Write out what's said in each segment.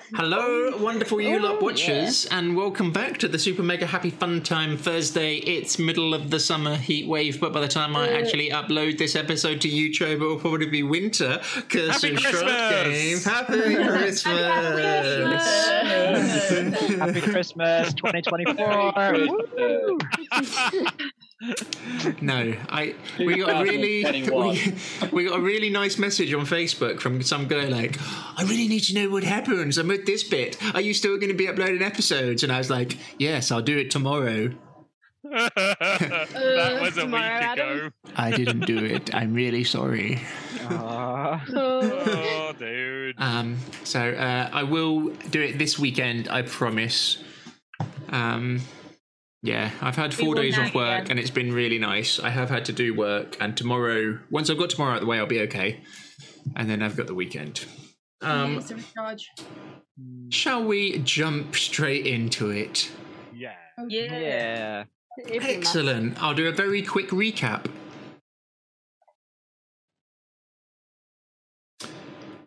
Hello, wonderful you Oh, lot watchers, and welcome back to the Super Mega Happy Fun Time Thursday. It's middle of the summer heat wave, but by the time I actually upload this episode to YouTube, it will probably be winter because Happy of Shroud Christmas! Game. Happy Christmas! Happy Christmas 2024. No, I we got a really we, 2021. we got a really nice message on Facebook from some guy like, I really need to know what happens. I'm at this bit. Are you still going to be uploading episodes? And I was like, Yes, I'll do it tomorrow. Uh, that was a week tomorrow, ago. Adam? I didn't do it. I'm really sorry. Aw. Oh, dude. Um, so uh, I will do it this weekend. I promise. Um, yeah, I've had We four will days now off work again. and it's been really nice. I have had to do work, and tomorrow, once I've got tomorrow out the way, I'll be okay. And then I've got the weekend. Um, Needs to recharge. shall we jump straight into it? Yeah. Oh, Yeah. Excellent. I'll do a very quick recap.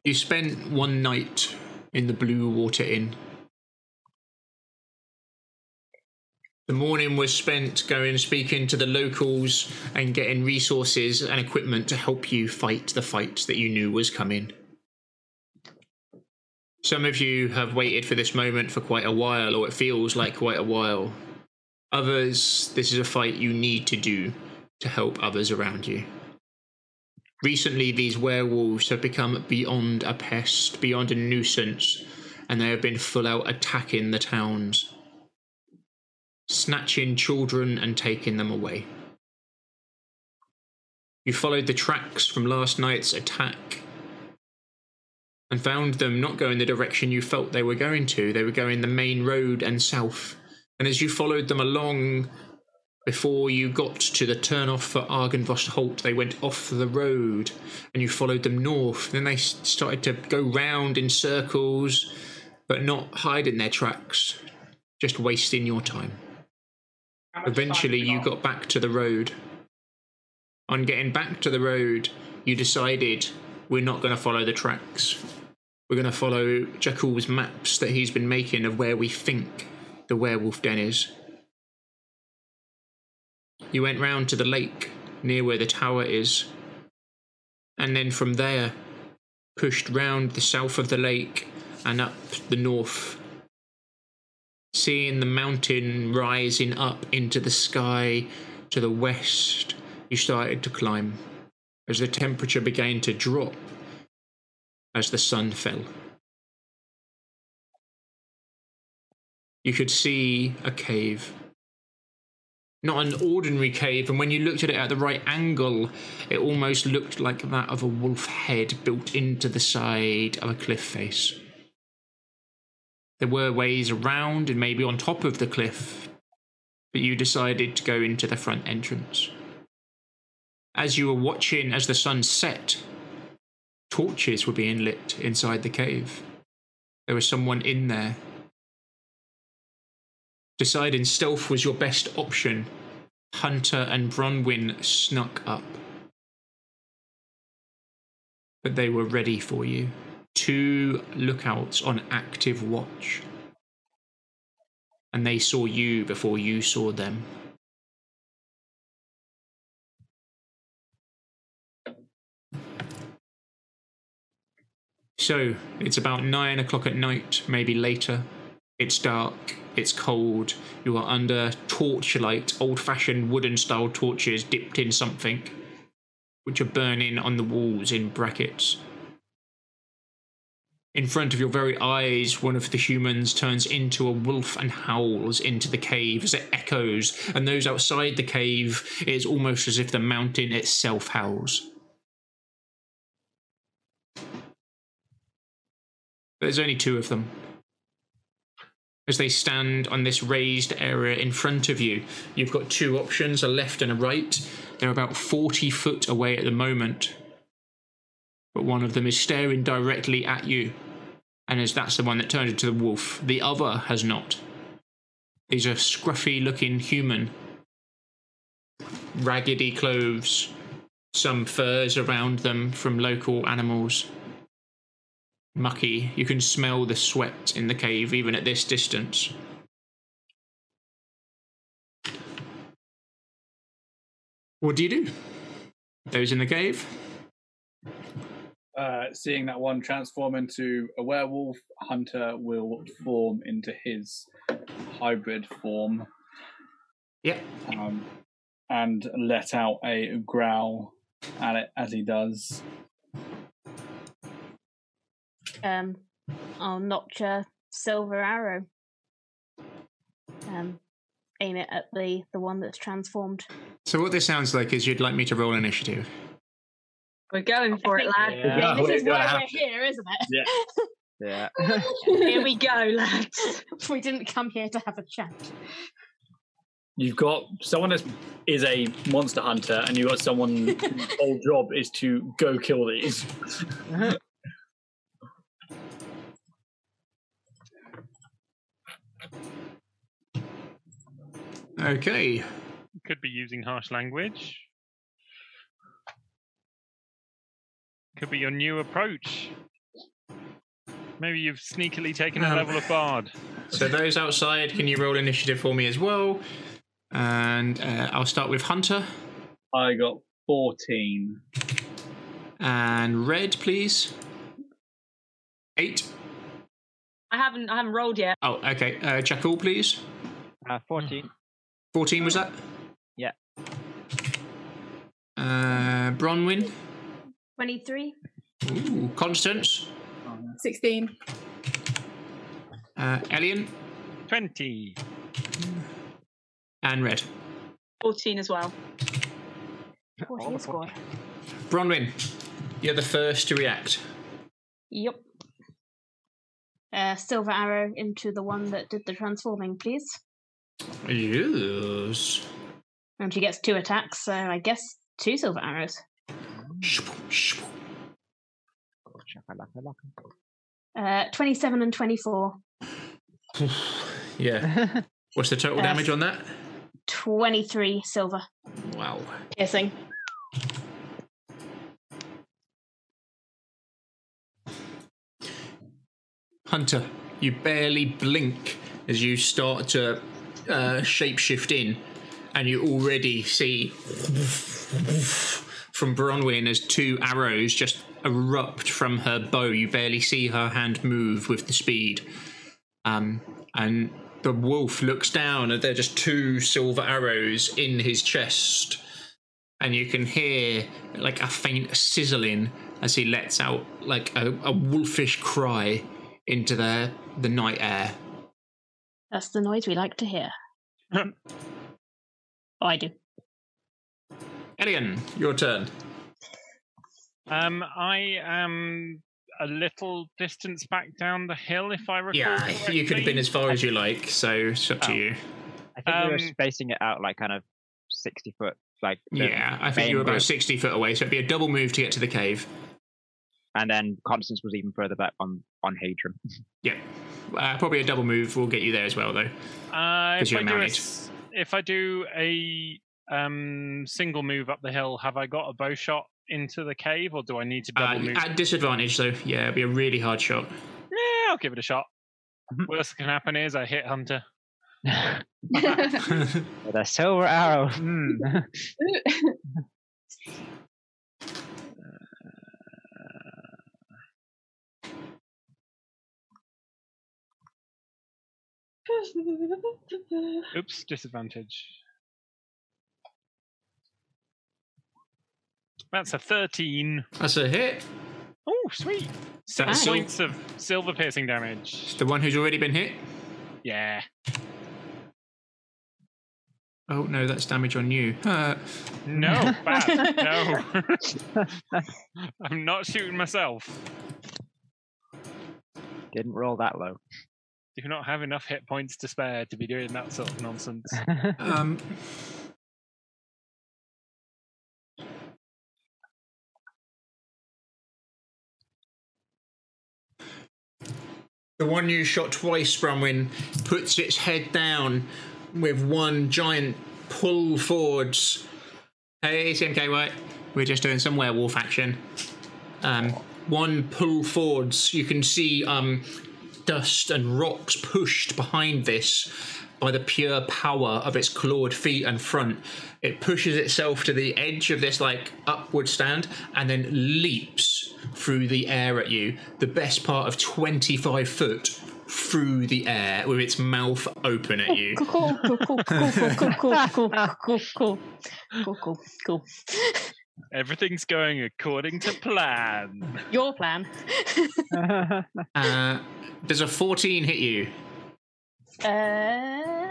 You spent one night in the Blue Water Inn. The morning was spent going speaking to the locals and getting resources and equipment to help you fight the fight that you knew was coming. Some of you have waited for this moment for quite a while, or it feels like quite a while. Others, this is a fight you need to do to help others around you. Recently, these werewolves have become beyond a pest, beyond a nuisance, and they have been full out attacking the towns, snatching children and taking them away. You followed the tracks from last night's attack and found them not going the direction you felt they were going to. They were going the main road and south. And as you followed them along, before you got to the turn off for Argenvost Holt, they went off the road and you followed them north. Then they s- started to go round in circles, but not hiding their tracks, just wasting your time. How much time Eventually, have we you got back to the road. On getting back to the road, you decided we're not going to follow the tracks. We're going to follow Jekyll's maps that he's been making of where we think the werewolf den is. You went round to the lake near where the tower is, and then from there, pushed round the south of the lake and up the north seeing the mountain rising up into the sky to the west, you started to climb as the temperature began to drop as the sun fell. You could see a cave. Not an ordinary cave, and when you looked at it at the right angle, it almost looked like that of a wolf head built into the side of a cliff face. There were ways around and maybe on top of the cliff, but you decided to go into the front entrance. As you were watching as the sun set, torches were being lit inside the cave. There was someone in there. Deciding stealth was your best option, Hunter and Bronwyn snuck up. But they were ready for you two lookouts on active watch. And they saw you before you saw them. So it's about nine o'clock at night, maybe later. It's dark, it's cold, you are under torchlight, old fashioned wooden style torches dipped in something, which are burning on the walls in brackets. In front of your very eyes, one of the humans turns into a wolf and howls into the cave as it echoes, and those outside the cave, it is almost as if the mountain itself howls. There's only two of them. As they stand on this raised area in front of you, you've got two options a left and a right. They're about 40 foot away at the moment but one of them is staring directly at you, and as that's the one that turned into the wolf, the other has not. He's a scruffy looking human. Raggedy clothes, some furs around them from local animals. mucky. You can smell the sweat in the cave even at this distance. What do you do? Those in the cave? Uh, seeing that one transform into a werewolf, Hunter will form into his hybrid form Yep. um, and let out a growl at it as he does. Um, I'll notch a silver arrow. Um, aim it at the the one that's transformed. So what this sounds like is you'd like me to roll initiative. We're going for it, lad. Yeah. I mean, Well, this is it's gotta why happen. we're here, isn't it? Yeah. Here we go, lads. we didn't come here to have a chat. You've got someone that is a monster hunter, and you've got someone whose whole job is to go kill these. Uh-huh. Okay. Could be using harsh language. Could be your new approach. Maybe you've sneakily taken a Um, level of bard. So those outside, can you roll initiative for me as well? And uh, I'll start with Hunter I got 14. and Red, please. Eight. I haven't I haven't rolled yet. Oh, okay. Uh, Jackal, please. Uh, 14. 14 was that? Yeah. Uh, Bronwyn. Twenty three. Ooh, Constance. Mm-hmm. 16. Uh, Elian. 20. And Red. 14 as well. Fourteen squad. Bronwyn, you're the first to react. Yep. Uh, silver arrow into the one that did the transforming, please. Yes. And she gets two attacks, so I guess two silver arrows. Uh, twenty-seven and twenty-four. Yeah. What's the total Uh, damage on that? Twenty-three silver Wow. piercing. Hunter, you barely blink as you start to uh, shapeshift in, and you already see from Bronwyn as two arrows just erupt from her bow. You barely see her hand move with the speed. Um, and the wolf looks down, and they're just two silver arrows in his chest. And you can hear like a faint sizzling as he lets out like a, a wolfish cry into the the night air. That's the noise we like to hear. oh, I do. Elian, your turn. Um, I am a little distance back down the hill, if I recall. Yeah, you could have been correctly. as far as you like, so it's up to Oh. you. I think we were Um, spacing it out like kind of 60 foot. Like the- Yeah, I think main you were about group. 60 foot away, so it'd be a double move to get to the cave. And then Constance was even further back on, on Hadron. Yeah, uh, probably a double move will get you there as well, though. Uh, 'Cause if, you're I do a, mounted. s- if I do a um, single move up the hill, have I got a bow shot into the cave, or do I need to double Uh, move? at disadvantage, though, yeah, it'd be a really hard shot. yeah, I'll give it a shot. Mm-hmm. Mhm. Worst that can happen is I hit Hunter. With a silver arrow. Hmm. Oops, disadvantage. That's a 13. That's a hit. Oh, sweet. Seven Nice. points of silver piercing damage. The one who's already been hit. Yeah. Oh no, that's damage on you. Uh, No, bad. No. I'm not shooting myself. Didn't roll that low. Do not have enough hit points to spare to be doing that sort of nonsense. um, the one you shot twice, Brumwin, puts its head down with one giant pull forwards. Hey, CMK White, we're just doing some werewolf action. Um, one pull forwards. You can see um, dust and rocks pushed behind this by the pure power of its clawed feet and front. It pushes itself to the edge of this like upward stand and then leaps through the air at you. The best part of 25 foot through the air with its mouth open Oh, at you. Oh, Cool, cool, cool, cool, cool, cool, cool, cool, cool, cool, cool, cool, cool. Everything's going according to plan. Your plan. Uh, does a 14 hit you? Uh,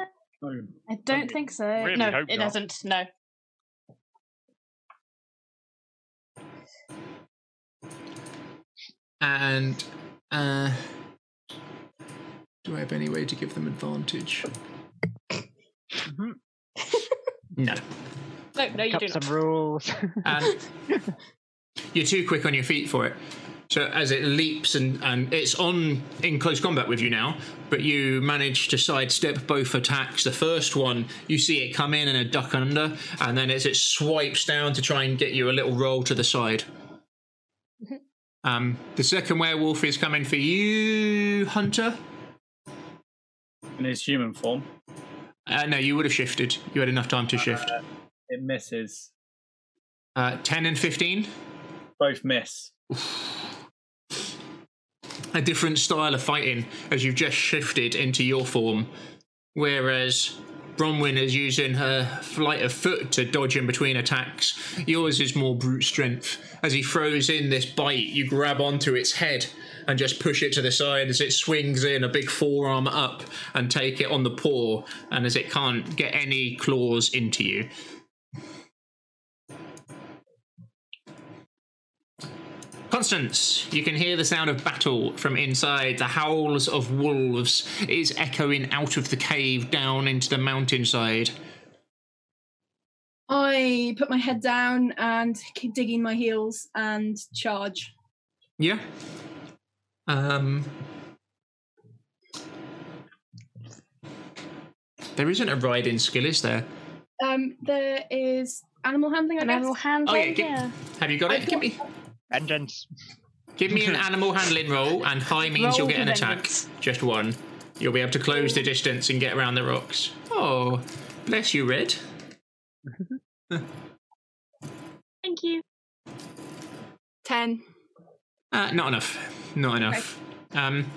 I don't think so. Really no, hope it not. doesn't. No. And uh, do I have any way to give them advantage? no. No, no, you Cut do some not. rules. and you're too quick on your feet for it. So as it leaps and, and it's on in close combat with you now, but you manage to sidestep both attacks. The first one, you see it come in and a duck under, and then as it swipes down to try and get you a little roll to the side. Um, the second werewolf is coming for you, Hunter. in his human form. Uh, no, you would have shifted. You had enough time to shift. Uh, It misses. Uh, Ten and fifteen. Both miss. a different style of fighting as you've just shifted into your form. Whereas Bronwyn is using her flight of foot to dodge in between attacks, yours is more brute strength. As he throws in this bite, you grab onto its head and just push it to the side as it swings in a big forearm up and take it on the paw, and as it can't get any claws into you. Constance, you can hear the sound of battle from inside. The howls of wolves is echoing out of the cave down into the mountainside. I put my head down and keep digging my heels and charge. Yeah. Um. There isn't a riding skill, is there? Um, there is animal handling. I An guess. animal handling. Oh, yeah, give- yeah. Have you got I it? Give me, Vengeance. give me an animal handling roll, and high means you'll Roll get an attack. vengeance. Just one. You'll be able to close the distance and get around the rocks. Oh, bless you, Red. Thank you. Ten. Uh, not enough. Not enough. Um,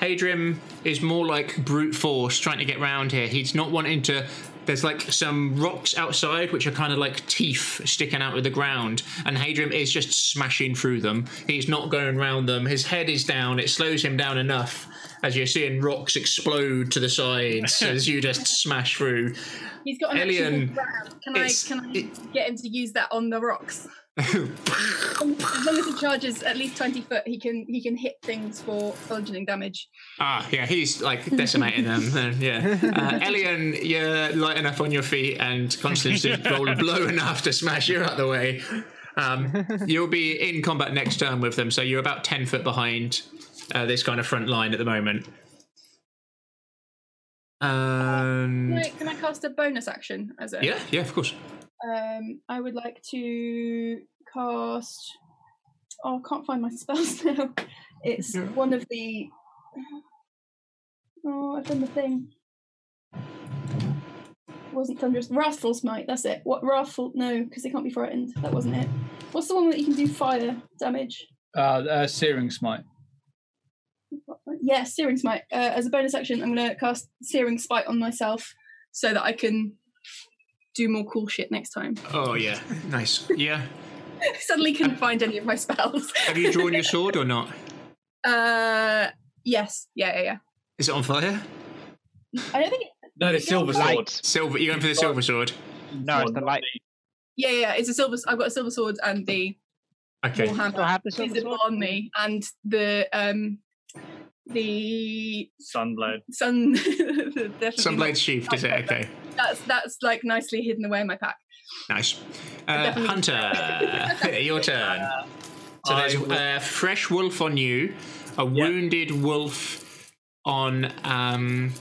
Hadrim is more like brute force trying to get round here. He's not wanting to. There's like some rocks outside which are kind of like teeth sticking out of the ground, and Hadrim is just smashing through them. He's not going round them. His head is down. It slows him down enough as you're seeing rocks explode to the sides as you just smash through. He's got an action Alien. with grab. Can I It's- can I it- get him to use that on the rocks? As long as he charges at least twenty foot, he can he can hit things for bludgeoning damage. Ah, yeah, he's like decimating them. uh, yeah, uh, Elian, you're light enough on your feet, and Constance is roll a blow enough to smash you out the way. Um, you'll be in combat next turn with them, so you're about ten foot behind uh, this kind of front line at the moment. Can Um, I, can I cast a bonus action as a? yeah, yeah, of course. Um, I would like to cast. Oh, I can't find my spells now. It's Yeah. one of the. Oh, I've done the thing. Wasn't thunderous. Wrathful smite. That's it. What wrathful? No, because they can't be frightened. That wasn't it. What's the one that you can do fire damage? Uh, uh, Searing Smite. Yeah, searing smite. Uh, as a bonus action, I'm going to cast searing spite on myself so that I can do more cool shit next time. Oh yeah, nice. Yeah, Suddenly couldn't find any of my spells. have you drawn your sword or not? Uh, yes, yeah, yeah, Is it on fire? yeah. I don't think. It, No, the Silver Sword. Light. Silver. You're going for the silver sword. No, it's the light. yeah, yeah, yeah, it's a silver. I've got a silver sword and the Okay. Still warhammer have the silver wizard sword? on me, and the um, the Sunblade. sun. definitely Sunblade sheathed. Is it okay? not- That's that's like nicely hidden away in my pack. Nice. Uh, Definitely. Hunter, your turn. so I there's will- a fresh wolf on you, a wounded wolf on um,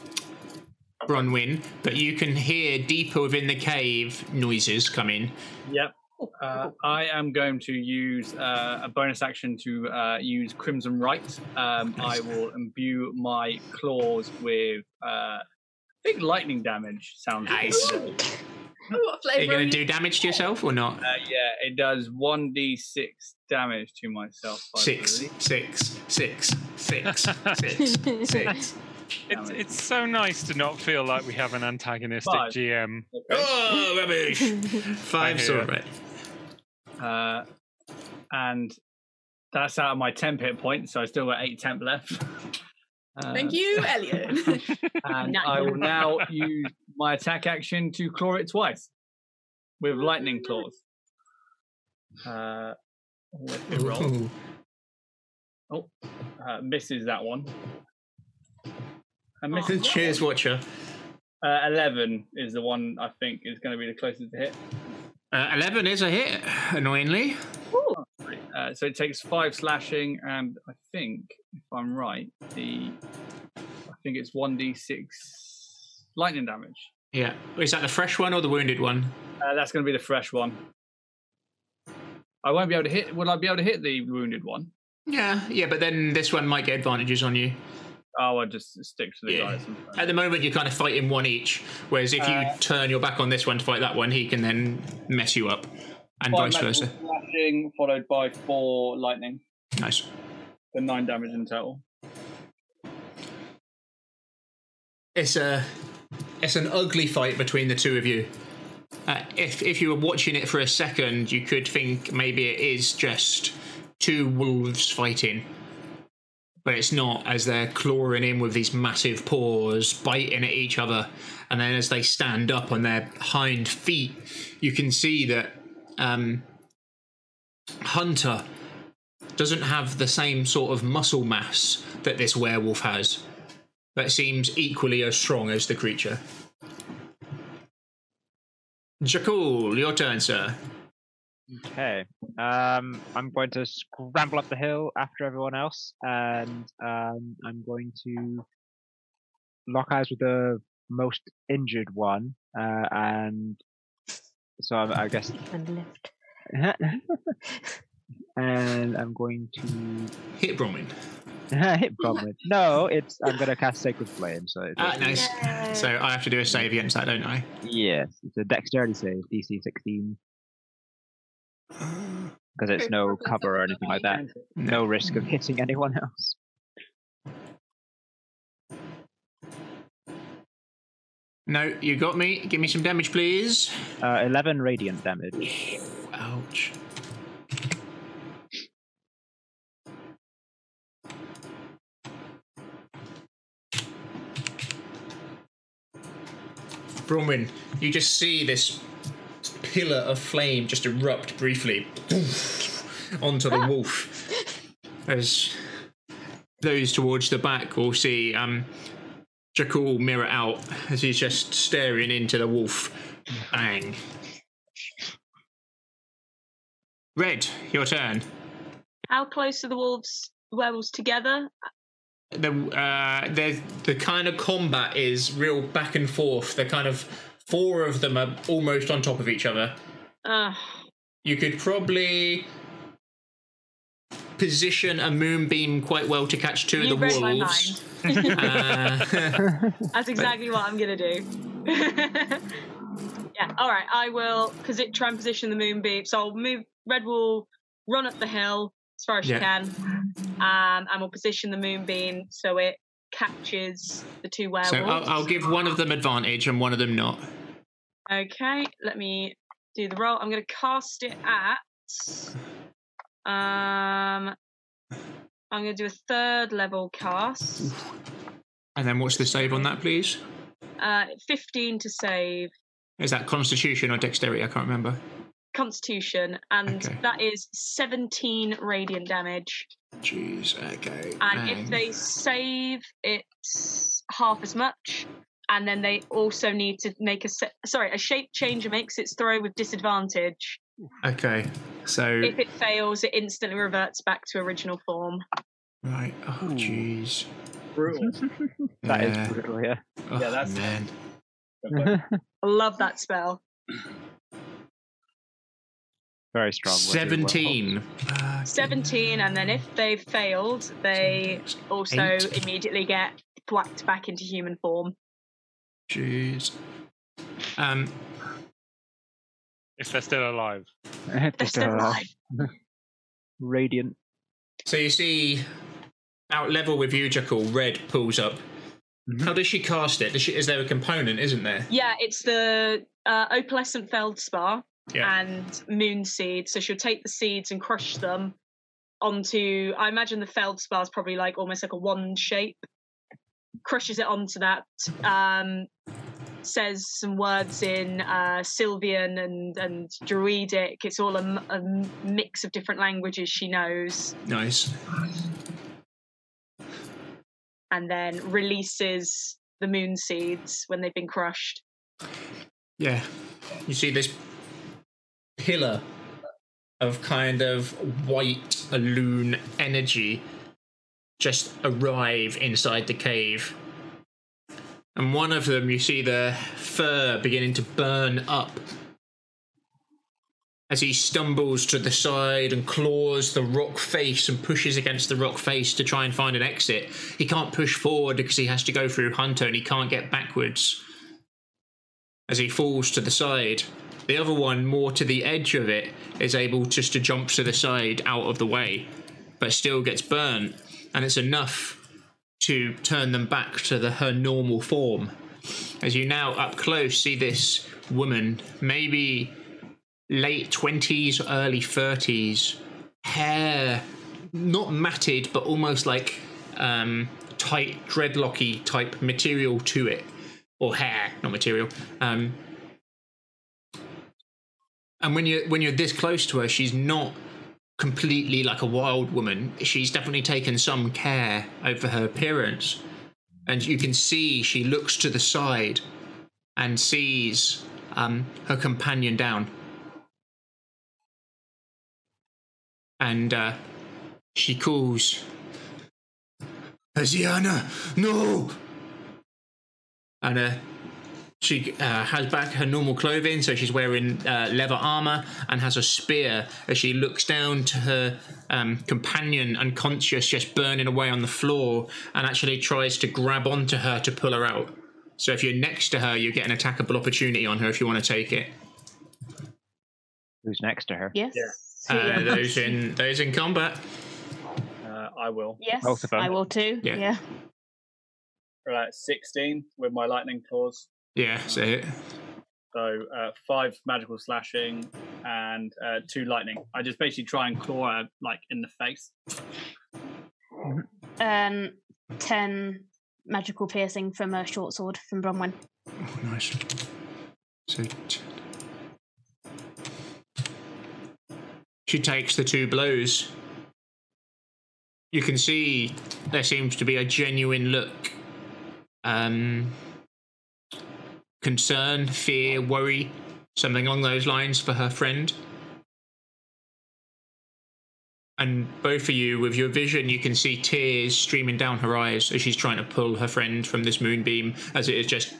Bronwyn, but you can hear deeper within the cave noises coming. Yep. Oh, Uh, I am going to use uh, a bonus action to uh, use Crimson Right. Um, I will imbue my claws with uh, big lightning damage. Sounds Nice. good. Are What you flavour? going to do damage to yourself or not? Uh, yeah, it does one d six damage to myself. I Six, believe. six, six, six, six, six. It's, it's so nice to not feel like we have an antagonistic Five. GM. Okay. Oh, rubbish! Five's I hear. alright. Uh, and that's out of my temp hit points, so I still got eight temp left. Uh, Thank you, Elliot. And Not I you. will now use my attack action to claw it twice with lightning claws. Uh, let me roll. Ooh. Oh, uh, misses that one. Oh, And misses. that Cheers, Watcher. one. Uh, Eleven is the one I think is going to be the closest to hit. Uh, 11 is a hit, annoyingly. Uh, so it takes five slashing, and I think if I'm right, the I think it's one d six lightning damage. Yeah. Is that the fresh one or the wounded one? Uh, that's going to be the fresh one. I won't be able to hit. Will I be able to hit the wounded one? Yeah, yeah, but then this one might get advantages on you. Oh, I just stick to the Yeah. guys. Uh, At the moment, you're kind of fighting one each, whereas if you turn your back on this one to fight that one, he can then mess you up, and Five vice magical versa. slashing followed by four lightning, Nice. so nine damage in total. It's a, it's an ugly fight between the two of you. Uh, if if you were watching it for a second, you could think maybe it is just two wolves fighting, but it's not. As they're clawing in with these massive paws, biting at each other, and then as they stand up on their hind feet, you can see that um, Hunter doesn't have the same sort of muscle mass that this werewolf has. That seems equally as strong as the creature. Jakul, your turn, sir. Okay. Um, I'm going to scramble up the hill after everyone else, and um, I'm going to lock eyes with the most injured one, uh, and so I'm, I guess, And lift. and I'm going to Hit Bronwyn. hit Bronwyn. No, it's I'm going to cast Sacred Flame. So it Ah, doesn't- nice. Yay. So I have to do a save against that, don't I? yes, it's a Dexterity save, DC 16, because it's Okay, no perfect. cover or anything like that. No risk of hitting anyone else. No, you got me. Give me some damage, please. Uh, 11 radiant damage. Ouch. Bronwyn, you just see this pillar of flame just erupt briefly onto the wolf as those towards the back will see um, Jakul mirror out as he's just staring into the wolf. Bang. Red, your turn. How close are the wolves werewolves together? The uh, there's- the kind of combat is real back and forth. They're kind of four of them are almost on top of each other. Uh, You could probably position a moonbeam quite well to catch two you of the read wolves. my mind. Uh, That's exactly what I'm gonna do. yeah, all right. I will because it try and position the moonbeam. So I'll move red wolf, run up the hill as far as Yeah. you can, um, and we'll position the moonbeam so it catches the two werewolves. so I'll, I'll give one of them advantage and one of them not. Okay, let me do the roll. I'm going to cast it at. Um, I'm going to do a third level cast. And then what's the save on that, please? Uh, 15 to save Is that Constitution or Dexterity? I can't remember. Constitution, and Okay. that is 17 radiant damage. Jeez. Okay. And bang. if they save, it's half as much. And then they also need to make a se- sorry a shape changer makes its throw with disadvantage. Okay. So If it fails, it instantly reverts back to original form. right. Oh, Ooh. jeez. Brutal. That is Yeah. brutal, yeah. Oh, Yeah, that's- man. I love that spell. Very strong. We're doing well. 17. 17, and then if they failed, they also Eight. immediately get whacked back into human form. Jeez. Um, if they're still alive. They're still alive. uh, Radiant. So you see, out level with you, Jekyll, red pulls up. How does she cast it? Does she, is there a component, isn't there? Yeah, it's the uh, opalescent feldspar Yeah. and moon seed. So she'll take the seeds and crush them onto. I imagine the feldspar is probably like almost like a wand shape. Crushes it onto that. Um, says some words in uh, Sylvian and and Druidic. It's all a, m- a m- mix of different languages she knows, Nice. and then releases the moon seeds when they've been crushed. Yeah. You see this pillar of kind of white loon energy just arrive inside the cave. And one of them, you see the fur beginning to burn up as he stumbles to the side and claws the rock face and pushes against the rock face to try and find an exit. He can't push forward because he has to go through Hunter and he can't get backwards as he falls to the side. The other one, more to the edge of it, is able just to jump to the side out of the way, but still gets burnt, and it's enough to turn them back to the, her normal form. As you now up close see this woman, maybe late 20s, early 30s, hair not matted, but almost like um, tight, dreadlocky type material to it or hair, not material. Um, and when you when you're this close to her, she's not completely like a wild woman. She's definitely taken some care over her appearance, and you can see she looks to the side and sees um, her companion down, and uh, she calls. Aziana, no! and uh, she uh, has back her normal clothing, so she's wearing uh, leather armor and has a spear. As she looks down to her um, companion, unconscious, just burning away on the floor, and actually tries to grab onto her to pull her out. So if you're next to her, you get an attackable opportunity on her if you want to take it. Who's next to her? Yes. Uh, those in those in combat. Uh, I will. Yes, Both of them. I will too. Yeah. Yeah. Right, 16 with my lightning claws. Yeah, so it. So uh, five magical slashing and uh, two lightning. I just basically try and claw her like in the face. Um, ten magical piercing from a short sword from Bronwyn. Oh, nice. So t- she takes the two blows. You can see there seems to be a genuine look, um, concern, fear, worry, something along those lines for her friend. And both of you, with your vision, you can see tears streaming down her eyes as she's trying to pull her friend from this moonbeam as it is just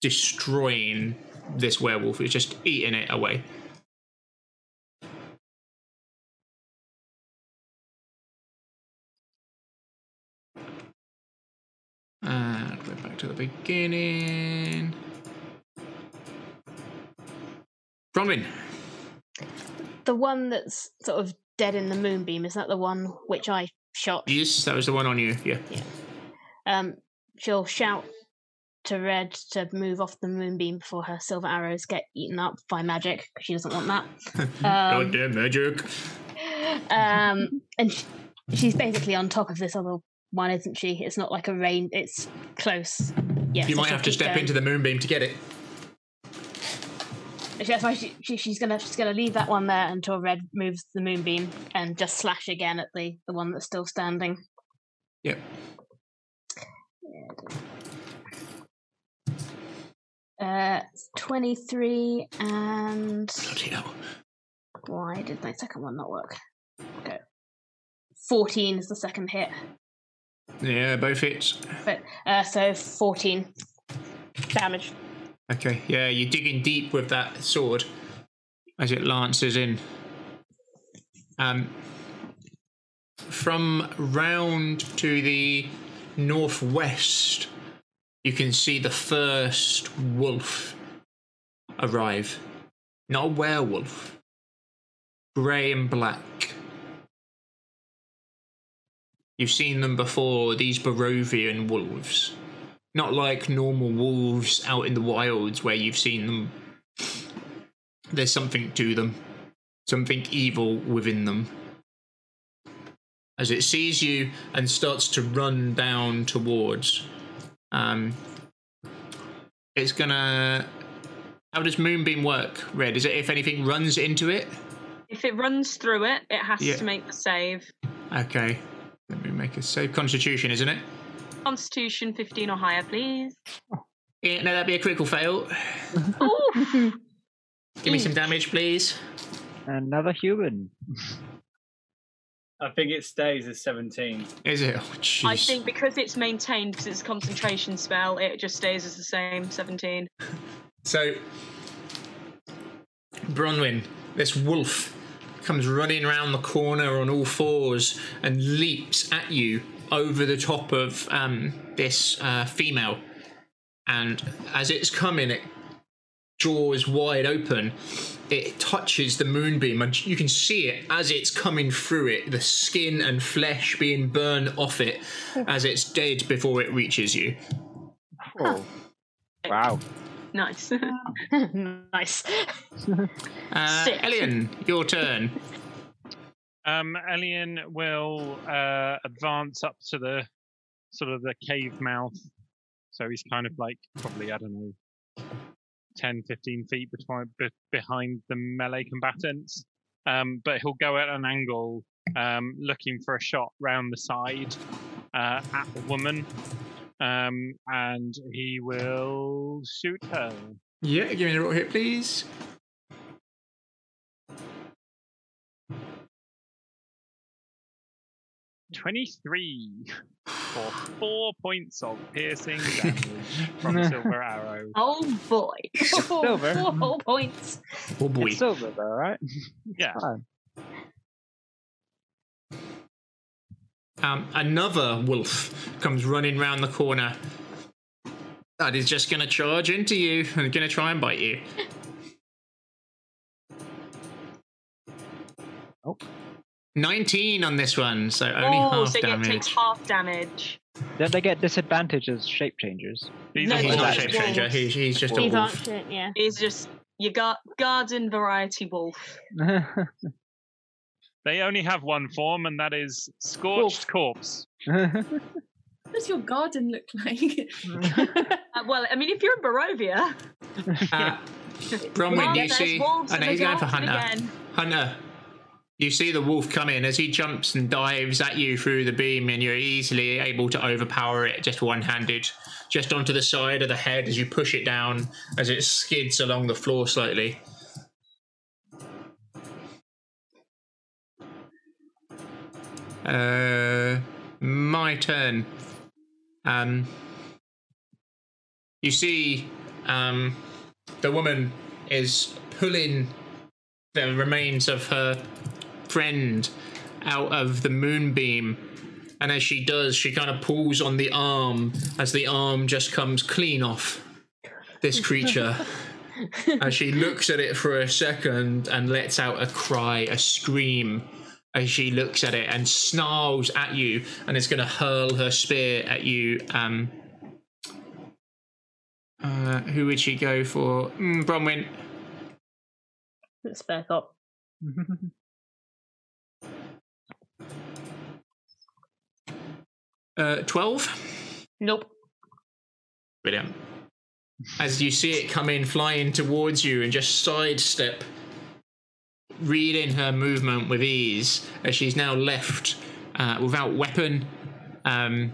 destroying this werewolf. It's just eating it away. And go back to the beginning. Bronwyn. The one that's sort of dead in the moonbeam is that the one which I shot. Yes, that was the one on you. Yeah. Um, she'll shout to Red to move off the moonbeam before her silver arrows get eaten up by magic 'cause she doesn't want that. Um, Goddamn magic. um, and sh she's basically on top of this other one, isn't she? It's not like a rain. It's close. Yeah, you so might she'll have to keep step going. into the moonbeam to get it. Actually, That's why she, she, she's gonna she's gonna leave that one there until Red moves the moonbeam and just slash again at the the one that's still standing. Yep. Uh, twenty three and Bloody hell. why did my second one not work? Okay. Fourteen is the second hit, Yeah, both hits. but uh, so fourteen damage. Okay, yeah, you're digging deep with that sword as it lances in. Um, from round to the northwest, you can see the first wolf arrive. Not a werewolf, grey and black. You've seen them before, these Barovian wolves. Not like normal wolves out in the wilds where you've seen them. There's something to them, something evil within them. As it sees you and starts to run down towards. Um, it's gonna. How does Moonbeam work, Red? Is it if anything runs into it? If it runs through it, it has Yeah. to make the save. Okay. Let me make a save. Constitution, isn't it? Constitution 15 or higher, please. Yeah, no, that'd be a critical fail. Ooh, Give me some damage, please. Another human. I think it stays as 17. Is it? Oh, I jeez. think because it's maintained, because it's a concentration spell, it just stays as the same 17. So, Bronwyn, this wolf, comes running around the corner on all fours and leaps at you over the top of um, this uh, female. And as it's coming, it jaws wide open. It touches the moonbeam, and you can see it as it's coming through it, the skin and flesh being burned off it as it's dead before it reaches you. Oh. Wow. Nice. nice. Uh, Sick. Elian, your turn. Um, Elian will uh, advance up to the sort of the cave mouth. So he's kind of like probably, I don't know, 10, 15 feet between, be, behind the melee combatants. Um, but he'll go at an angle um, looking for a shot round the side uh, at the woman. Um, and he will shoot her. Yeah, give me a roll hit, please. Twenty-three for four points of piercing damage from Silver Arrow. Oh boy. Silver. Four whole points. Oh boy. It's silver though, right? Yeah. Fine. Um, another wolf comes running round the corner. That is just going to charge into you and going to try and bite you. Oh. 19 on this one, so only Oh, half so it takes damage. half damage. Then they get disadvantage as shape changers. These No, are he's it's not wolves. a just shapechanger, wolves. he's, he's just a He's wolf. ancient, yeah. It's just you got garden variety wolf. They only have one form, and that is scorched corpse. What does your garden look like? Uh, well, I mean, if you're in Barovia, Uh, Bronwyn, yeah, you there's see. wolves I know in he's the going for garden Hunter. again. Hunter, you see the wolf come in as he jumps and dives at you through the beam, and you're easily able to overpower it just one handed, just onto the side of the head as you push it down as it skids along the floor slightly. Uh, my turn. Um, you see, um, the woman is pulling the remains of her friend out of the moonbeam. And as she does, she kind of pulls on the arm as the arm just comes clean off this creature. as she looks at it for a second and lets out a cry, a scream, as she looks at it and snarls at you and is going to hurl her spear at you. Um, uh, who would she go for? Mm, Bronwyn. Let's back up. Uh, 12? Nope. Brilliant. As you see it come in flying towards you and just sidestep, reading her movement with ease, as she's now left uh, without weapon. Um,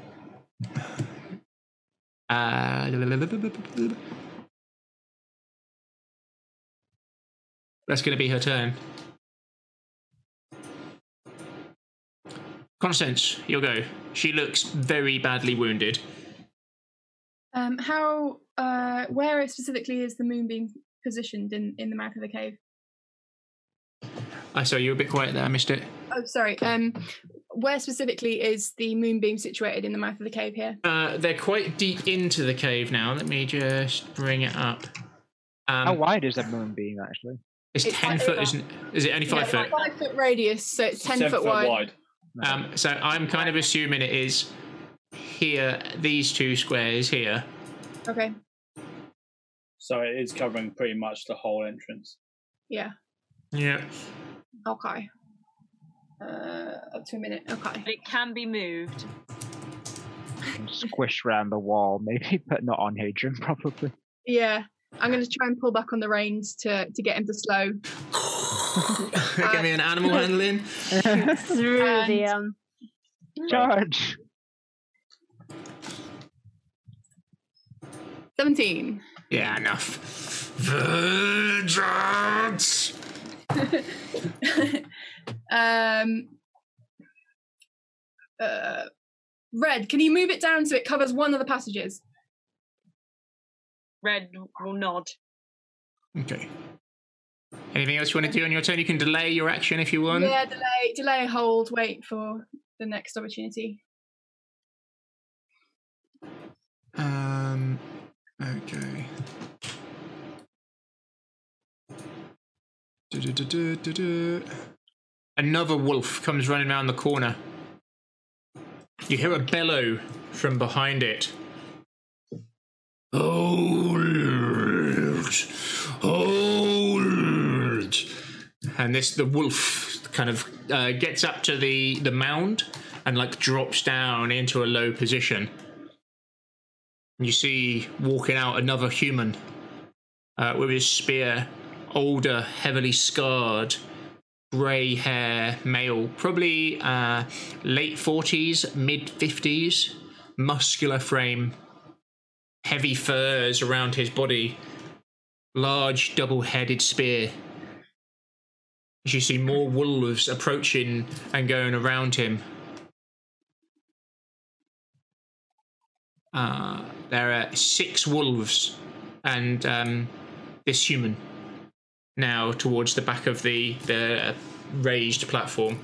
uh, that's going to be her turn. Constance, you'll go. She looks very badly wounded. Um, how, uh, where specifically is the moonbeam positioned in, in the mouth of the cave? I saw you were a bit quiet there. I missed it. Oh, sorry. Um, where specifically is the moonbeam situated in the mouth of the cave here? Uh, they're quite deep into the cave now. Let me just bring it up. Um, How wide is that moonbeam actually? It's, It's ten like foot, over. isn't? Is it only Yeah, five it's foot? like Five foot radius, so it's ten Seven foot, wide. Um, so I'm kind of assuming it is here, these two squares here. Okay. So it is covering pretty much the whole entrance. Yeah. Yeah. Okay. Uh, up to a minute. Okay. But it can be moved. And Squish round the wall, maybe, but not on Hadrian, probably. Yeah. I'm going to try and pull back on the reins to, to get him to slow. Give me an animal handling. Through the And- um, Charge! 17. Yeah, enough. Vengeance. um, uh, red, can you move it down so it covers one of the passages? Red will nod. Okay. Anything else you want to do on your turn? You can delay your action if you want. Yeah, delay, delay, hold, wait for the next opportunity. Um. Okay. Du-du-du-du-du-du. Another wolf comes running around the corner. You hear a bellow from behind it. Hold! Hold! And this, the wolf kind of uh, gets up to the, the mound and like drops down into a low position. And you see walking out another human uh, with his spear, older, heavily scarred, grey hair male, probably uh, late 40s, mid 50s, muscular frame, heavy furs around his body, large double headed spear. As you see more wolves approaching and going around him, Uh, there are six wolves and um, this human now towards the back of the the raised platform.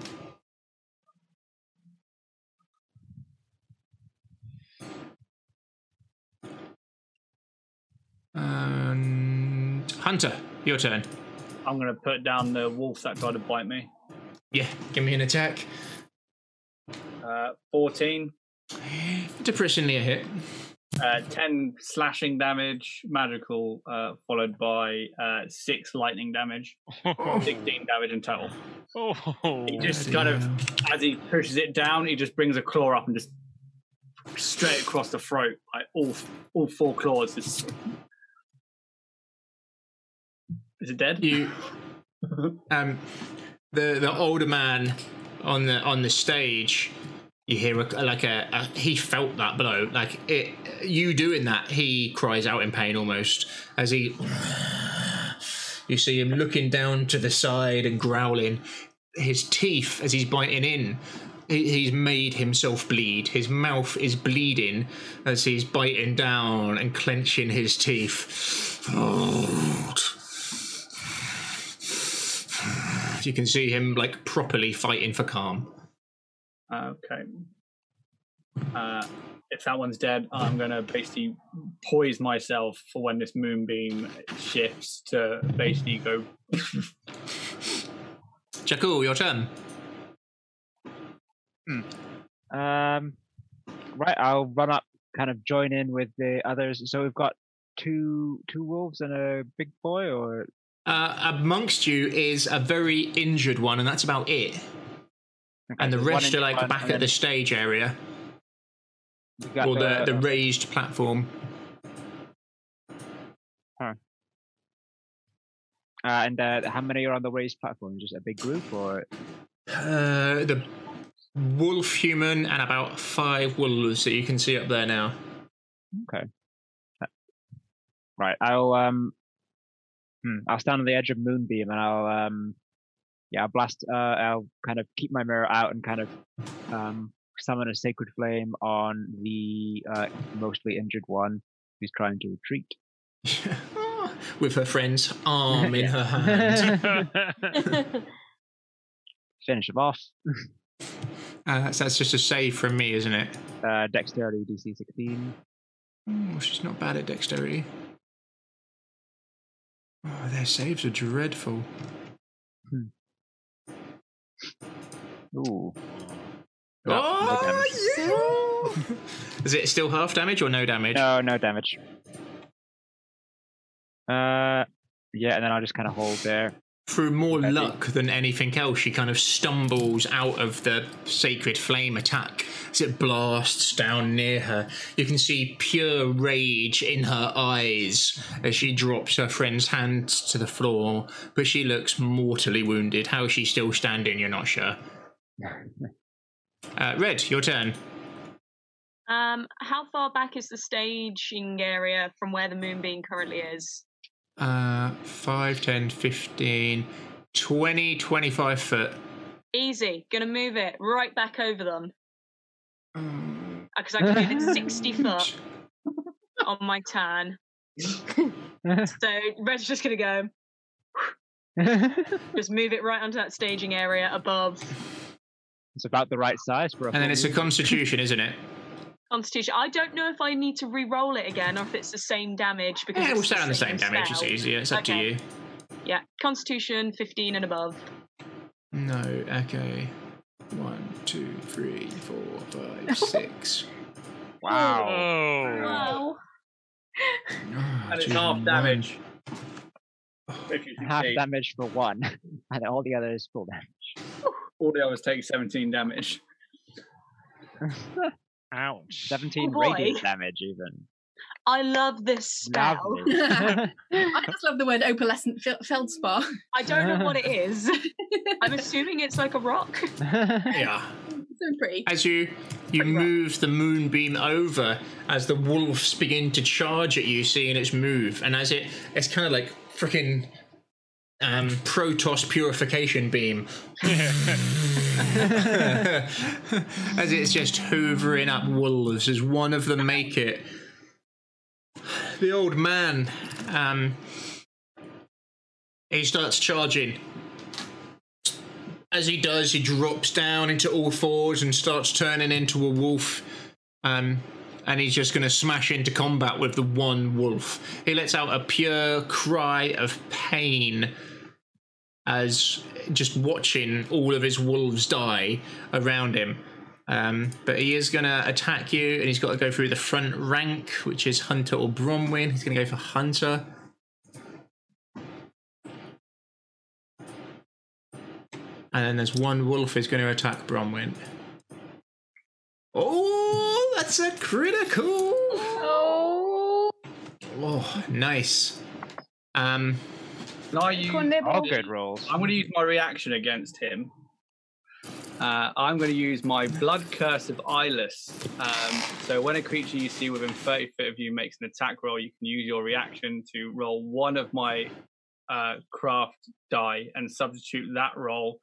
And Hunter, your turn. I'm going to put down the wolf that tried to bite me. Yeah, give me an attack. Uh, 14, Depressingly a hit. uh, 10 slashing damage, magical, uh, followed by uh, 6 lightning damage, 16 damage in total. Oh, He just kind of, as he pushes it down, he just brings a claw up and just straight across the throat, like all all four claws. Just... Is it dead? you um the the older man on the on the stage you hear a, like a, a he felt that blow like it you doing that he cries out in pain almost as he you see him looking down to the side and growling his teeth as he's biting in he- he's made himself bleed his mouth is bleeding as he's biting down and clenching his teeth you can see him like properly fighting for calm Okay. Uh, if that one's dead, I'm gonna basically poise myself for when this moonbeam shifts to basically go. Jakul, your turn Um, right, I'll run up, kind of join in with the others. So we've got two two wolves and a big boy, or uh, amongst you is a very injured one and that's about it and Okay, the there's one rest are injured like one, back and at the then stage area we've got or the, the raised platform uh, and uh, how many are on the raised platform? Just a big group, or Uh, the wolf human and about five wolves that you can see up there now. Okay. Uh, Right. I'll um. hmm, I'll stand on the edge of Moonbeam and I'll um. Yeah, I'll blast. Uh, I'll kind of keep my mirror out and kind of um summon a sacred flame on the uh mostly injured one who's trying to retreat. With her friend's arm in her hand. yeah. Finish them off. Uh, so that's just a save from me, isn't it? Uh, dexterity DC 16. Oh, she's not bad at dexterity. Oh, their saves are dreadful. Ooh. Oh, yeah! Is it still half damage or no damage? No, no damage. Uh, yeah, and then I'll just kind of hold there. Through more luck than anything else, she kind of stumbles out of the sacred flame attack as it blasts down near her. You can see pure rage in her eyes as she drops her friend's hands to the floor, but she looks mortally wounded. How is she still standing? You're not sure. Uh, Red, your turn. Um, how far back is the staging area from where the moonbeam currently is? Uh, 5, 10, 15, 20, 25 foot. Easy. Gonna move it right back over them Um, because I can move it 60 foot on my turn. So Red's just gonna go. just move it right onto that staging area above It's about the right size for a. And then it's a full- constitution, isn't it? Constitution. I don't know if I need to re-roll it again or if it's the same damage because Yeah, it's we'll stay on the same damage. It's spell. easier. It's up to Okay. you. Yeah, Constitution 15 and above. No, okay. One, two, three, four, five, six. Wow. Oh, Wow. Oh, And it's half damage. If you Half succeed. damage for one, and all the others full damage. All the others take 17 damage. ouch. 17 Oh, boy. radiant damage, even. I love this spell. Lovely. I just love the word opalescent fel- feldspar. I don't know what it is. I'm assuming it's like a rock. Yeah. so pretty. As you you Pretty rough. move the moonbeam over, as the wolves begin to charge at you, seeing its move, and as it it's kind of like freaking um, Protoss purification beam as it's just hoovering up wolves as one of them make it. The old man, um, he starts charging. As he does, he drops down into all fours and starts turning into a wolf. Um, and he's just going to smash into combat with the one wolf. He lets out a pure cry of pain as just watching all of his wolves die around him. Um, but he is going to attack you, and he's got to go through the front rank, which is Hunter or Bromwyn. He's going to go for Hunter. And then there's one wolf who's going to attack Bromwyn. Oh, that's a critical! Oh, Oh, nice. Um, Can I use, all good rolls. I'm going to use my reaction against him. Uh, I'm going to use my Blood Curse of Eyeless. Um, so when a creature you see within 30 feet of you makes an attack roll, you can use your reaction to roll one of my uh, craft die and substitute that roll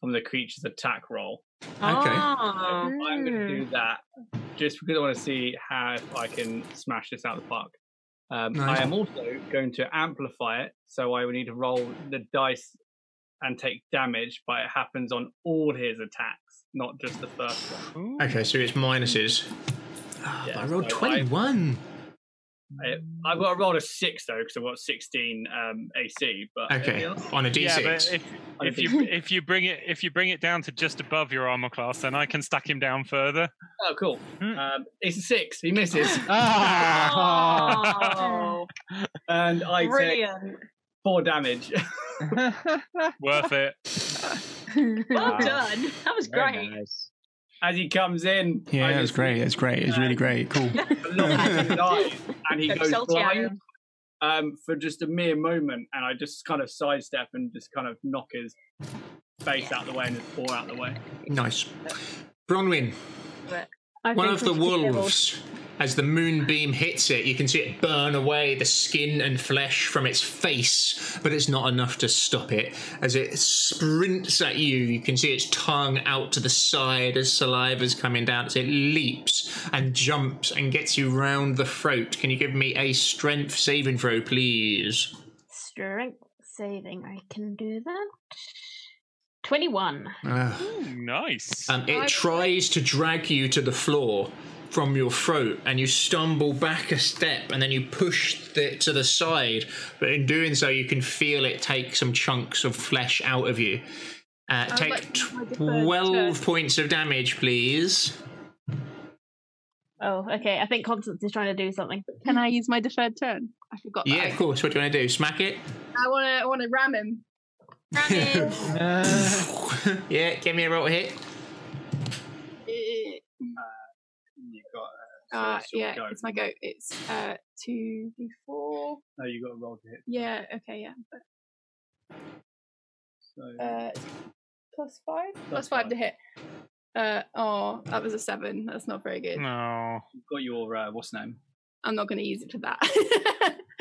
from the creature's attack roll. Ah. Um, I'm going to do that just because I want to see how if I can smash this out of the park. Um, Nice. I am also going to amplify it, so I will need to roll the dice and take damage, but it happens on all his attacks, not just the first one. Okay, so it's minuses. Ah, Yeah, I rolled so I- 21. I, I've got to roll a six though, because I've got 16 um, AC. But Okay, on a Yeah, d6. but if, I if you think- if you bring it if you bring it down to just above your armor class, then I can stack him down further. oh, cool. Hmm. Um, it's a six. He misses, Ah! Oh, and I take brilliant. four damage. Worth it. Well Wow. done. That was Very great. nice. As he comes in, I yeah, it's just- Uh, great. It's great. It's really great. Cool. look at his eyes, and he Don't goes insult blind um, for just a mere moment, and I just kind of sidestep and just kind of knock his face out the way and his paw out the way. Nice. Bronwyn, I one think of we the should be leveled. wolves, as the moonbeam hits it, you can see it burn away the skin and flesh from its face, but it's not enough to stop it. As it sprints at you, you can see its tongue out to the side as saliva's coming down. As it leaps and jumps and gets you round the throat. Can you give me a strength saving throw, please? Strength saving. I can do that. 21. nice. Um, it tries to drag you to the floor from your throat, and you stumble back a step, and then you push it to the side. But in doing so, you can feel it take some chunks of flesh out of you. Uh, I'd take "Oh like to my deferred turn. 12 points of damage, please. Oh, okay. I think Constance is trying to do something. Can I use my deferred turn? I forgot. Yeah, of course. What do you want to do? Smack it? I want to I want to ram him. yeah, give me a roll to hit. You've got. Uh, it's your yeah, go. it's my go. It's uh two d four. No, you got a roll to hit. Yeah. Okay. Yeah. but, So uh, plus five. Plus, plus five to hit. Uh oh, that was a seven. That's not very good. No. You've got your uh, what's name? I'm not going to use it for that.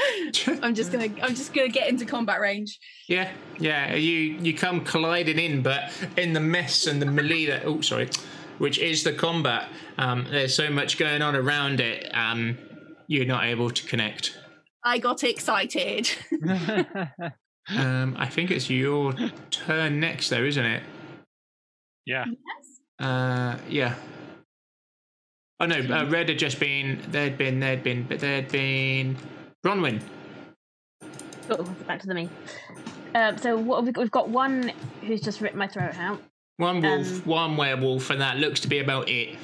I'm just gonna I'm just gonna get into combat range. Yeah, yeah. You you come colliding in, but in the mess and the melee that oh sorry, which is the combat. Um, there's so much going on around it. Um, you're not able to connect. I got excited. Um, I think it's your turn next, though, isn't it? Yeah. Uh, yeah. Oh no, uh, red had just been. There'd been. There'd been. But there'd been. Bronwyn. Oh, back to the me. Um, so what have we got? we've got one who's just ripped my throat out. One wolf, one werewolf, and that looks to be about it.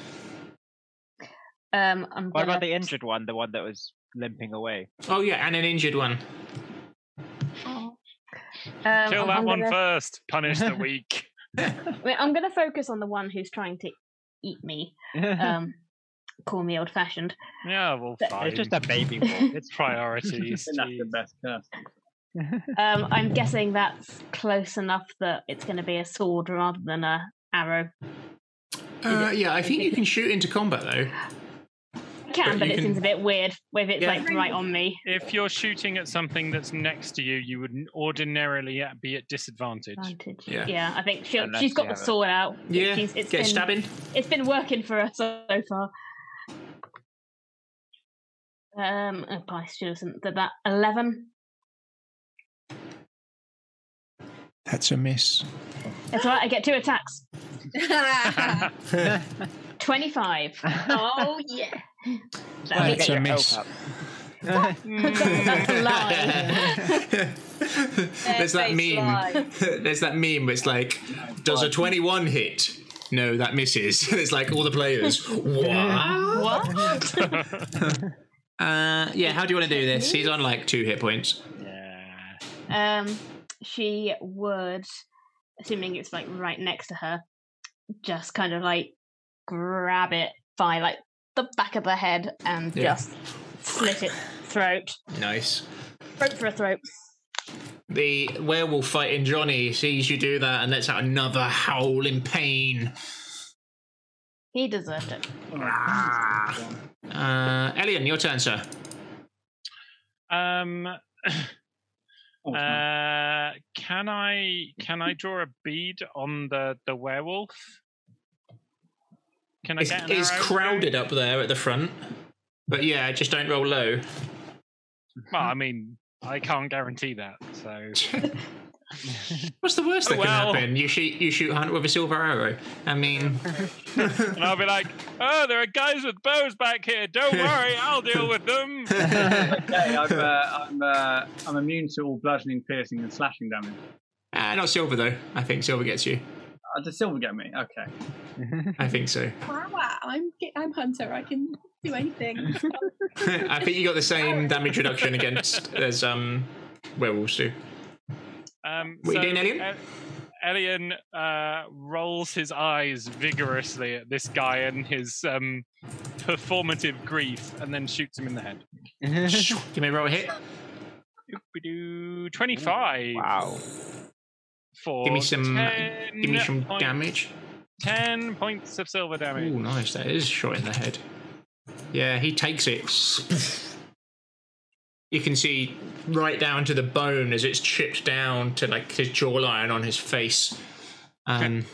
Um, I'm What about gonna- the injured one? The one that was limping away. Oh yeah, and an injured one. Um, Kill I'm- that I'm one gonna- first. Punish the weak. I mean, I'm going to focus on the one who's trying to eat me. Um, call me old fashioned. Yeah, well, But- fine. It's just a baby wolf. It's priorities. And that's the best curse. Um, I'm guessing that's close enough that it's going to be a sword rather than a arrow. Uh, yeah, I think you can shoot into combat though. I can, But but, you it can- seems a bit weird with it's Yeah. like right on me. if you're shooting at something that's next to you, you would ordinarily be at disadvantage. Advantage. Yeah. Yeah. I think she Unless she's you got the have a- sword out. Yeah, She's, get been, stabbing. It's been working for us so so far. Um, oh, I should have said that. 11. That's a miss. That's all right, I get two attacks. 25. Oh yeah. That'll be- That's a miss. That's a lie. there's that meme. there's that meme where it's like, does a 21 hit? No, that misses. it's like all the players. what? what? Uh, yeah, how do you want to do this? He's on like two hit points. Um, she would, assuming it's like right next to her, just kind of like grab it by like the back of the head and Yeah. just slit its throat, Nice. throat for a throat. The werewolf fighting Johnny sees you do that and lets out another howl in pain. He deserved it. Uh, Elian, your turn, sir. Um, uh, can I can I draw a bead on the the werewolf? Can I It's, get an it's arrow? crowded up there at the front. But yeah, just don't roll low. Well, I mean, I can't guarantee that. So What's the worst Oh, that well. can happen? You shoot you shoot Hunt with a silver arrow. I mean, and I'll be like, oh, there are guys with bows back here. Don't worry, I'll deal with them. Okay, I'm, uh, I'm, uh, I'm immune to all bludgeoning, piercing, and slashing damage. Ah, not silver though. I think silver gets you. Uh, does silver get me? Okay. I think so. Wow, wow, I'm I'm Hunter. I can do anything. I think you got the same damage reduction against as um werewolves do. Um, What you doing, Elian? El- Elian uh, rolls his eyes vigorously at this guy and his um, performative grief, and then shoots him in the head. Give me a roll hit. Oop-a-doo, Twenty-five wow. for Give me some- 10 Give me some point- damage. Ten points of silver Oh, damage. nice. That is shot in the head. Yeah, he takes it. You can see right down to the bone as it's chipped down to like his jawline on his face. Um,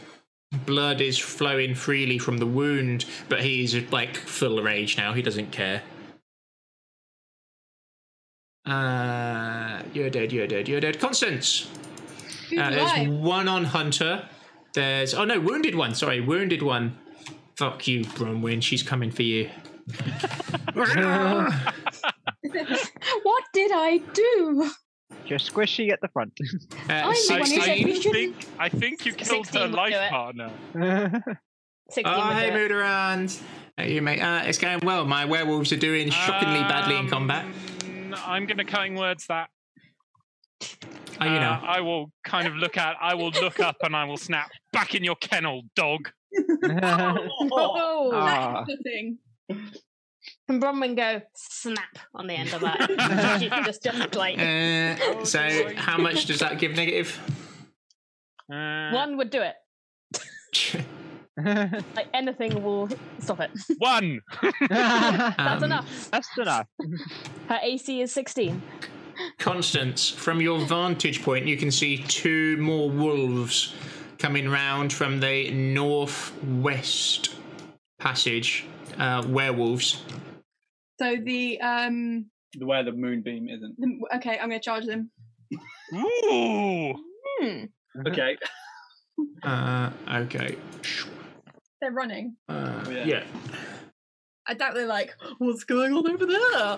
blood is flowing freely from the wound, but he's like full rage now. He doesn't care. Uh, you're dead. You're dead. You're dead. Constance. Who's Uh, alive? there's one on Hunter, There's oh no, wounded one. Sorry, wounded one. Fuck you, Bronwyn. She's coming for you. Oh, what did I do? Just squishy at the front. Uh, I'm the one who said we I shouldn't. think, I think you killed her 16 would do life it. partner. Oh, hey, would do it. Mudarand. How you, mate? Uh, it's going well. My werewolves are doing shockingly badly in combat. Mm, I'm going to cutting words that Oh, you uh, know. I will kind of look at. I will look up and I will snap back in your kennel, dog. Oh, Ah. the thing. Can Bronwyn go snap on the end of that? she can just, just like Uh, so, how much does that give negative? one would do it. Like anything will stop it. One. That's Um, enough. That's enough. Her AC is 16. Constance, from your vantage point, you can see two more wolves coming round from the northwest passage. Uh, werewolves. So the um The where the moonbeam isn't. the, okay, I'm gonna charge them. Ooh. Hmm. Mm-hmm. Okay. Uh, okay. They're running. Uh, Yeah. yeah. I doubt they're like, what's going on over there?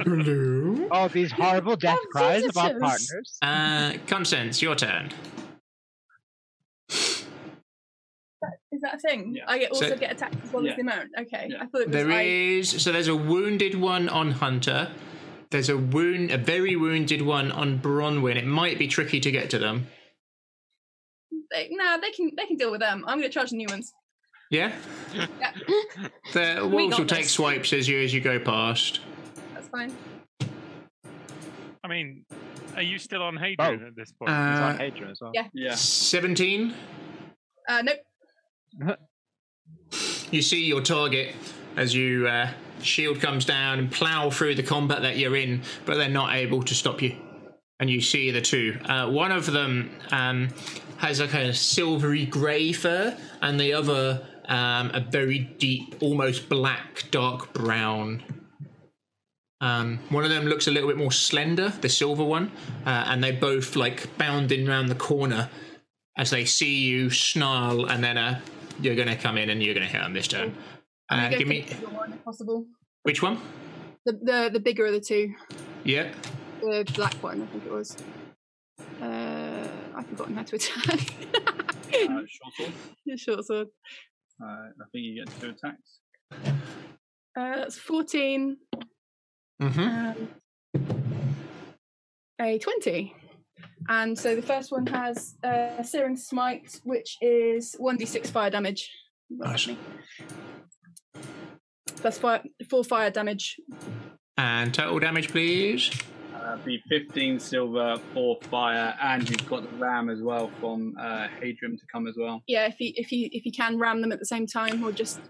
Hello. Oh, these horrible death cries of our visitors. partners. Uh, Constance, your turn. Is that a thing? Yeah. I get- also So- get attacked as well Yeah. as the amount. Okay, Yeah. I thought it was There I- is so there's a wounded one on Hunter. There's a wound, a very wounded one on Bronwyn. It might be tricky to get to them. They, nah, they can they can deal with them. I'm gonna charge the new ones. Yeah. Yeah. The We wolves got will take this. swipes as you as you go past. That's fine. I mean, are you still on Hadrian at this point? It's on Uh, Hadrian as well. Yeah. Yeah. Seventeen. Uh, nope. You see your target as you uh, shield comes down and plow through the combat that you're in, but they're not able to stop you. And you see the two. Uh, one of them um, has like a silvery grey fur, and the other um, a very deep, almost black, dark brown. Um, one of them looks a little bit more slender, the silver one, uh, and they both like bounding round the corner as they see you snarl, and then uh, you're going to come in and you're going to hit them this turn. Uh, I'm gonna give go me for the bigger one if possible. which one? The, the the bigger of the two, Yeah. the Uh, black one, I think it was. Uh, I've forgotten how to attack. Uh, short sword. Your short sword. Uh, I think you get two attacks. Uh, that's fourteen. Mm-hmm. Um, a 20. And so the first one has uh, Searing Smite, which is 1d6 fire damage. Well, Nice. me. That's fi- four fire damage. And total damage, please. Uh, be 15 silver, 4 fire, and you've got the ram as well from uh, Hadrian to come as well. Yeah, if you if you if you can ram them at the same time, or just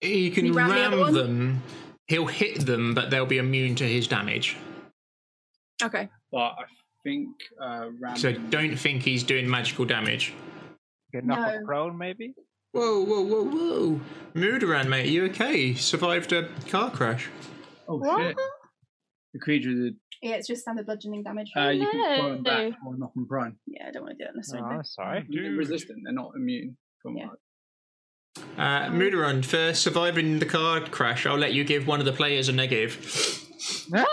You can You ram the other ram one? them. He'll hit them, but they'll be immune to his damage. okay, But I think uh, ram. So don't think he's doing magical damage. Get knock No. them prone, maybe? Whoa, whoa, whoa, whoa! Mudaran, mate, you okay? Survived a car crash. Oh shit! The creature is. yeah, it's just standard bludgeoning damage. Uh, you can throw them back No. or Oh, knock them prone. yeah, I don't want to do that Oh, necessarily. sorry. They're resistant. They're not immune. From Yeah. what- Uh, Mudaran, for surviving the car crash, I'll let you give one of the players a negative. Ah,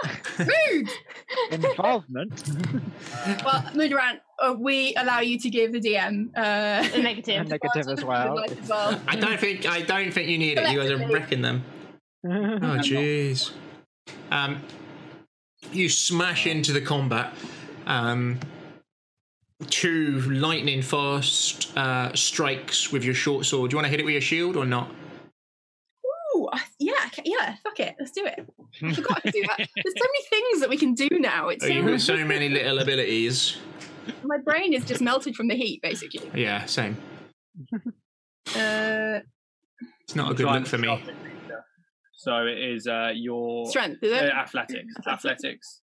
Involvement. Well, Mudaran, uh, we allow you to give the DM uh, A negative. Negative as well. advice as well. I don't think I don't think you need it. You guys are wrecking them. Oh jeez. Um, you smash into the combat. Um, two lightning fast uh, strikes with your short sword. Do you want to hit it with your shield or not? Ooh, I- yeah, I ca- yeah, fuck it, let's do it. I forgot to do that. There's so many things that we can do now. It's Oh, so, you've got so many little abilities. my brain is just melted from the heat, basically. Yeah, same. Uh, It's not a good Try look and for me. stop it, creature. So it is uh, your strength, is uh, it? athletics. Athletics.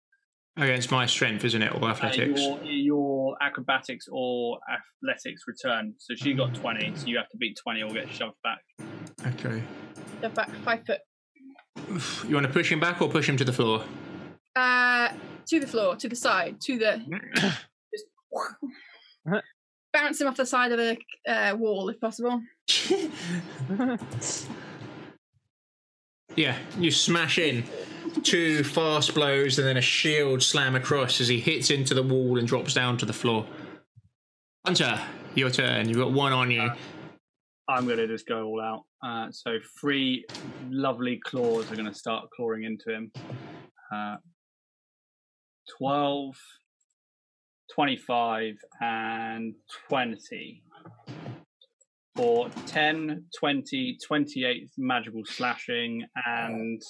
Against my strength, isn't it, or Uh, athletics? your, your acrobatics or athletics return. So she got 20, so you have to beat 20 or get shoved back. Okay. The back five foot. Oof, You want to push him back or push him to the floor? Uh, to the floor, to the side, to the. just bounce him off the side of a uh, wall if possible. Yeah, you smash in. Two fast blows and then a shield slam across as he hits into the wall and drops down to the floor. Hunter, your turn. You've got one on you. I'm going to just go all out. Uh, so three lovely claws are going to start clawing into him. Uh, 12, 25, and 20. For 10, 20, 28 magical slashing and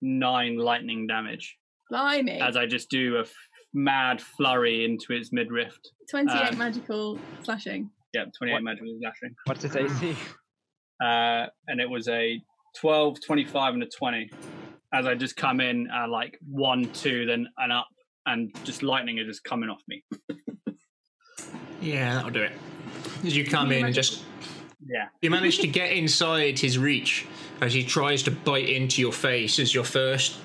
9 lightning damage. Blimey. As I just do a f- mad flurry into its midriff. 28 Um, magical slashing. Yep, 28 magical slashing. What's its AC? Hmm. Uh, and it was a 12, 25, and a 20. As I just come in, uh, like one, two, then and up, and just lightning is just coming off me. Yeah, that'll do it. As you come in and just. Yeah. You manage to get inside his reach as he tries to bite into your face as your first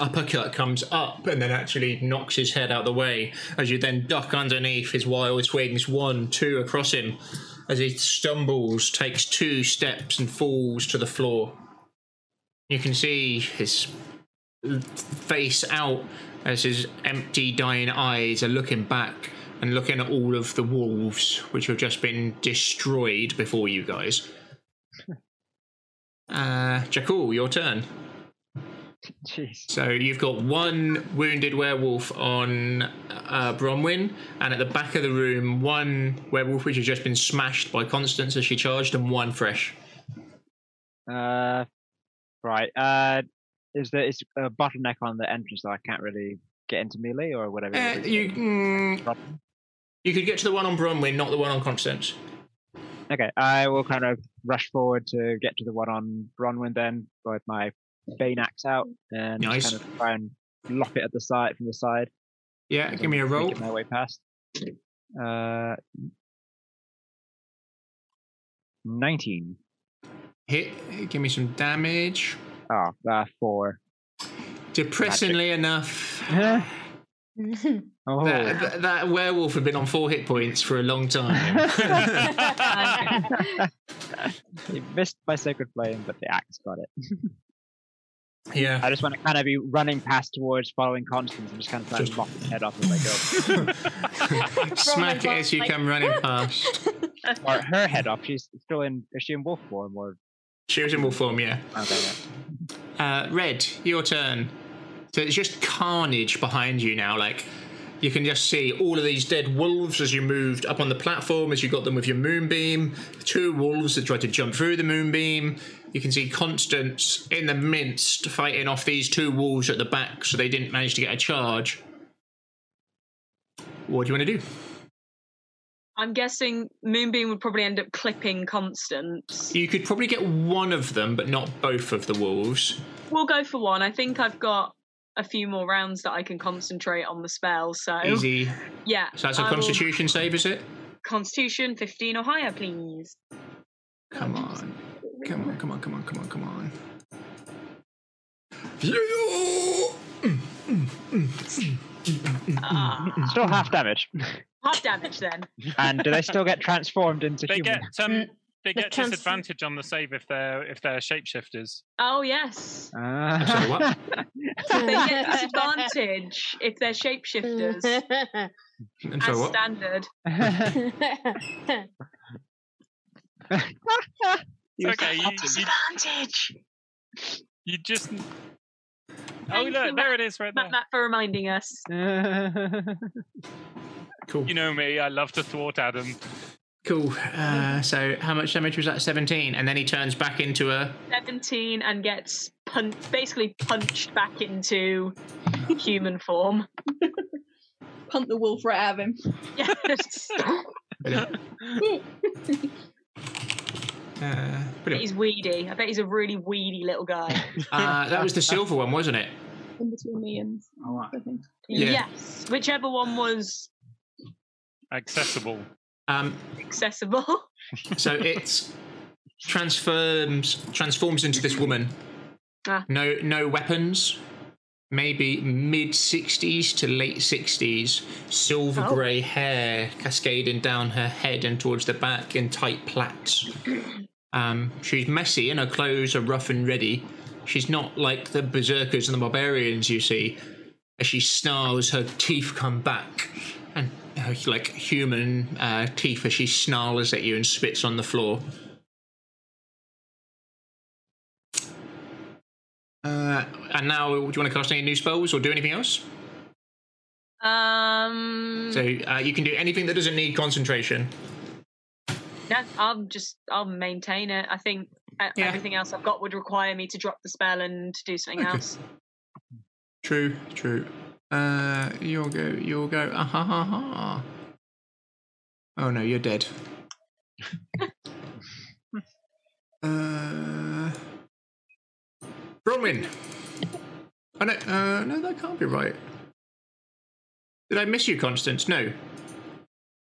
uppercut comes up and then actually knocks his head out the way as you then duck underneath his wild swings one, two across him as he stumbles, takes two steps and falls to the floor. You can see his face out as his empty, dying eyes are looking back and looking at all of the wolves, which have just been destroyed before you guys. Uh, Jakul, your turn. Jeez. So you've got one wounded werewolf on uh, Bronwyn, and at the back of the room, one werewolf which has just been smashed by Constance as she charged, and one fresh. Uh, right. Uh, is there is a bottleneck on the entrance that I can't really get into melee or whatever? it Uh, is? you, mm, you could get to the one on Bronwyn, not the one on Constance. Okay, I will kind of rush forward to get to the one on Bronwyn then, with my Bane axe out and just Nice. kind of try and lop it at the side from the side. Yeah, as give me a I'm roll. making My way past. Uh, nineteen. Hit. Give me some damage. Ah, uh, four. Depressingly enough, oh, that, that, that werewolf had been on four hit points for a long time. it missed my sacred flame, but the axe got it. yeah. I just want to kind of be running past towards following Constance and just kind of try and mop its head off as I Smack it as you come running Oh, past. go. or her head off. She's still in. Is she in wolf form or? She was in wolf form, yeah. Okay. yeah. Uh, Red, your turn. So it's just carnage behind you now. Like you can just see all of these dead wolves as you moved up on the platform, as you got them with your moonbeam. Two wolves that tried to jump through the moonbeam. You can see Constance in the midst fighting off these two wolves at the back, so they didn't manage to get a charge. What do you want to do? I'm guessing Moonbeam would probably end up clipping Constance. You could probably get one of them, but not both of the wolves. We'll go for one. I think I've got a few more rounds that I can concentrate on the spell. So Easy. Oh. Yeah. So that's a I will- constitution save, is it? Constitution 15 or higher, please. Come on. Come on, come on, come on, come on, come on. Yeah. Ah. Still half damage. Half damage then. and do they still get transformed into They human? get Mm, um, they the get trans- disadvantage on the save if they're if they're shapeshifters. Oh yes. Ah. sorry, what? They get disadvantage if they're shapeshifters. I'm sorry, as what? standard. It's okay, you, you, Disadvantage. you just oh Thank look you, there it is right Matt, there. Matt for reminding us. Cool. You know me, I love to thwart Adam. Cool. Uh, so how much damage was that? 17. And then he turns back into a 17 and gets pun- basically punched back into human form. Punt the wolf right out of him. Yes. uh, brilliant. he's weedy. I bet he's a really weedy little guy. Uh, that was the silver one, wasn't it? In between me and All right. I think. Oh, Yeah. Yes. Whichever one was Accessible. Um, accessible. so it transforms transforms into this woman. Ah. No no weapons. maybe mid 60s to late 60s, silver Oh. grey hair cascading down her head and towards the back in tight plaits. Um, she's messy and her clothes are rough and ready. She's not like the berserkers and the barbarians you see. As she snarls, her teeth come back, and her, like human uh, teeth as she snarls at you and spits on the floor. Uh, and now, do you want to cast any new spells or do anything else? Um, So uh, you can do anything that doesn't need concentration. no, I'll just I'll maintain it. I think e- everything else I've got would require me to drop the spell and to do something Okay. else. True, true. Uh, you'll go, you'll go. Ah ha ha ha. Oh no, you're dead. uh, Bronwyn. Oh no, uh, no, that can't be right. Did I miss you, Constance? No.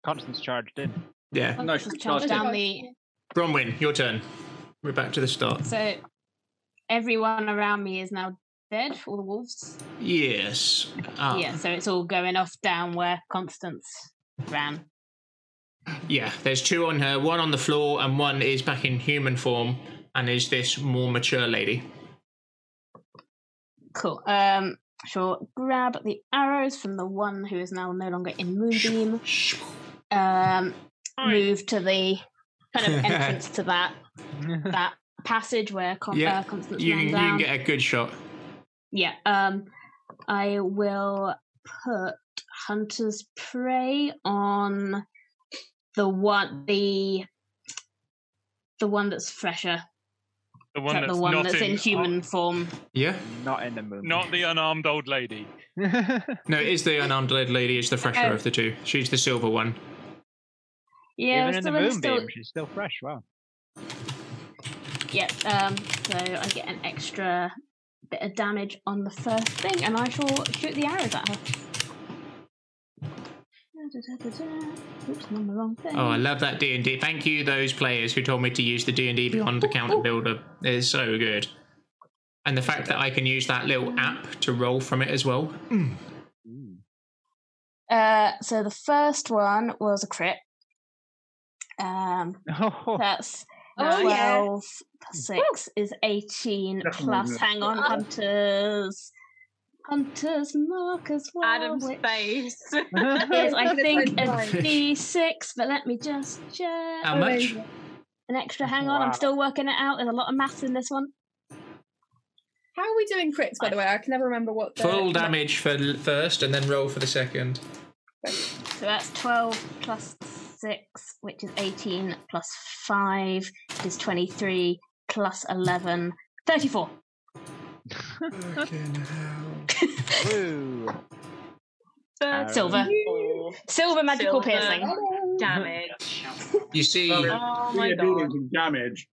Constance charged in. Yeah. No, Just charge down the Bronwyn, your turn. We're back to the start. so everyone around me is now dead. All the wolves. Yes. Ah, Yeah, so it's all going off down where Constance ran. Yeah, there's two on her, one on the floor, and one is back in human form, and is this more mature lady. Cool. Um, sure. Grab the arrows from the one who is now no longer in moonbeam. Um, move to the kind of entrance to that that passage where Con- uh, yeah, Constance you, ran can, you down. can get a good shot. Yeah. Um, I will put Hunter's Prey on the one the the one that's fresher. The Is one that that's the one not that's in, in human form. Yeah. Not in the moon. Not the unarmed old lady. No, it is the unarmed led lady. It's the fresher Oh. Um, of the two. She's the silver one. Yeah, Even in the still- I'm moonbeam, still- she's still fresh. Wow. Yeah, um, so I get an extra bit of damage on the first thing, and I shall shoot the arrows at her. Oops, not the wrong thing. Oh, I love that D and D. Thank you, those players who told me to use the D and D Beyond Account Builder. It's so good, and the fact that I can use that little app to roll from it as well. Mm. Uh, so the first one was a crit. Um, that's Oh, yeah. twelve plus Hmm. six is eighteen Definitely plus. good. Hang on, Oh. hunters, hunters mark as well. Adam's which face. is I think a Twenty-five. D six, but let me just check. How much? An extra. Hang on, Wow. I'm still working it out. There's a lot of maths in this one. How are we doing crits, by the way? I can never remember what the. Full damage for l- first, and then roll for the second. So that's 12 plus 6, which is 18, plus 5 is 23, plus 11, 34. Woo. Uh, Silver. Silver magical Silver piercing. Damage. You see, Oh my god. damage.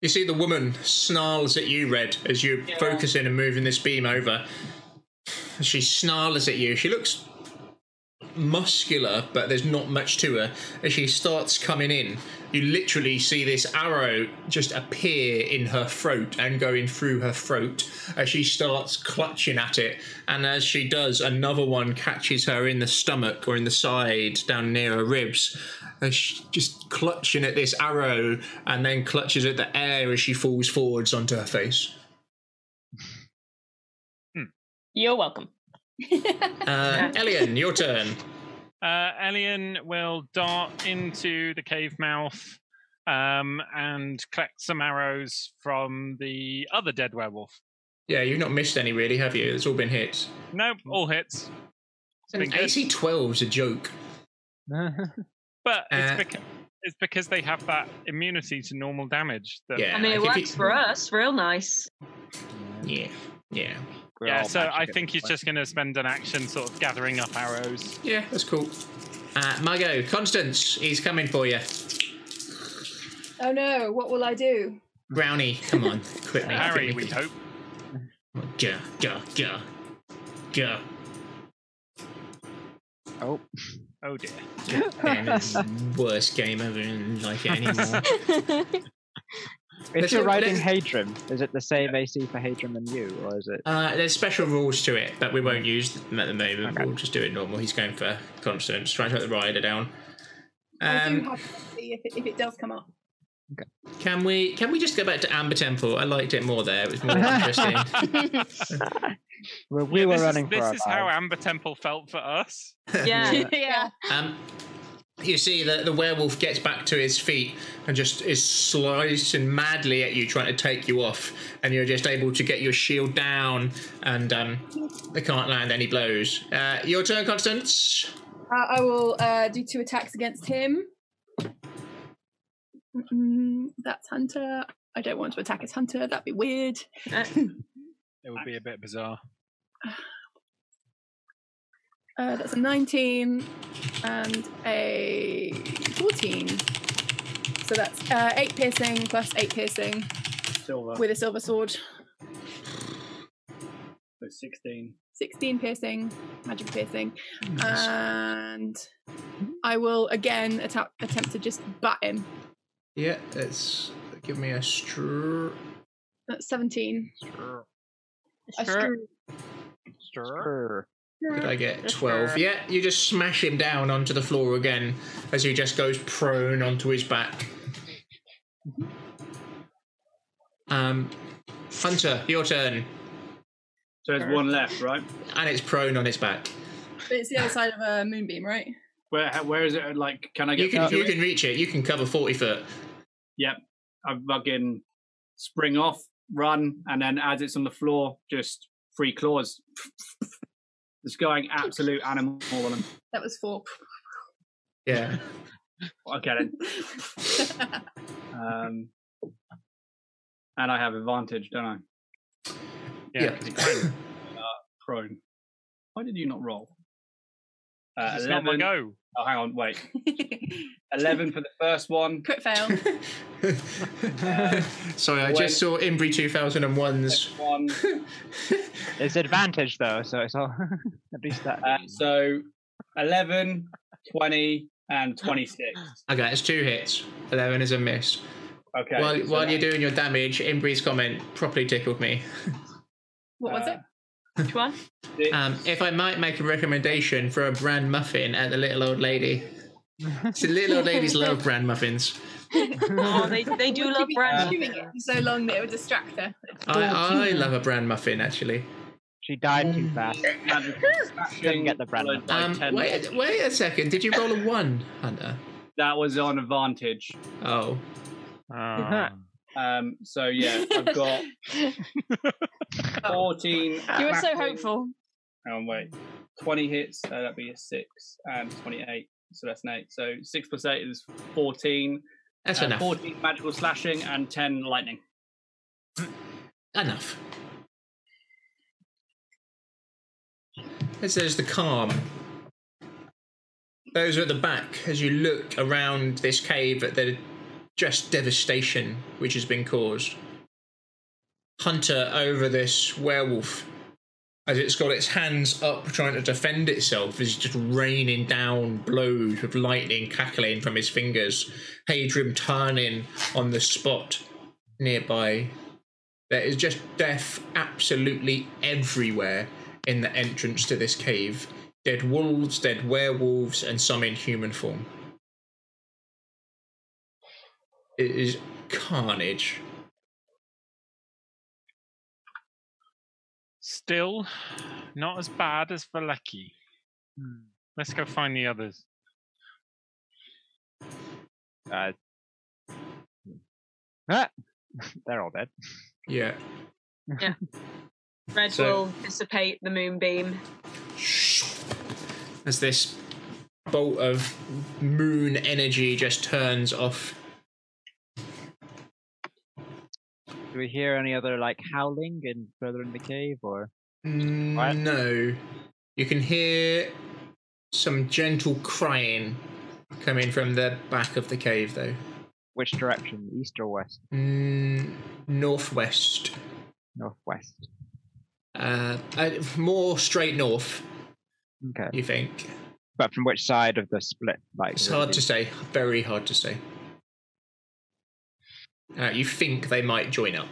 you see, the woman snarls at you, Red, as you're focusing and moving this beam over. She snarls at you. She looks muscular, but there's not much to her. As she starts coming in, you literally see this arrow just appear in her throat and going through her throat as she starts clutching at it. And as she does, another one catches her in the stomach or in the side down near her ribs. As she just clutching at this arrow and then clutches at the air as she falls forwards onto her face. You're welcome. Uh, Elian, your turn. Uh, Elian will dart into the cave mouth um, and collect some arrows from the other dead werewolf. Yeah, you've not missed any really, have you? It's all been hits. Nope, all hits. An AC 12's a joke. But it's, Uh, beca- it's because they have that immunity to normal damage. That I mean, it works for us. Real nice. Yeah, yeah. Yeah, so I think he's just going to spend an action sort of gathering up arrows. Yeah, that's cool. Uh, Margot, Constance, he's coming for you. Oh no! What will I do? Brownie, come on, quickly. Harry, quickly. we hope. Ja, ja, ja. Ja. Oh. Oh dear. Damn, it's the worst game ever in life anymore. If Let's you're go- riding let's- Hadrim, is it the same AC for Hadrim and you, or is it? Uh, there's special rules to it that we Hmm. won't use them at the moment. We'll just do it normal. He's going for Constance, trying to let the rider down. I do Um, have to see if it, if it does come up. can we can we just go back to Amber Temple? I liked it more there. It was more interesting. Well, we were this running is, for this our is how lives. Amber Temple felt for us. Yeah. yeah. Um, you see that the werewolf gets back to his feet and just is slicing madly at you, trying to take you off, and you're just able to get your shield down, and um, they can't land any blows. Uh, your turn, Constance. Uh, I will uh, do two attacks against him. Mm, that's Hunter. I don't want to attack as Hunter. That'd be weird. Uh, It would be a bit bizarre. Uh, that's a 19 and a 14. So that's uh, 8 piercing plus 8 piercing Silver. with a silver sword. So 16. 16 piercing, magic piercing. And I will again atta- attempt to just bat him. Yeah, that's give me a str. That's 17. I screw- Did I get 12? Yeah, you just smash him down onto the floor again as he just goes prone onto his back. Um, Hunter, your turn. So there's one left, right? And it's prone on its back. But it's the other side of a moonbeam, right? Where how- where is it? Like, can I get? You can, to you it? can reach it. You can cover 40 foot. Yep. I fucking spring off, run, and then as it's on the floor, just three claws. Just going absolute animal on him. That was 4. Yeah. Okay then. um, and I have advantage, don't I? Yeah. Uh, prone. Why did you not roll? Uh, It's not my go. Oh, hang on, wait. Eleven for the first one. Crit fail. Sorry, I just saw Imbri 2001's. One. It's advantage though, so it's all at least that. Uh, so 11, 20, and 26. Okay, it's two hits. 11 is a miss. Okay. while so while that- you're doing your damage, Imbri's comment properly tickled me. What was it? Uh, Which one? Um, if I might make a recommendation for a bran muffin at the little old lady. So little old ladies love bran muffins. oh, they, they do love brand Doing it for so long that it would distract her. I, I love a bran muffin actually. She died too fast. Magic Couldn't get the brand. followed by Um, 10. wait, wait a second. Did you roll a one, Hunter? That was on advantage. Oh, Um, so yeah, I've got 14. You were so hopeful. Hang on, Oh, wait. 20 hits, so that'd be a 6 and 28. So that's an 8. So 6 plus 8 is 14. That's Uh, enough. 14 magical slashing and 10 lightning. enough. It says the calm. Those at the back, as you look around this cave at the just devastation which has been caused. Hunter over this werewolf, as it's got its hands up trying to defend itself, is just raining down blows with lightning cackling from his fingers. Hadrim turning on the spot nearby there is just death absolutely everywhere in the entrance to this cave. Dead wolves, dead werewolves, and some in human form. It is carnage. Still not as bad as Valaki. Hmm. Let's go find the others. Uh, ah, they're all dead. Yeah. Red So- will dissipate the moonbeam. As this bolt of moon energy just turns off. Do we hear any other like howling in further in the cave or? Mm, No. You can hear some gentle crying coming from the back of the cave, though. Which direction? East or west? Mm, northwest. Northwest. Uh, uh, more straight north, Okay. you think? But from which side of the split? Like It's would it hard be- to say. Very hard to say. Uh, you think they might join up.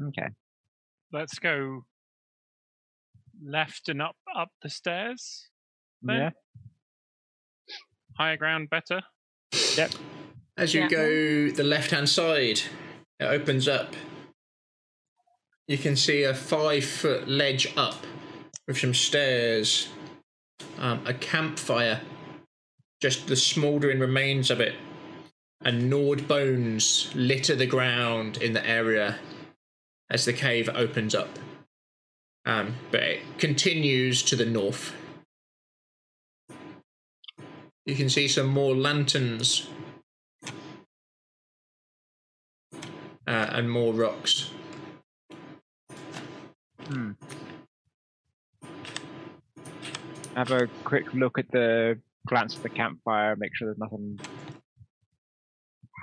Okay. Let's go left and up up the stairs. Yeah. Higher ground better. Yep. As you Yeah. go the left hand side, it opens up. You can see a five foot ledge up with some stairs, um, a campfire, just the smouldering remains of it, and gnawed bones litter the ground in the area as the cave opens up. Um, but it continues to the north. You can see some more lanterns uh, and more rocks. Hmm. Have a quick look at the glance at the campfire. Make sure there's nothing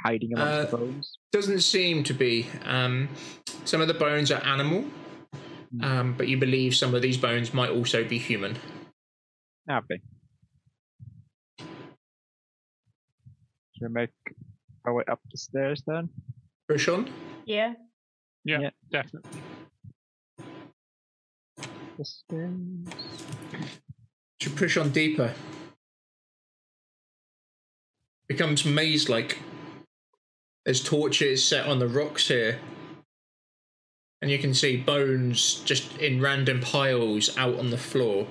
hiding amongst Uh, the bones. Doesn't seem to be. Um, some of the bones are animal, um, but you believe some of these bones might also be human. Happy. Should we make our way up the stairs then? Push on. Yeah. Yeah, definitely. The stairs. To push on deeper. Becomes maze like. There's torches set on the rocks here. And you can see bones just in random piles out on the floor.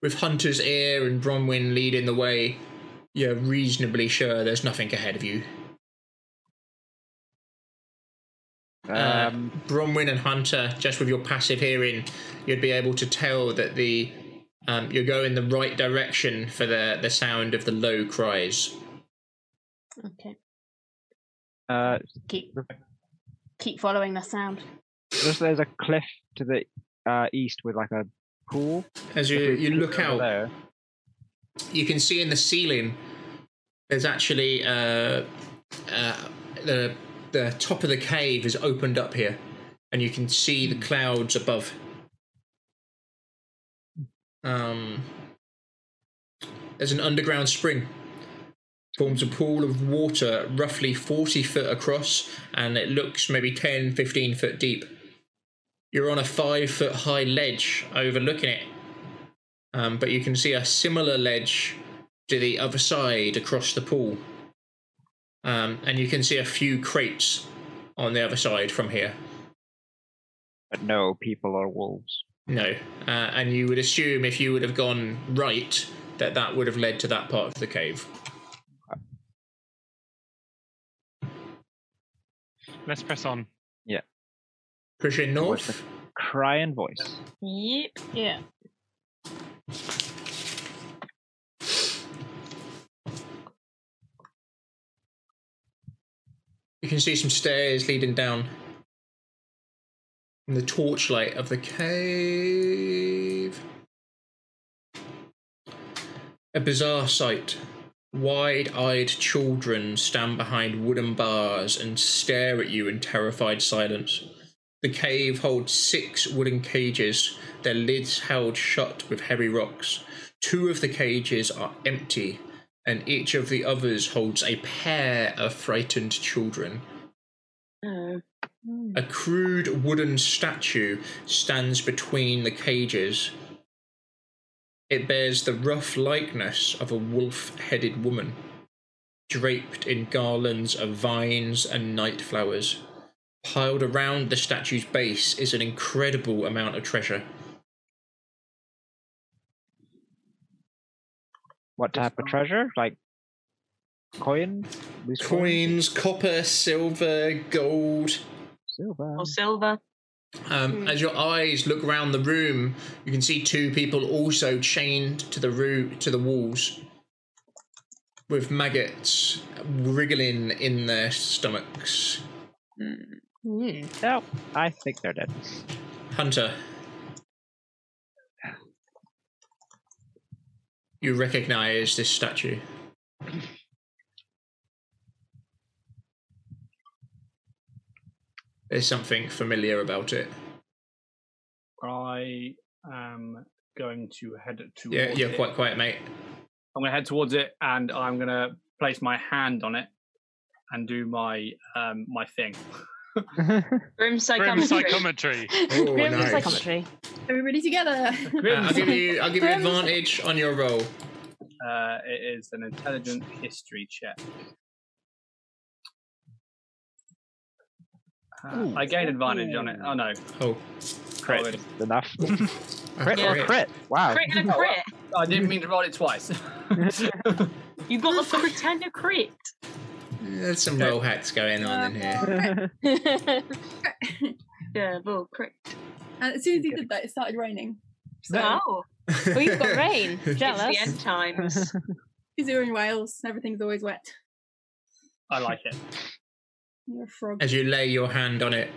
With Hunter's Ear and Bronwyn leading the way, you're reasonably sure there's nothing ahead of you. Um, Bronwyn and Hunter, just with your passive hearing, you'd be able to tell that the um, you're going the right direction for the the sound of the low cries. Okay. Uh, Keep keep following the sound. just there's a cliff to the uh, east with like a pool. As you, you look out, you can see in the ceiling there's actually uh, uh, the the top of the cave is opened up here, and you can see the clouds above. Um, there's an underground spring. Forms a pool of water roughly 40 foot across and it looks maybe 10, 15 foot deep. You're on a five foot high ledge overlooking it um, but you can see a similar ledge to the other side across the pool. Um, and you can see a few crates on the other side from here. But no people or wolves. No. Uh, and you would assume if you would have gone right, that that would have led to that part of the cave. Let's press on. Yeah. Pushing north. Cry and voice. Yep. Yeah. You can see some stairs leading down. And the torchlight of the cave. A bizarre sight. Wide eyed children stand behind wooden bars and stare at you in terrified silence. The cave holds six wooden cages, their lids held shut with heavy rocks. Two of the cages are empty, and each of the others holds a pair of frightened children. Oh. A crude wooden statue stands between the cages. It bears the rough likeness of a wolf headed woman, draped in garlands of vines and night flowers. Piled around the statue's base is an incredible amount of treasure. What type of treasure? Like coins? Loose Coins, copper, silver, gold. Silver. Or silver. Um, As your eyes look round the room, you can see two people also chained to the roo- to the walls, with maggots wriggling in their stomachs. Hmm. No, Oh, I think they're dead. Hunter, you recognise this statue. There's something familiar about it. I am going to head towards Yeah, you're it. quite quiet, mate. I'm going to head towards it and I'm going to place my hand on it and do my um, my thing. Grim Grim psychometry. psychometry. Oh, Grim nice. psychometry. Everybody together. Uh, I'll give you. I'll give you Grim- advantage on your roll. Uh, it is an intelligent history check. Uh, Ooh. I gain advantage on it. Oh no. Oh, crit. Enough. Crit or crit? Wow. Crit and a crit. I didn't mean to roll it twice. You got the crit and a crit. There's some roll hacks going on in here. yeah, well, crit. And Uh, as soon as he did that, it started raining. Oh. We've got rain. It's the Jealous. end times. Because you're in Wales, everything's always wet. I like it. You're a frog. As you lay your hand on it,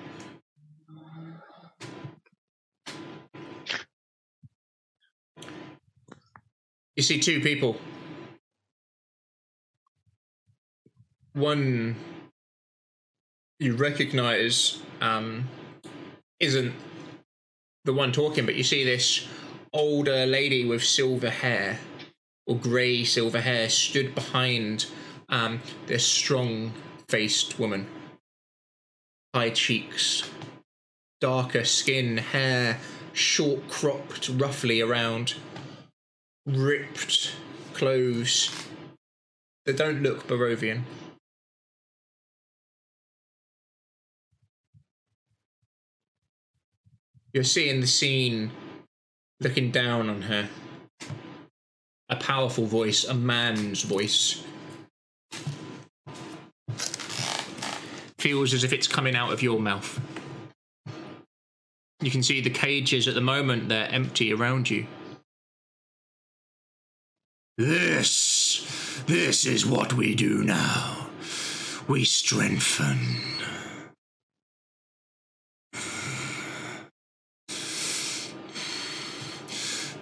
you see two people. One you recognise um, isn't the one talking, but you see this older lady with silver hair or grey silver hair stood behind um, this strong faced woman. High cheeks, darker skin, hair short cropped roughly around, ripped clothes that don't look Barovian. You're seeing the scene looking down on her. A powerful voice, a man's voice. Feels as if it's coming out of your mouth. You can see the cages at the moment, they're empty around you. This, this is what we do now. We strengthen.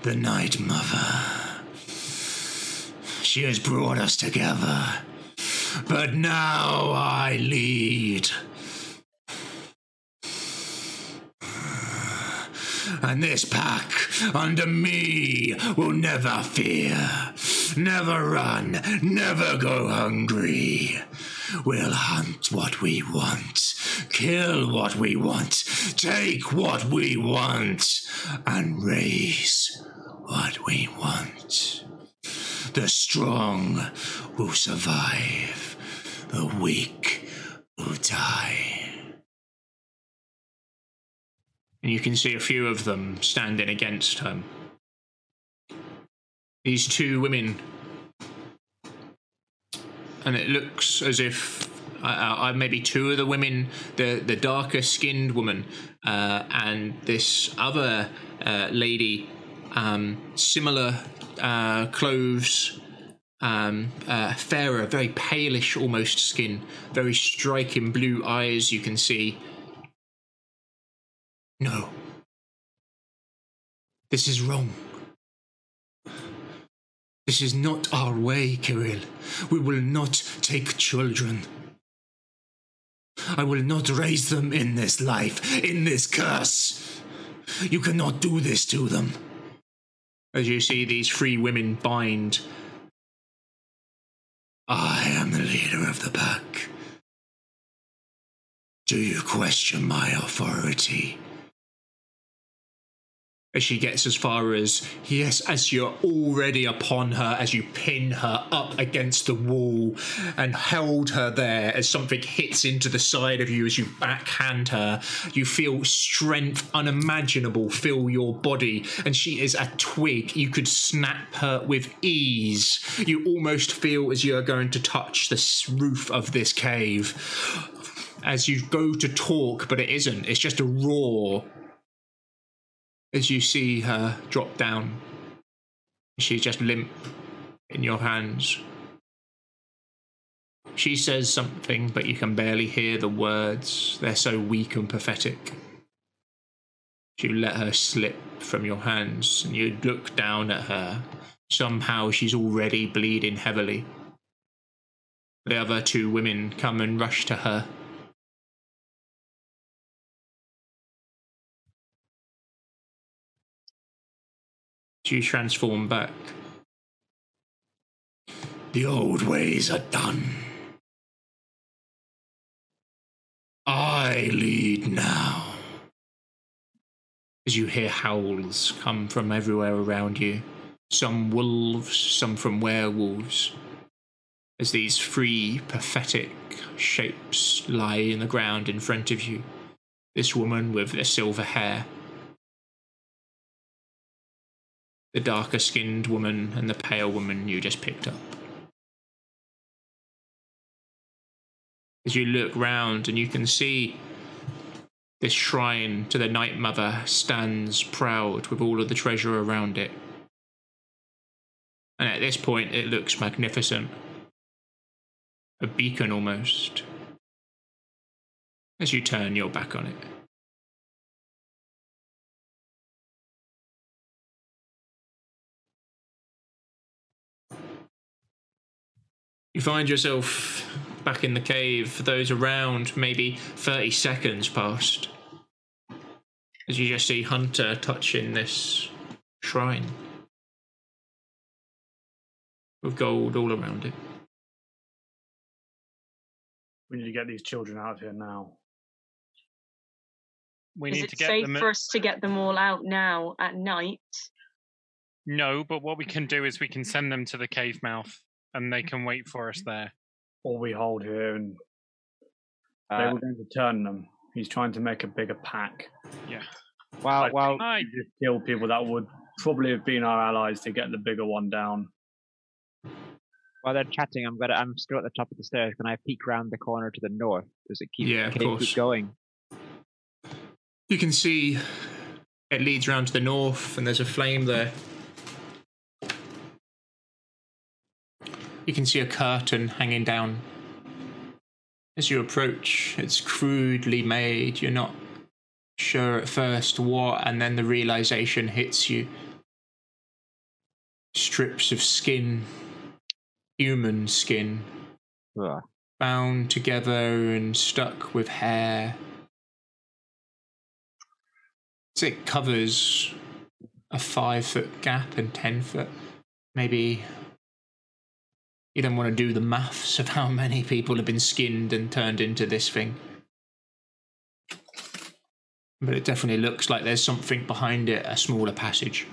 The Night Mother. She has brought us together. But now I lead. And this pack, under me, will never fear, never run, never go hungry. We'll hunt what we want, kill what we want, take what we want, and raise what we want. The strong will survive, the weak will die. and you can see a few of them standing against him. These two women, and it looks as if uh, uh, maybe two of the women, the the darker skinned woman, uh, and this other uh, lady, um, similar uh, clothes. Um, uh, fairer, very palish almost skin, very striking blue eyes you can see, no. This is wrong. This is not our way, Kirill. We will not take children. I will not raise them in this life, in this curse. You cannot do this to them. As you see these three women bind. I am the leader of the pack. Do you question my authority? As she gets as far as, yes, as you're already upon her, as you pin her up against the wall and held her there, as something hits into the side of you as you backhand her, you feel strength unimaginable fill your body, and she is a twig. You could snap her with ease. You almost feel as you're going to touch the s- roof of this cave. As you go to talk, but it isn't, it's just a roar as you see her drop down. She's just limp in your hands. She says something, but you can barely hear the words. They're so weak and pathetic. You let her slip from your hands, and you look down at her. Somehow she's already bleeding heavily. The other two women come and rush to her. You transform back. The old ways are done. I lead now. As you hear howls come from everywhere around you, some wolves, some from werewolves, as these three pathetic shapes lie in the ground in front of you. This woman with the silver hair, the darker skinned woman, and the pale woman you just picked up. As you look round and you can see this shrine to the Night Mother stands proud with all of the treasure around it. And at this point, it looks magnificent. A beacon almost. As you turn your back on it. You find yourself back in the cave for those around, maybe 30 seconds passed. As you just see Hunter touching this shrine with gold all around it. We need to get these children out of here now. We Is need it to get safe them. for us to get them all out now at night? No, but what we can do is we can send them to the cave mouth, and they can wait for us there. Or we hold here and they Uh, were going to turn them. He's trying to make a bigger pack. Yeah. Wow, I wow. I just kill people that would probably have been our allies to get the bigger one down. While they're chatting, I'm gonna. I'm still at the top of the stairs. Can I peek round the corner to the north? Does it keep? Yeah, of can it course. Keep going. You can see it leads round to the north, and there's a flame there. You can see a curtain hanging down. As you approach, it's crudely made. You're not sure at first what, and then the realization hits you. Strips of skin, human skin, Ugh. bound together and stuck with hair. So it covers a five foot gap and ten foot. Maybe you don't want to do the maths of how many people have been skinned and turned into this thing. But it definitely looks like there's something behind it, a smaller passage.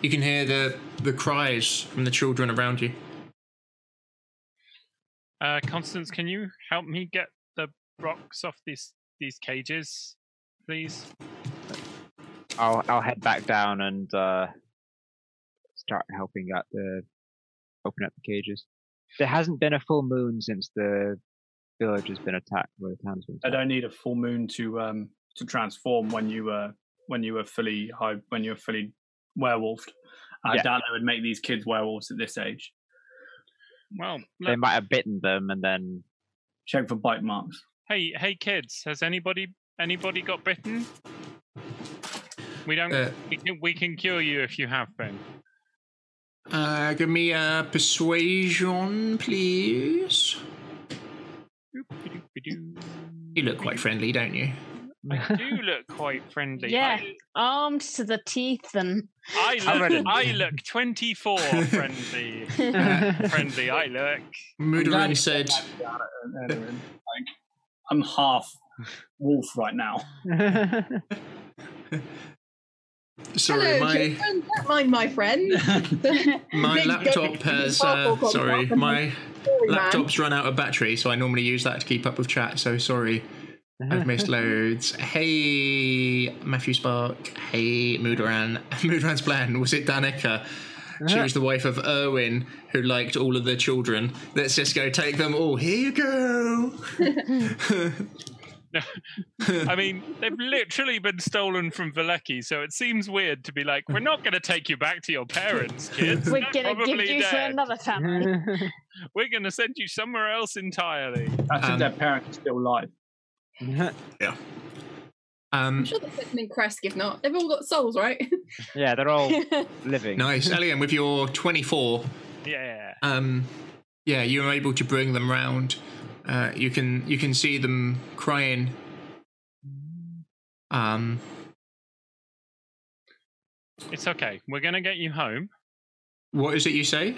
You can hear the, the cries from the children around you. Uh, Constance, can you help me get the rocks off these these cages, please? I'll I'll head back down and uh, start helping out the open up the cages. There hasn't been a full moon since the village has been attacked. Where the town's been I attacked. don't need a full moon to um to transform when you uh when you were fully hy- when you were fully werewolfed. I Yeah. doubt they would make these kids werewolves at this age. Well, They look- might have bitten them and then check for bite marks. Hey, hey, kids! Has anybody anybody got bitten? We don't. Uh, we, can, we can cure you if you have been. Uh, give me a persuasion, please. You look quite friendly, don't you? I do look quite friendly. Yeah, armed to the teeth and. I, I look. I look twenty-four friendly. friendly. I look. Mudarin said, Like, I'm half wolf right now. "Sorry, Hello, my children. Don't mind my friend. my Big laptop goat has uh, sparkle comes sorry, up and my Sorry, man. laptop's run out of battery, so I normally use that to keep up with chat. So sorry, I've missed loads. Hey, Matthew Spark. Hey, Mudaran. Mudaran's plan was it Danica? She was the wife of Erwin, who liked all of the children. Let's just go take them all. Here you go. I mean, they've literally been stolen from Vilecki, so it seems weird to be like, we're not going to take you back to your parents, kids. We're They're gonna give probably you to dead. another family. We're going to send you somewhere else entirely. I Um, think their parents are still alive. yeah. Um, I'm sure that's an impressed, if not. They've all got souls, right? yeah, they're all living. nice, Elian, with your twenty-four. Yeah. um, yeah, you're able to bring them round. Uh, you can you can see them crying. Um, It's okay. We're going to get you home. what is it you say?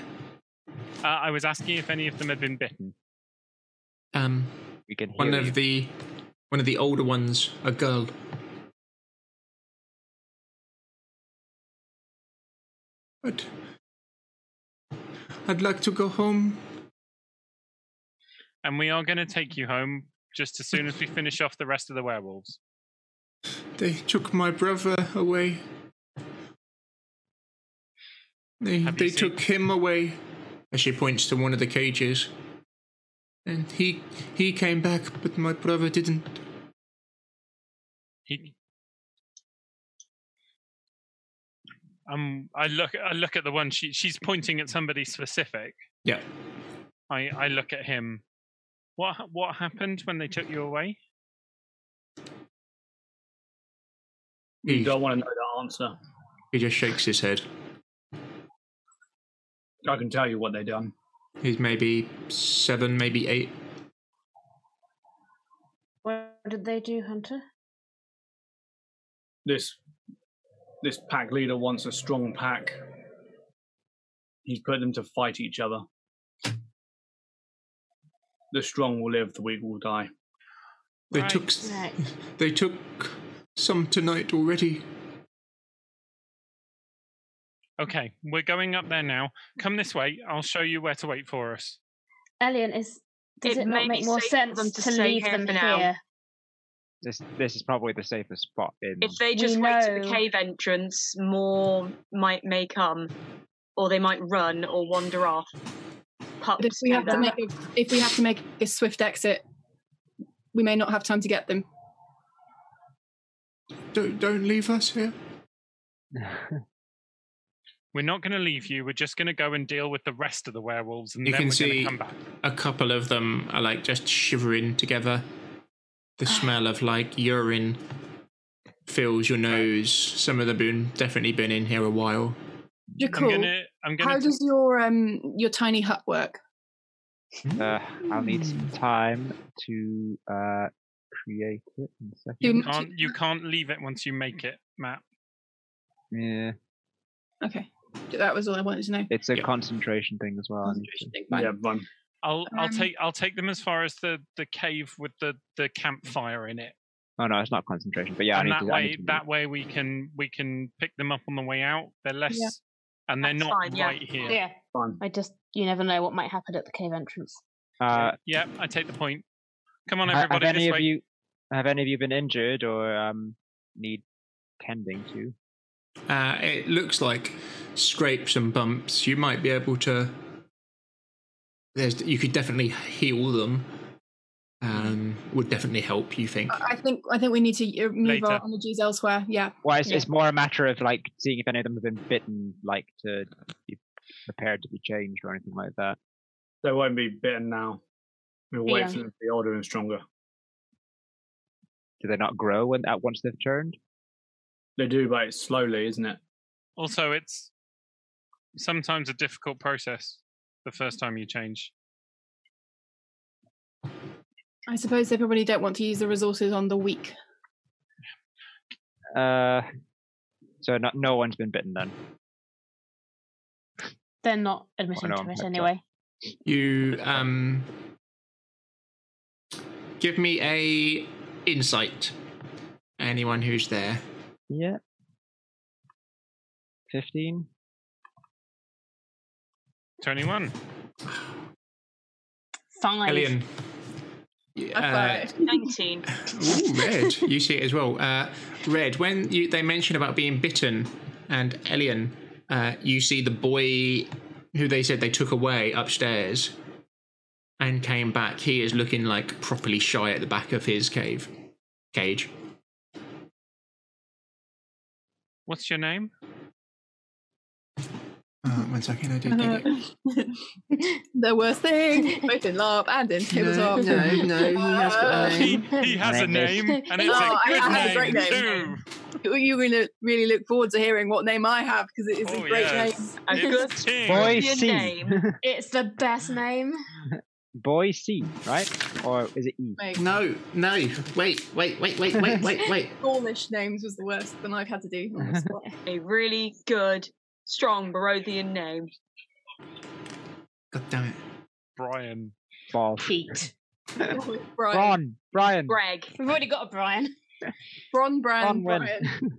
Uh, I was asking if any of them had been bitten. Um, we can one hear of you. the one of the older ones, a girl. But I'd like to go home. And we are going to take you home just as soon as we finish off the rest of the werewolves. They took my brother away. They, Have they you took him away. As she points to one of the cages. And he he came back, but my brother didn't. He. Um, I look. I look at the one. She she's pointing at somebody specific. Yeah. I I look at him. What ha- what happened when they took you away? You don't want to know the answer. He just shakes his head. I can tell you what they done. He's maybe seven, maybe eight. What did they do, Hunter? This this pack leader wants a strong pack. He's put them to fight each other. The strong will live, the weak will die. They took s- they took some tonight already. Okay, we're going up there now. Come this way. I'll show you where to wait for us. Elian, is does It it, may not be make more safe for sense them to, to stay leave here them for here? now. This this is probably the safest spot in. If they just We wait at the know- cave entrance, more might may come, or they might run or wander off. Pups But if we do have to that. make a, if we have to make a swift exit, we may not have time to get them. Don't don't leave us here. We're not going to leave you. We're just going to go and deal with the rest of the werewolves, and you can then we're going to see come back. a couple of them are like just shivering together. The smell of like urine fills your nose. Some of them been definitely been in here a while. Jacool, gonna- I'm gonna how t- does your um your tiny hut work? Uh, I'll need some Mm. time to uh, create it in a second. You can't, you can't leave it once you make it, Matt. Yeah, Okay, that was all I wanted to know. it's a concentration thing as well. I need to- fine. Yeah, I'll I'll Um, take I'll take them as far as the, the cave with the, the campfire in it. Oh no, it's not concentration, but yeah, I and need that to. I need way to that way we can we can pick them up on the way out. They're less and they're not fine, yeah. right here. Yeah. I just you never know what might happen at the cave entrance. Uh, Yeah, I take the point. Come on ha- have everybody any this of way. you have any of you been injured or um, need tending to? Uh, it looks like scrapes and bumps. You might be able to. There's you could definitely heal them. Um, would definitely help. You think? I I think I think we need to uh, move Later. our energies elsewhere. Yeah. Well, it's, Yeah. it's more a matter of like seeing if any of them have been bitten, like to be prepared to be changed or anything like that. They won't be bitten now. We'll wait Yeah. for them to be older and stronger. Do they not grow when at once they've turned? They do, but it's slowly, isn't it? Also it's sometimes a difficult process the first time you change. I suppose they probably don't want to use the resources on the weak. Uh, so not, no one's been bitten then. They're not admitting no, to I'm it hyped up. anyway. You um. Give me a insight. Anyone who's there. Yeah. Fifteen. Twenty one. Five. Elian. Uh, Nineteen. Ooh, red. you see it as well. Uh, red. When you, they mention about being bitten and Elian, uh, you see the boy who they said they took away upstairs and came back. He is looking like properly shy at the back of his cave cage. What's your name? Uh, one second, I did Uh, there were things both in LARP and in tabletop. no, no, he has got a He, he has a My name is- name and it's Oh, a I- good I had a name, great too. name. You're going to really look forward to hearing what name I have because it is Oh, a great yes. name. It's King. it's the best name. Boy C, right? Or is it E? No, no. Wait, wait, wait, wait, wait, wait, wait. Gaulish names was the worst than I've had to do. on the spot. a really good, strong Barodian name. God damn it. Brian. Ball. Pete. Bron, Brian. Greg. We've already got a Brian. Bron, Bran, Bron when?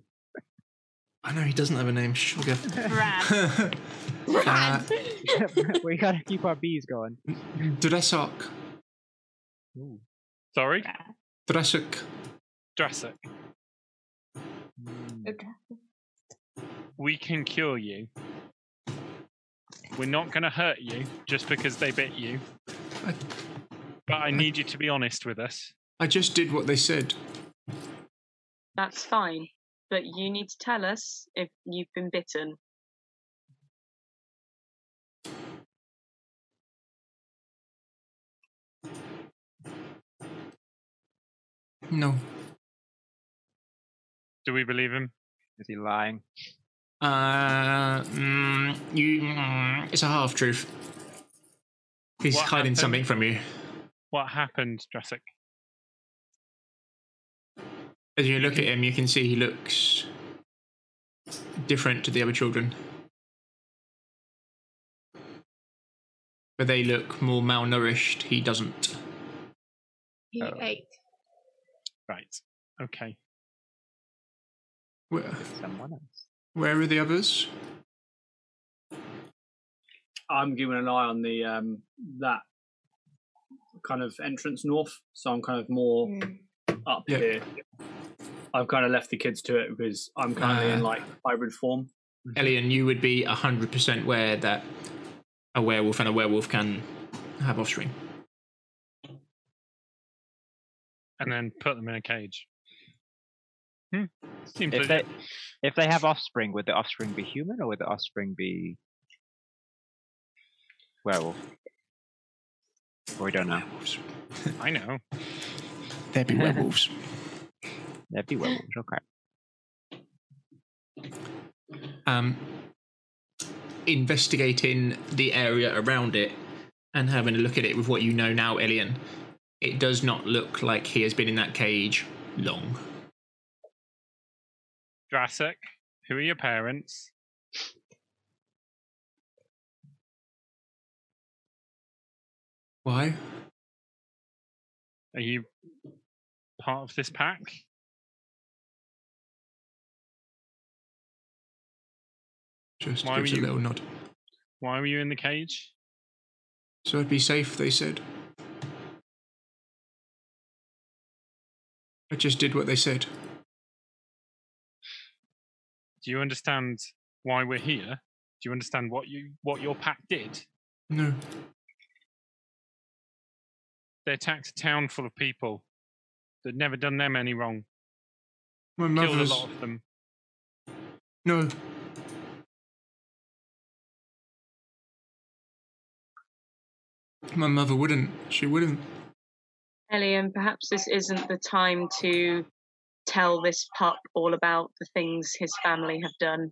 I know he doesn't have a name. Sugar. Brad. uh, we gotta keep our bees going. Dresok. Sorry? Dresok. Drastic. Hmm. We can cure you. We're not going to hurt you just because they bit you. But I need you to be honest with us. I just did what they said. That's fine. But you need to tell us if you've been bitten. No. Do we believe him? Is he lying? Uh, mm, you. mm, it's a half truth. He's What hiding happened? something from you. What happened, Jurassic? As you look at him, you can see he looks different to the other children. But they look more malnourished. He doesn't. He ate. Oh. Right. Okay. Where, Someone else. where are the others? I'm keeping an eye on the um that kind of entrance north, so I'm kind of more up here. I've kind of left the kids to it because I'm currently Uh. in Ah. like hybrid form. Mm-hmm. Elian, you would be 100% aware that a werewolf and a werewolf can have offspring. And then put them in a cage. Hmm. Seems If they, legit. if they have offspring, would the offspring be human or would the offspring be werewolf? Or we don't know. I know. They'd be werewolves. They'd be werewolves. Okay. um, investigating the area around it and having a look at it with what you know now, Elian, it does not look like he has been in that cage long. Jurassic, who are your parents? Why? Are you part of this pack? Just Why were gives a you- little nod. Why were you in the cage? So I'd be safe, they said. I just did what they said. Do you understand why we're here? Do you understand what you what your pack did? No. They attacked a town full of people. They'd never done them any wrong. My Killed a mother's. lot of them. No. My mother wouldn't. She wouldn't. Elian, perhaps this isn't the time to tell this pup all about the things his family have done.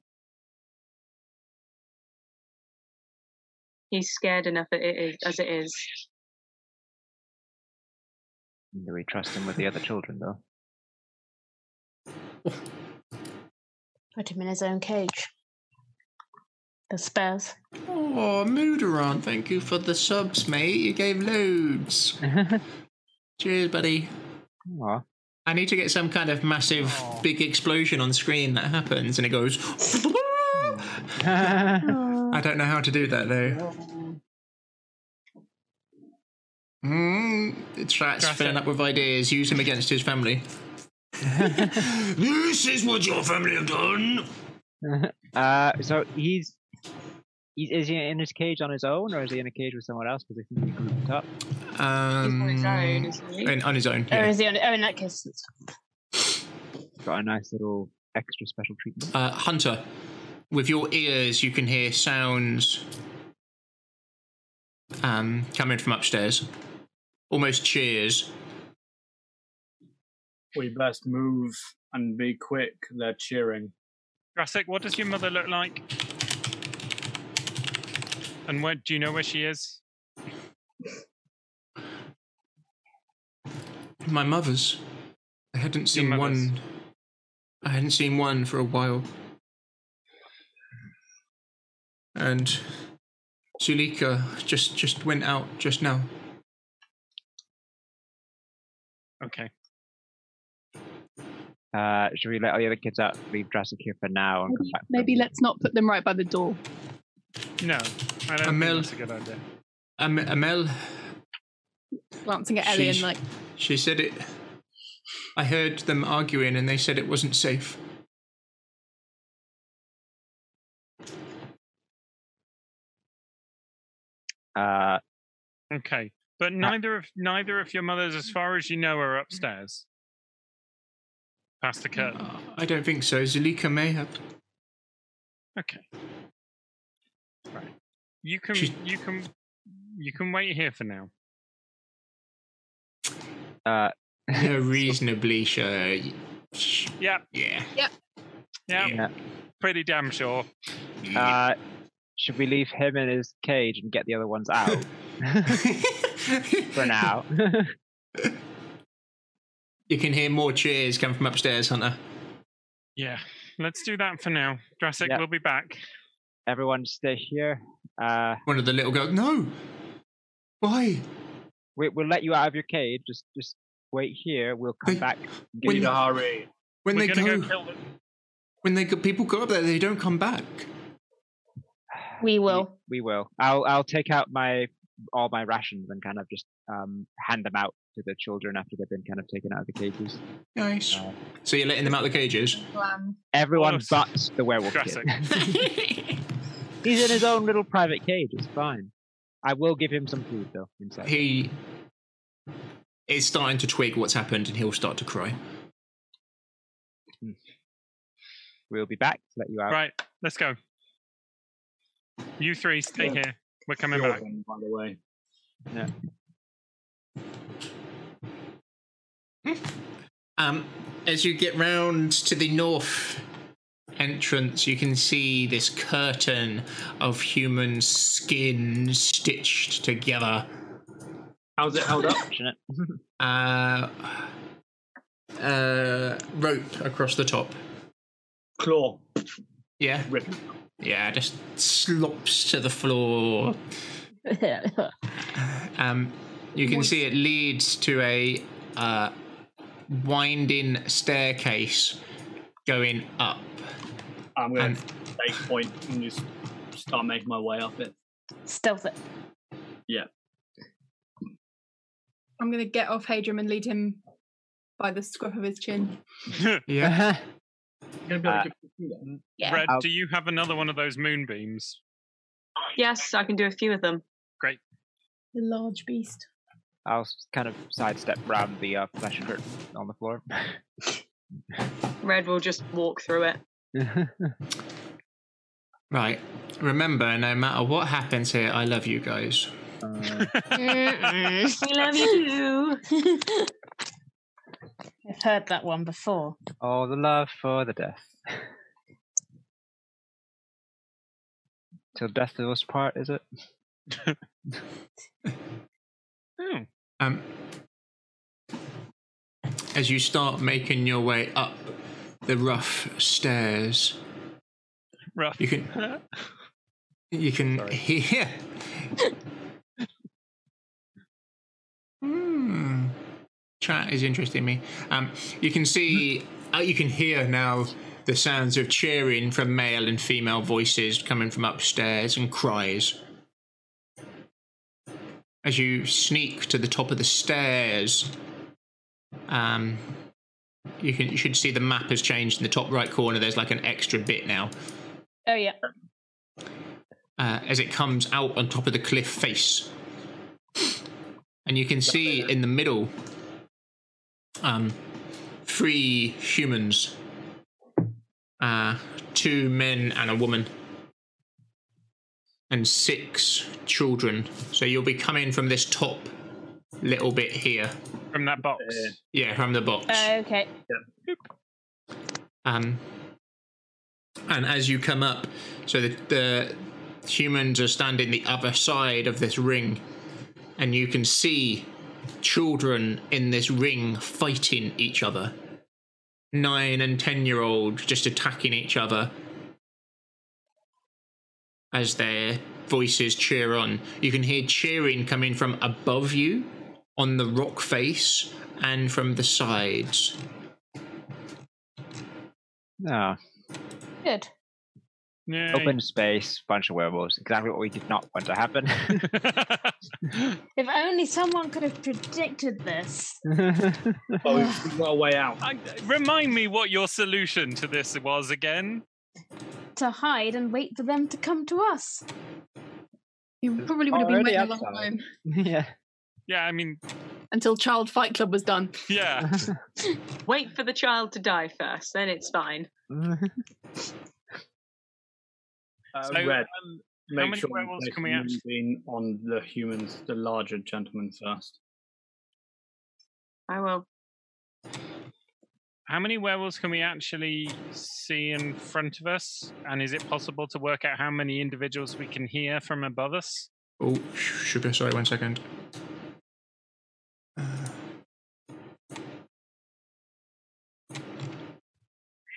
He's scared enough it is, as it is. Do we trust him with the other children, though? Put him in his own cage. The spares. Oh, Mudaran, thank you for the subs, mate. You gave loads. Cheers, buddy. I need to get some kind of massive, big explosion on screen that happens and it goes. I don't know how to do that though. Mm, it's rats filling up with ideas. Use him against his family. this is what your family have done. uh, so he's, he's is he in his cage on his own or is he in a cage with someone else? Because I think he grouped up. Um, his own, isn't he? and- on his own. Or yeah. is he on? Oh, in that case, it's- Got a nice little extra special treatment. Uh, Hunter, with your ears, you can hear sounds um, coming from upstairs, almost cheers. We best move and be quick. They're cheering. Jurassic, what does your mother look like? And where do you know where she is? My mother's. I hadn't Your seen mother's. one. I hadn't seen one for a while. And Zulika just just went out just now. Okay. Uh, should we let all the other kids out, leave Jurassic here for now, and come back? Maybe let's not put them right by the door. No, I don't Amel- think that's a good idea. Am- Amel, Glancing at Sheesh. Ellie and like, she said it. I heard them arguing and they said it wasn't safe. Uh, Okay, but neither of neither of your mothers, as far as you know, are upstairs. Past the curtain. I don't think so. Zuleika may have. Okay. Right. You can you can you can wait here for now. Uh, You're reasonably sure. Sh- Yep. Yeah. Yep. Yep. Yeah. Pretty damn sure. Uh, should we leave him in his cage and get the other ones out for now? You can hear more cheers come from upstairs, Hunter. Yeah. Let's do that for now. Jurassic, Yep. we'll be back. Everyone stay here. Uh, One of the little girls. No. Why? We, we'll let you out of your cage. Just, just wait here. We'll come back. and get when you. they- When We're they gonna go, go kill them. when they go, people go up there, they don't come back. We will. We will. I'll, I'll take out my all my rations and kind of just um hand them out to the children after they've been kind of taken out of the cages. Nice. So you're letting them out the cages. Everyone but the werewolf kid. He's in his own little private cage. It's fine. I will give him some food though. Inside. He is starting to twig what's happened, and he'll start to cry. We'll be back to let you out. Right, let's go. You three stay Yeah. here. We're coming Your back. one, by the way. Yeah. Um, as you get round to the north entrance, you can see this curtain of human skin stitched together. How's it held up? Uh, uh, rope across the top. Claw. Yeah. Yeah, just slops to the floor. Um, you can see it leads to a uh, winding staircase going up. I'm going And- to take point and just start making my way up it. Stealth it. Yeah. I'm gonna get off Hadram and lead him by the scruff of his chin. Yeah. Uh, Uh, Yeah. Red, I'll- do you have another one of those moonbeams? Yes, I can do a few of them. Great. The large beast. I'll s- kind of sidestep round the uh, flesh curtain on the floor. Red will just walk through it. Right. Remember, no matter what happens here, I love you guys. Mm-mm. we love you too. I've heard that one before. All the love for the death. Till death do us part, is it? Oh. Um, as you start making your way up the rough stairs, Rough. You can- you can hear. Hmm. Chat is interesting me. Um, you can see, uh, you can hear now the sounds of cheering from male and female voices coming from upstairs and cries. As you sneak to the top of the stairs, um, you can you should see the map has changed in the top right corner. There's like an extra bit now Oh yeah. uh, as it comes out on top of the cliff face. And you can see in the middle um, three humans uh, two men and a woman, and six children. So you'll be coming from this top little bit here. From that box. Yeah, from the box. Okay. Um, and as you come up, so the, the humans are standing the other side of this ring, and you can see children in this ring fighting each other. Nine and ten year olds just attacking each other as their voices cheer on. You can hear cheering coming from above you on the rock face and from the sides. Ah, Good. open space, bunch of werewolves. Exactly what we did not want to happen. If only someone could have predicted this. Oh, we've got a way out. I, remind me what your solution to this was again. To hide and wait for them to come to us. You probably would have been waiting a long time yeah. Yeah, I mean, until Child Fight Club was done. yeah. Wait for the child to die first, then it's fine. Uh, So, red. um, how Make many sure you werewolves place can we human act- being on the humans, the larger gentleman first. I will. How many werewolves can we actually see in front of us? And is it possible to work out how many individuals we can hear from above us? Oh, sh- sugar, sorry, one second.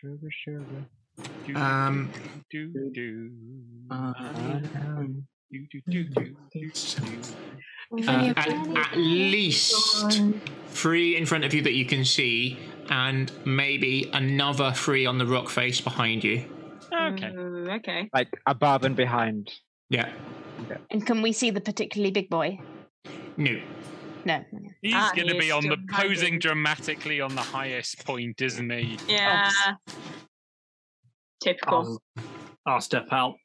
Sugar, sugar. Um, Do, do. do, do, do, do, do, Uh, at, at least three in front of you that you can see, and maybe another three on the rock face behind you. Okay. okay. Like above and behind. Yeah. And can we see the particularly big boy? No. No. He's Ah, going to he be is on the still posing dramatically on the highest point, isn't he? Yeah. Typical. Um, I'll, I'll step out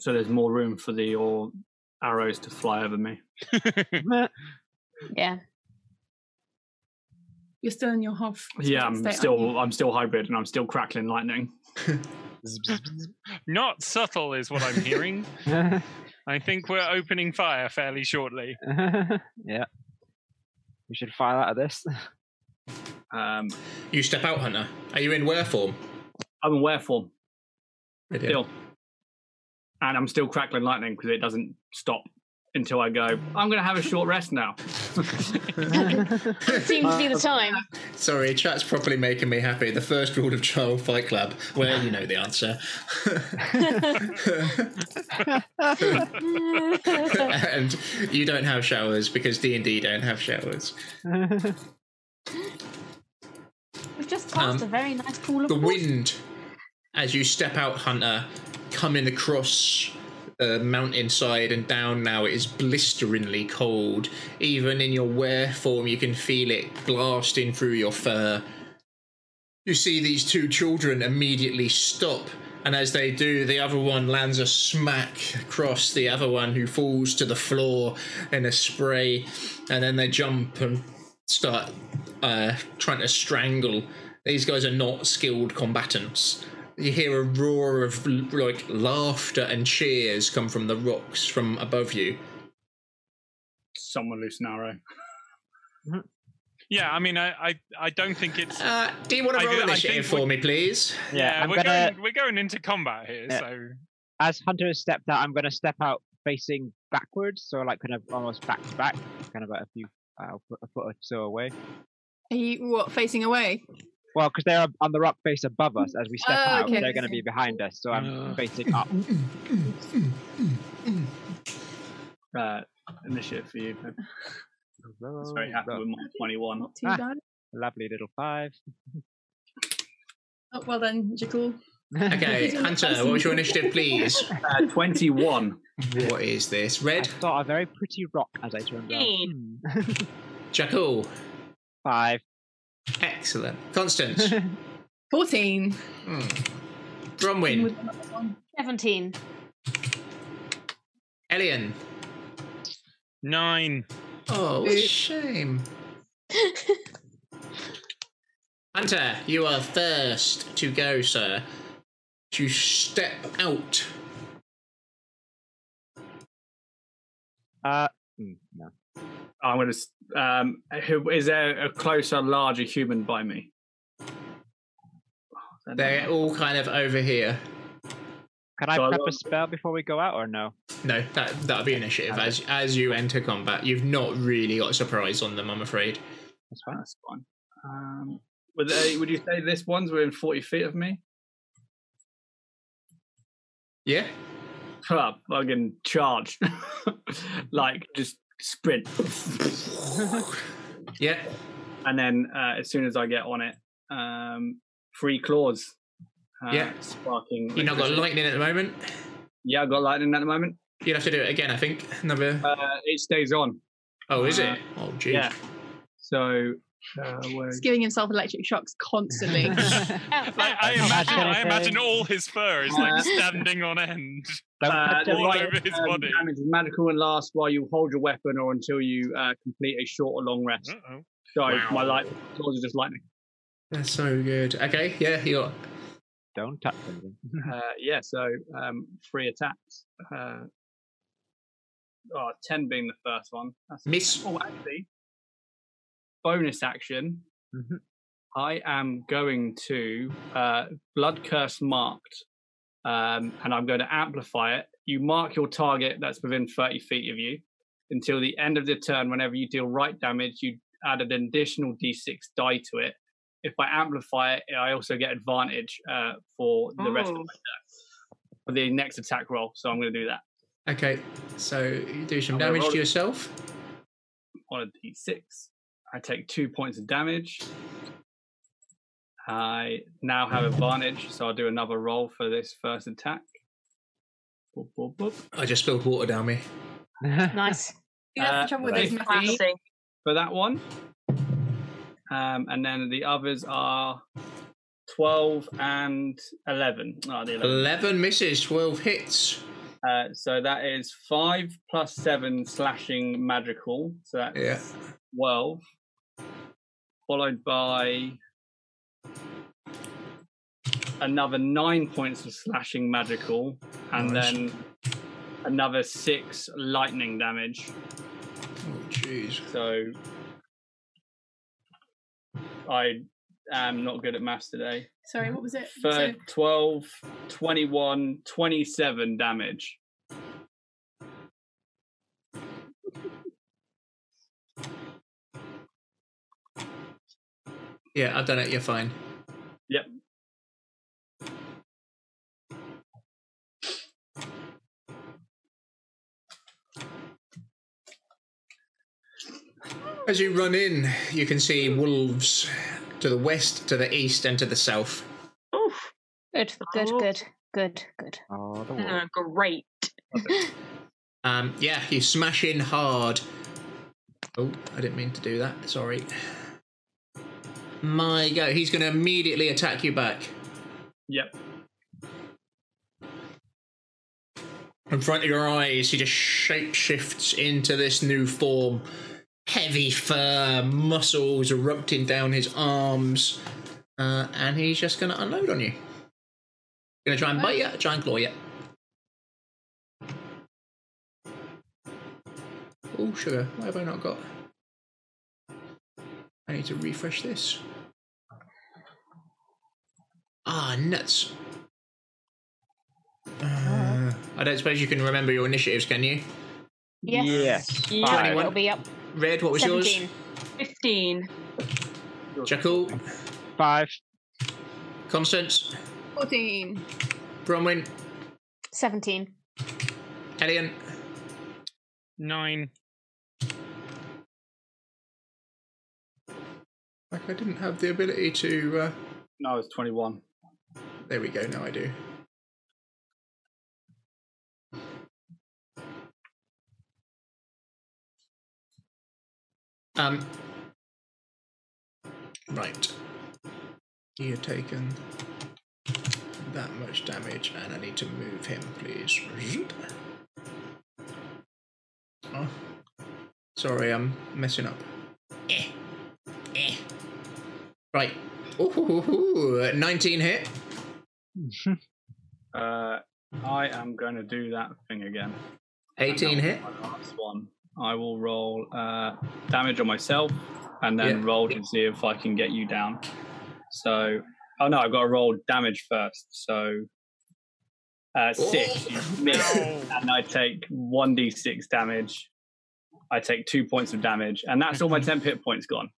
so there's more room for the your arrows to fly over me. Yeah. You're still in your half. Yeah, I'm state, aren't you? still I'm still hybrid and I'm still crackling lightning. Not subtle, is what I'm hearing. I think we're opening fire fairly shortly. yeah. We should file out of this. Um, you step out, Hunter. Are you in wear form? I'm in wear form. Good deal. Still. And I'm still crackling lightning because it doesn't stop until I go, I'm going to have a short rest now. Seems to be the time. Sorry, chat's properly making me happy. The first rule of Child Fight Club. Well, you know the answer. and you don't have showers because D and D don't have showers. We've just Um, passed a very nice pool of the water. wind as you step out hunter coming across the mountainside and down now it is blisteringly cold even in your wear form you can feel it blasting through your fur you see these two children immediately stop and as they do the other one lands a smack across the other one who falls to the floor in a spray and then they jump and start uh, trying to strangle. These guys are not skilled combatants. You hear a roar of l- like laughter and cheers come from the rocks from above you. Someone loose an arrow. Yeah, I mean, I, I, I don't think it's. Uh, do you want I to roll do- I initiative think we- for me, please? Yeah, I'm we're gonna- going we're going into combat here, Yeah. so As Hunter has stepped out, I'm going to step out facing backwards, so like kind of almost back to back, kind of like a few, uh, a foot- a foot or so away. Are you what facing away? Well, because they're on the rock face above us as we step Oh, out, okay. they're going to be behind us, so I'm facing up. Uh, initiative for you. Ben. I was very happy with my 21. too Ah. bad Lovely little five. oh, well then Jekyll Okay, Hunter, what was your initiative, please? Uh, 21. What is this? Red, I saw a very pretty rock as I turned around. Dean, Jackal. Five. Excellent. Constance. 14. mm. Bronwyn. with another one. 17. Elian. nine. Oh, what a shame. Hunter, you are first to go, sir. To step out. Uh, mm, no. I'm going to. Um, who- is there a closer, larger human by me? They're all kind of over here. Can I So I prep a won't- spell before we go out or no? No, that that'll be initiative as as you enter combat. You've not really got a surprise on them, I'm afraid. That's fine. That's fine. Um, would, they, would you say this one's within 40 feet of me? Yeah. Huh, fucking charge. like, just sprint. Yeah. And then uh, as soon as I get on it, um, free claws. Uh, Yeah. Sparking. You've not got lightning at the moment. Yeah, I've got lightning at the moment. You'll have to do it again, I think. Another. Uh, it stays on. Oh, is Uh, it? Oh, geez. Yeah. So. Uh, where He's giving himself electric shocks constantly. I, I imagine, I imagine all his fur is Uh, like standing on end, Uh, the all light, over his um, body. Damage is magical and lasts while you hold your weapon or until you uh, complete a short or long rest. So Wow. my light claws are just lightning. That's so good. Okay, yeah, you got. Don't touch anything. uh, yeah, so um, three attacks. Uh, oh, 10 being the first one. That's Miss. Oh, actually, bonus action. I am going to uh, Blood Curse Marked, um, and I'm going to amplify it. You mark your target that's within 30 feet of you until the end of the turn. Whenever you deal right damage, you add an additional d6 die to it. If I amplify it, I also get advantage uh, for the rest of my Oh. turn, for the next attack roll. So I'm going to do that Okay, so you do some I'm gonna damage roll to it. yourself. on a d6. I take two points of damage. I now have advantage, so I'll do another roll for this first attack. Boop, boop, boop. I just spilled water down me. nice. Uh, right. for that one. Um, and then the others are 12 and 11. Oh, the 11. 11 misses, 12 hits. Uh, so that is 5 plus 7 slashing magical. So that's Yeah. 12. Followed by another 9 points of slashing magical. And Nice. then another 6 lightning damage. Oh, jeez. So I am not good at maths today. Sorry, what was it? For 12, 21, 27 damage. Yeah, I've done it. You're fine. Yep. As you run in, you can see wolves to the west, to the east, and to the south. Good, good, good, good, good. Oh, Uh, Oh. great. Um, yeah, you smash in hard. Oh, I didn't mean to do that. Sorry. My go, he's going to immediately attack you back Yep. in front of your eyes. He just shape shifts into this new form. Heavy fur, muscles erupting down his arms, uh, and he's just going to unload on you. Going to try and bite you, try and claw you. Oh, sugar. What have I not got? I need to refresh this. Ah, nuts. Uh, I don't suppose you can remember your initiatives, can you? Yes. Yes. Yeah, Five. it'll be up. Red, what was yours? 15. Jackal. Five. Constance. 14. Bronwyn. 17. Elian. Nine. Like I didn't have the ability to. Uh... No, it's 21. There we go. Now I do. Um. Right. You've taken that much damage, and I need to move him, please. Zoop. Oh. Sorry, I'm messing up. Eh. Eh. Right. Ooh, 19 hit. Uh, I am going to do that thing again. 18 And hit. that was My last one. I will roll uh, damage on myself and then Yeah. roll to see if I can get you down. So, oh no, I've got to roll damage first. So, Oh. uh, six. You miss, and I take 1d6 damage. I take two points of damage, and that's all my 10 hit points gone.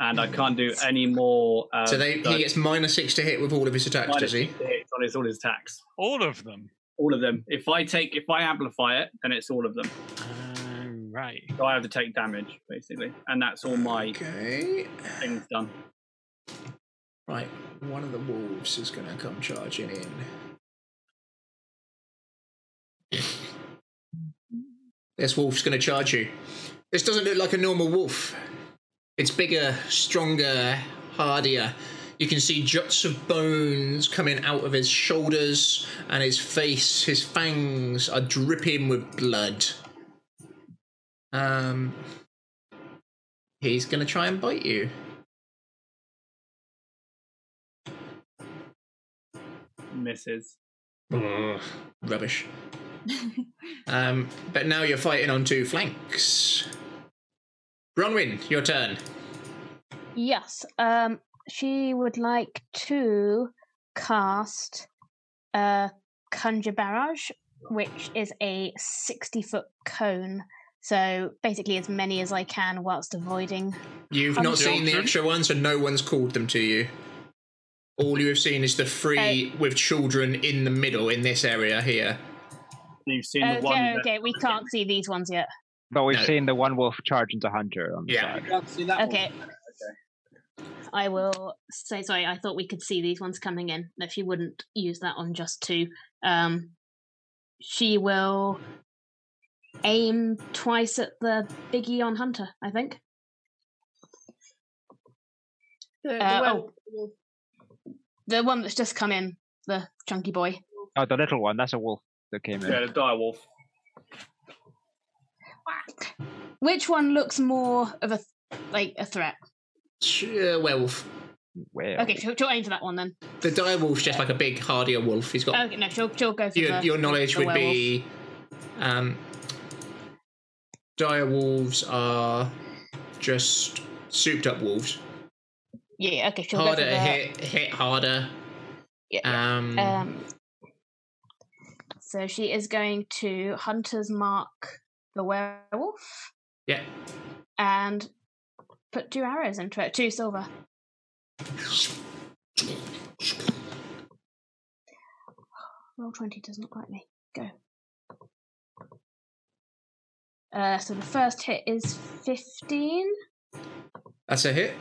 And I can't do any more. Um, so they, he gets minus six to hit with all of his attacks, does he? It's on his, all his attacks. All of them. All of them. If I take, if I amplify it, then it's all of them. right. So I have to take damage basically, and that's all my Okay. things done. Right, one of the wolves is going to come charging in. This wolf's going to charge you. This doesn't look like a normal wolf. It's bigger, stronger, hardier. You can see juts of bones coming out of his shoulders and his face. His fangs are dripping with blood. Um, he's going to try and bite you. Misses. Rubbish. um, but now you're fighting on two flanks. Bronwyn, your turn. Yes. Um, she would like to cast a conjure barrage, which is a sixty-foot cone. So basically, as many as I can whilst avoiding. You've Um, not seen the extra ones, and no one's called them to you. All you have seen is the three with children in the middle in this area here. You've seen Okay, okay, we can't see these ones yet. But we've No. seen the one wolf charge into Hunter. On the Yeah. side. Okay. I will say sorry. I thought we could see these ones coming in. If you wouldn't use that on just two, um, she will aim twice at the biggie on Hunter. I think. The, Uh, the oh. the one that's just come in, the chunky boy. Oh, the little one. That's a wolf that came in. Yeah, the dire wolf. Which one looks more of a th- like a threat? Ch- uh, werewolf. Okay, she'll, she'll aim for that one then. The dire wolf's just like a big, hardier wolf. He's got Okay, no, she'll she'll go for your, the, your knowledge the would be um, dire wolves are just souped up wolves. werewolf. yeah. Okay, she'll go for harder the to hit, hit harder. yeah. Um, Um, so she is going to Hunter's Mark the werewolf yeah. and put two arrows into it, two silver. Roll twenty doesn't like me. Go. Uh, so the first hit is fifteen, That's a hit.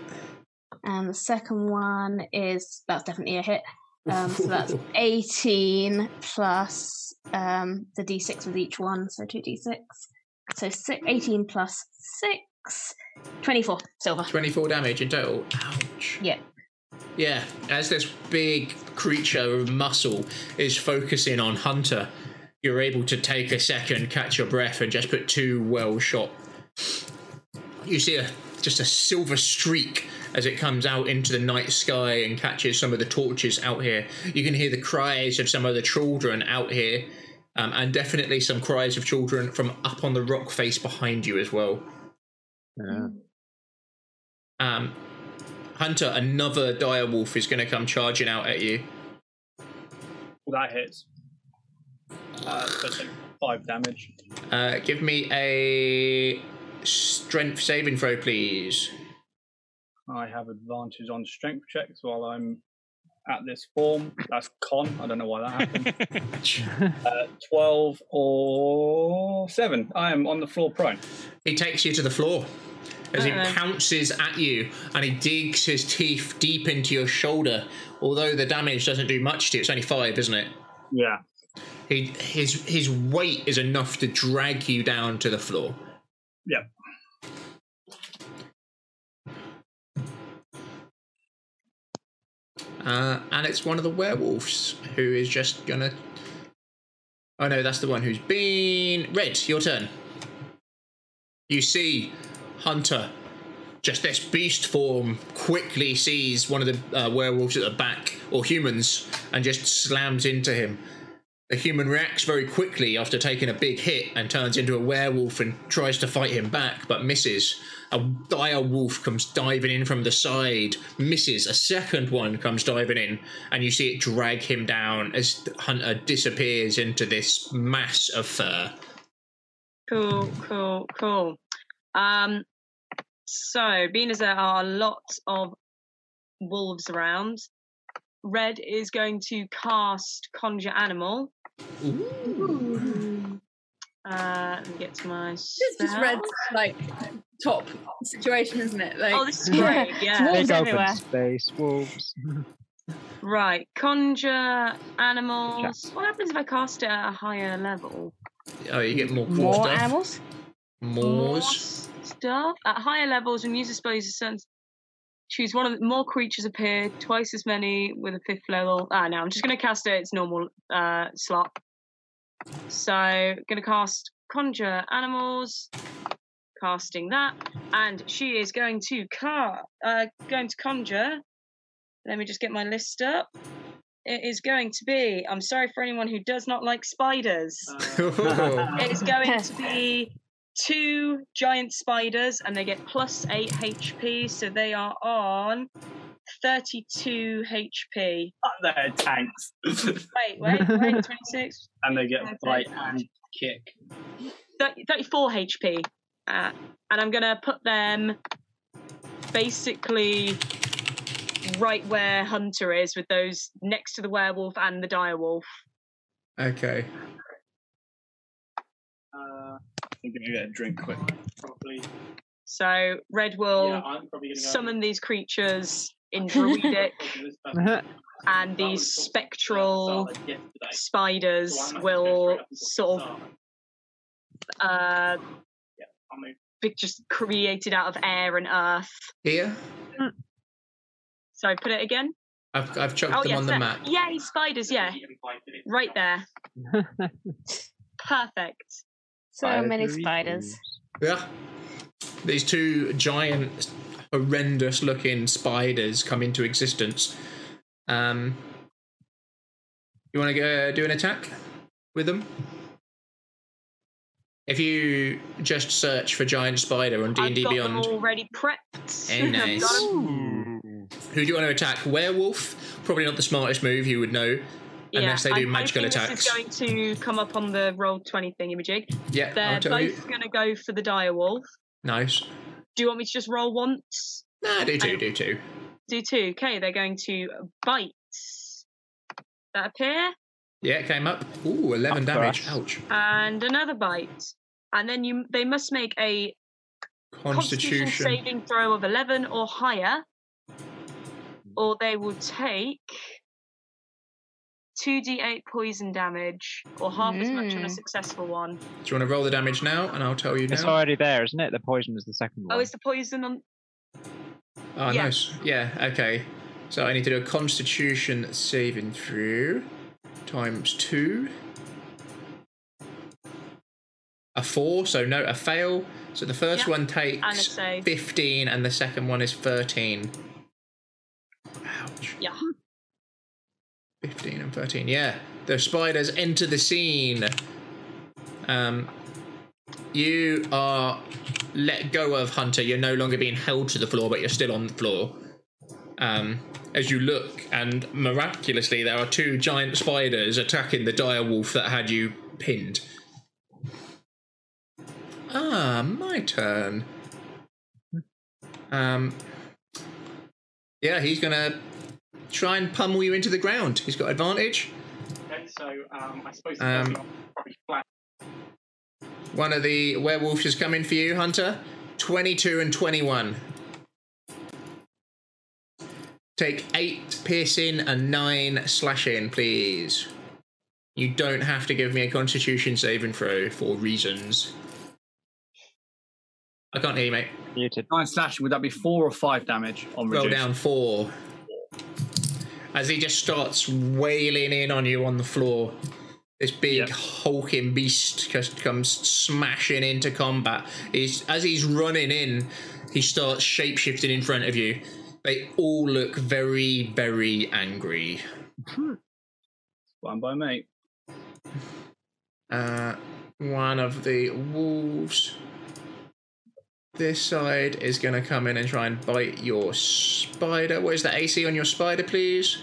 and the second one is that's definitely a hit. Um, so that's eighteen plus um, the d6 with each one, so two d6. So si- eighteen plus six, 24 silver. 24 damage in total. Ouch. Yeah. Yeah, as this big creature of muscle is focusing on Hunter, you're able to take a second, catch your breath, and just put two well shot. You see a just a silver streak as it comes out into the night sky and catches some of the torches out here. You can hear the cries of some of the children out here, um, and definitely some cries of children from up on the rock face behind you as well. Um, Hunter, another dire wolf is going to come charging out at you. That hits. Uh, so it's like five damage. Uh, give me a strength saving throw, please. I have advantage on strength checks while I'm at this form. That's con. I don't know why that happened. uh, 12 or 7. I am on the floor prone. He takes you to the floor as he Uh-oh. pounces at you and he digs his teeth deep into your shoulder. Although the damage doesn't do much to you, it's only five, isn't it? Yeah. He, his his weight is enough to drag you down to the floor. Yep. Uh, and it's one of the werewolves who is just gonna. Oh no, that's the one who's been. Red, your turn. You see Hunter, just this beast form, quickly sees one of the uh, werewolves at the back, or humans, and just slams into him. The human reacts very quickly after taking a big hit and turns into a werewolf and tries to fight him back, but misses. A dire wolf comes diving in from the side, misses. A second one comes diving in, and you see it drag him down as Hunter disappears into this mass of fur. Cool, cool, cool. Um, so, being as there are lots of wolves around, Red is going to cast Conjure Animal. Ooh. Uh, let me get to my. This is red, like top situation, isn't it? Like, Oh, this is great, Yeah. yeah. Wolves Big everywhere. open space, wolves. Right, conjure animals. What happens if I cast it at a higher level? Oh, you get more cool More stuff. animals? Moors. Stuff at higher levels when you dispose of certain. Choose one of the, more creatures appear, twice as many with a fifth level. Ah, no, I'm just going to cast it its normal uh, slot. So, going to cast conjure animals, casting that, and she is going to car uh, going to conjure. Let me just get my list up. It is going to be. I'm sorry for anyone who does not like spiders. It is going to be two giant spiders, and they get plus eight HP, so they are on 32 HP. They're tanks. Wait, wait, wait, 26, and they get Okay. right and kick. 30, 34 HP. Uh, and I'm going to put them basically right where Hunter is, with those next to the werewolf and the direwolf. Okay. Uh, I'm gonna get a drink quick. Probably. So Red will Yeah, I'm probably gonna go- summon these creatures in druidic, and these spectral spiders will sort of uh, be just created out of air and earth. Here, Sorry, put it again. I've, I've chucked them yes, on the there. map. Yay, spiders! Yeah, right there. Perfect. So many spiders. Yeah. These two giant, horrendous looking spiders come into existence. Um, you want to go do an attack with them? If you just search for giant spider on D and D I've got Beyond, them already prepped. Eh, nice. I've got 'em. who do you want to attack? Werewolf, probably not the smartest move. You would know, unless they do I'm magical hoping attacks. This is going to come up on the roll twenty thingamajig. Yeah, I'll they're tell you. both going to go for the direwolf. Nice. Do you want me to just roll once? Nah, do two, do two. Do two. Okay, they're going to bite. That appear Yeah, it came up. Ooh, 11 damage. Ouch. and another bite, and then you they must make a Constitution Constitution. saving throw of 11 or higher, or they will take 2d8 poison damage, or half as much Hmm. on a successful one. Do you want to roll the damage now? And I'll tell you It's now. already there, isn't it? The poison is the second Oh, one. is the poison on? Oh, Yeah. nice. Yeah, okay. So I need to do a constitution saving throw times two. A four, so no, a fail. So the first Yeah, one and a takes save. 15 and the second one is 13. Yeah. 15 and 13, yeah. The spiders enter the scene. Um, you are let go of Hunter. You're no longer being held to the floor, but you're still on the floor. Um, as you look, and miraculously, there are two giant spiders attacking the dire wolf that had you pinned. Ah, my turn. Um, yeah, he's gonna try and pummel you into the ground. He's got advantage. Okay, so um, I suppose Um, One of the werewolves is coming for you, Hunter. 22 and 21. Take 8 piercing and 9 slashing, please. You don't have to give me a constitution saving throw for reasons. I can't hear you, mate. Muted. Nine slash. Would that be four or five damage on Roll reduced? down 4. As he just starts wailing in on you on the floor, this big hulking beast just comes smashing into combat. He's, as he's running in, he starts shapeshifting in front of you. They all look very, very angry. One by mate. Uh, one of the wolves this side is going to come in and try and bite your spider. What is the AC on your spider, please?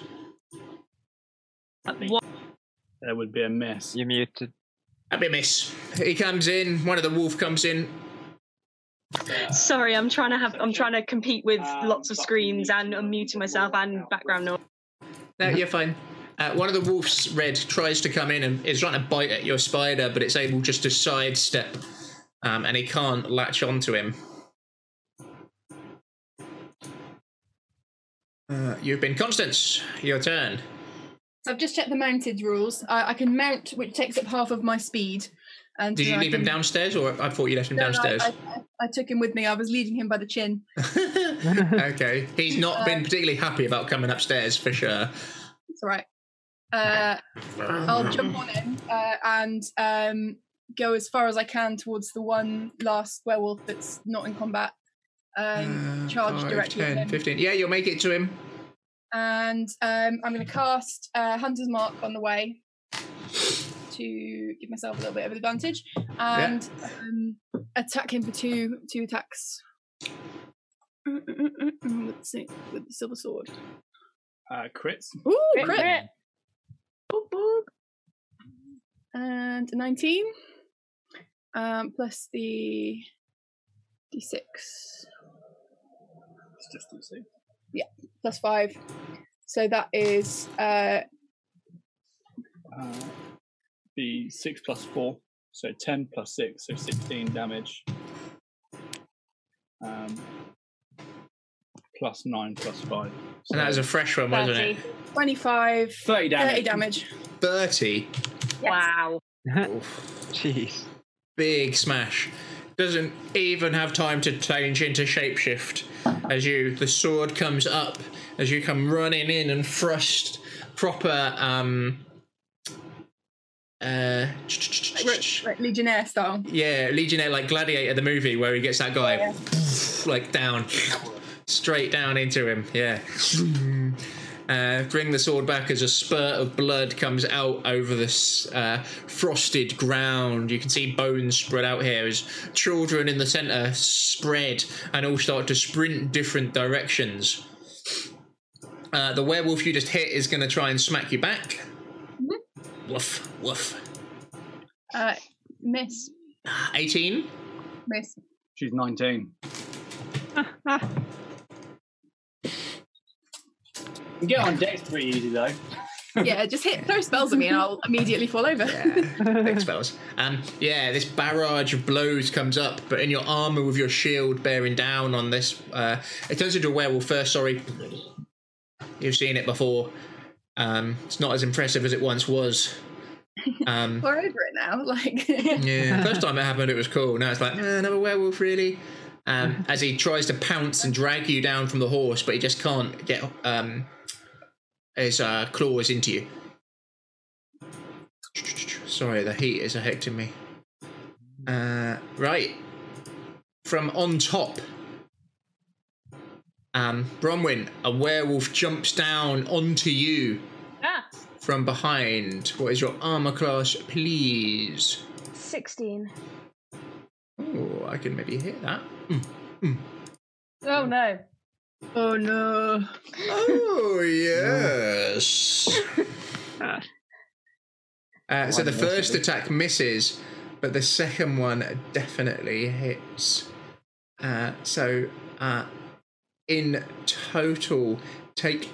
There would be a miss. You muted. A bit miss. He comes in. One of the wolf comes in. Sorry, I'm trying to have I'm trying to compete with lots of screens and unmuting myself and background noise. No, you're fine. Uh, one of the wolves, Red, tries to come in and is trying to bite at your spider, but it's able just to sidestep, um, and he can't latch onto him. Uh, you've been Constance. Your turn. So I've just checked the mounted rules. I, I can mount, which takes up half of my speed. And Did then you I leave him can- downstairs, or I thought you left him No, no, downstairs? I, I, I took him with me. I was leading him by the chin. okay, he's Uh, not been particularly happy about coming upstairs for sure. It's all right. Uh, I'll jump on him uh, and um, go as far as I can towards the one last werewolf that's not in combat. Um, charge Five, directly at 10, him. 15. Yeah, you'll make it to him. And um, I'm going to cast uh, Hunter's Mark on the way to give myself a little bit of advantage and um, attack him for two two attacks. Mm, mm, mm, mm, With the, si- with the silver sword. Uh, crits. Ooh, crit. Boop, boop. And a 19. Um, plus the d6. It's just easy. Yeah, plus 5. So that is uh, Uh, the six plus four, so ten plus six, so sixteen damage. Um, plus nine, plus five. So And that was a fresh one, wasn't it? 25. 30 damage. 30 damage. 30. Wow. Jeez. Big smash. Doesn't even have time to change into shapeshift. As you, the sword comes up, as you come running in and thrust proper, um, uh, Like, re- like Legionnaire style. yeah, Legionnaire, like Gladiator, the movie where he gets that guy, like down, straight down into him. Yeah. Uh, bring the sword back as a spurt of blood comes out over this uh, frosted ground. You can see bones spread out here as children in the centre spread and all start to sprint different directions. Uh, the werewolf you just hit is going to try and smack you back. Woof, woof. Uh, miss. 18. Miss. She's 19. You Get on deck's pretty easy though. yeah, just hit throw spells at me and I'll immediately fall over. Big spells. Um, yeah, this barrage of blows comes up, but in your armor with your shield bearing down on this, uh, it turns into a werewolf first. Sorry, you've seen it before. Um, it's not as impressive as it once was. Um, We're over it now. Like, yeah, first time it happened, it was cool. Now it's like eh, another werewolf, really. Um, as he tries to pounce and drag you down from the horse, but he just can't get um, his uh, claws into you. Sorry, the heat is affecting me. Uh, right. From on top, um, Bronwyn, a werewolf jumps down onto you Ah, from behind. What is your armor class, please? 16. Oh, I can maybe hit that. Oh no. Mm. Oh no. Oh yes. Uh, so the first attack misses, but the second one definitely hits. Uh, so uh, in total, take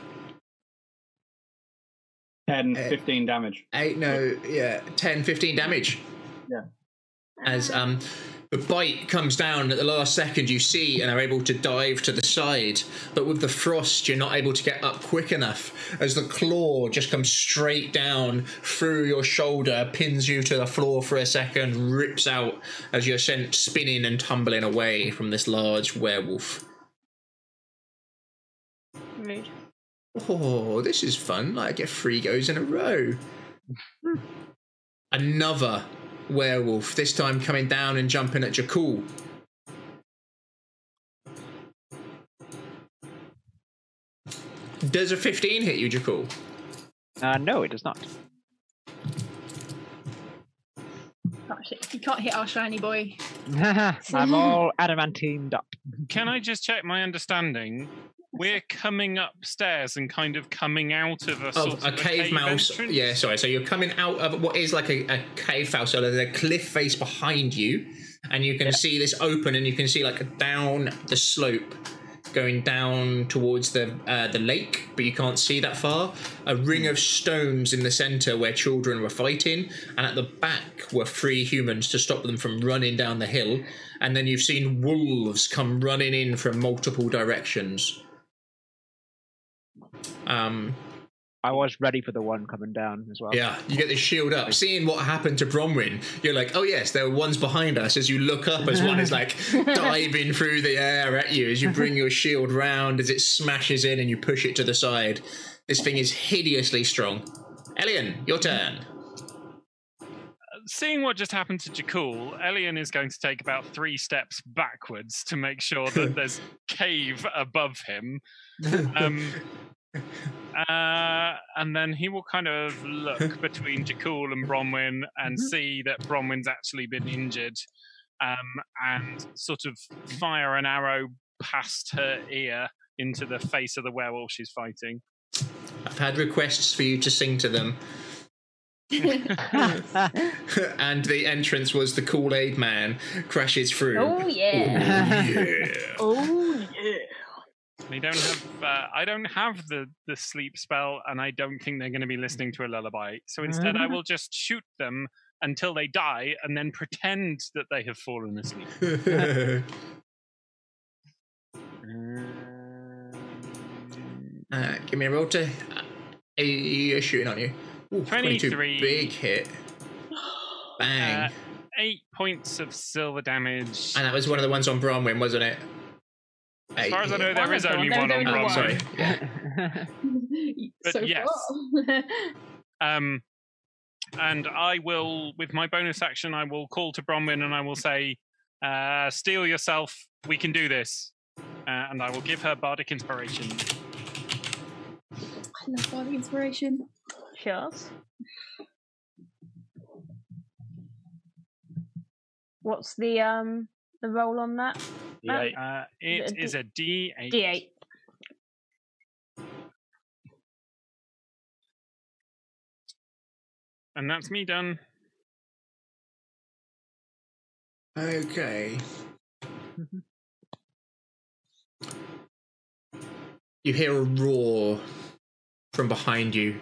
uh, 10, Eh. 15 damage. eight, no, yeah, 10, 15 damage. Yeah. As um, the bite comes down at the last second, you see and are able to dive to the side. But with the frost, you're not able to get up quick enough as the claw just comes straight down through your shoulder, pins you to the floor for a second, rips out as you're sent spinning and tumbling away from this large werewolf. Rude. Oh, this is fun. Like, I get three goes in a row. Another werewolf, this time coming down and jumping at Jakul. Does a 15 hit you, Jakul? Uh, no, it does not. Can't hit- You can't hit our shiny boy. I'm all adamantined up. Can I just check my understanding? We're coming upstairs and kind of coming out of a sort Of of, a cave mouse. entrance? Yeah, sorry. So you're coming out of what is like a, a cave mouse. So there's a cliff face behind you, and you can see this open, and you can see like down the slope going down towards the uh, the lake, but you can't see that far. A ring of stones in the center where children were fighting, and at the back were three humans to stop them from running down the hill. And then you've seen wolves come running in from multiple directions. Um, I was ready for the one coming down as well. Yeah, you get the shield up. Seeing what happened to Bromwin, you're like, oh yes, there were ones behind us. As you look up, as one is like diving through the air at you, as you bring your shield round, as it smashes in and you push it to the side. This thing is hideously strong. Elian, your turn. Seeing what just happened to Jakul, Elian is going to take about three steps backwards to make sure that there's cave above him. Um, uh, and then he will kind of look between Jakul and Bronwyn and see that Bronwyn's actually been injured um, and sort of fire an arrow past her ear into the face of the werewolf she's fighting. I've had requests for you to sing to them. and the entrance was the Kool Aid Man crashes through. Oh, yeah. Oh, yeah. Oh yeah. They don't have. Uh, I don't have the the sleep spell, and I don't think they're going to be listening to a lullaby. So instead, I will just shoot them until they die, and then pretend that they have fallen asleep. Uh, give me a roll to. Uh, you're shooting on you. Ooh, 22, 23. Big hit. Bang. Uh, eight points of silver damage. and that was one of the ones on Bronwyn, wasn't it? As far as I know, Eight. there is only There's one on only Bronwyn. one. Sorry. Yeah. But yes. Um, and I will, with my bonus action, I will call to Bronwyn and I will say, uh, "Steal yourself. We can do this." Uh, and I will give her bardic inspiration. I love bardic inspiration. Sure. What's the um the roll on that? Matt? Uh, it D- is a D8. D8. And that's me done. Okay. You hear a roar from behind you,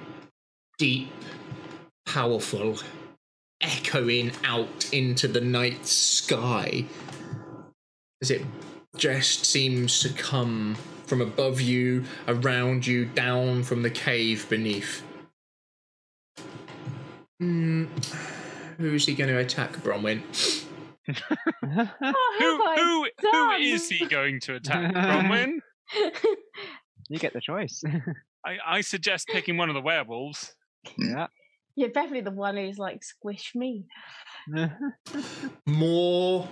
deep, powerful, echoing out into the night sky as it just seems to come from above you, around you, down from the cave beneath. Hmm. Who's he going to attack, Bronwyn? Oh, Who, who, who done? is he going to attack, Bronwyn? You get the choice. I, I suggest picking one of the werewolves. yeah. You're definitely the one who's like squish me. more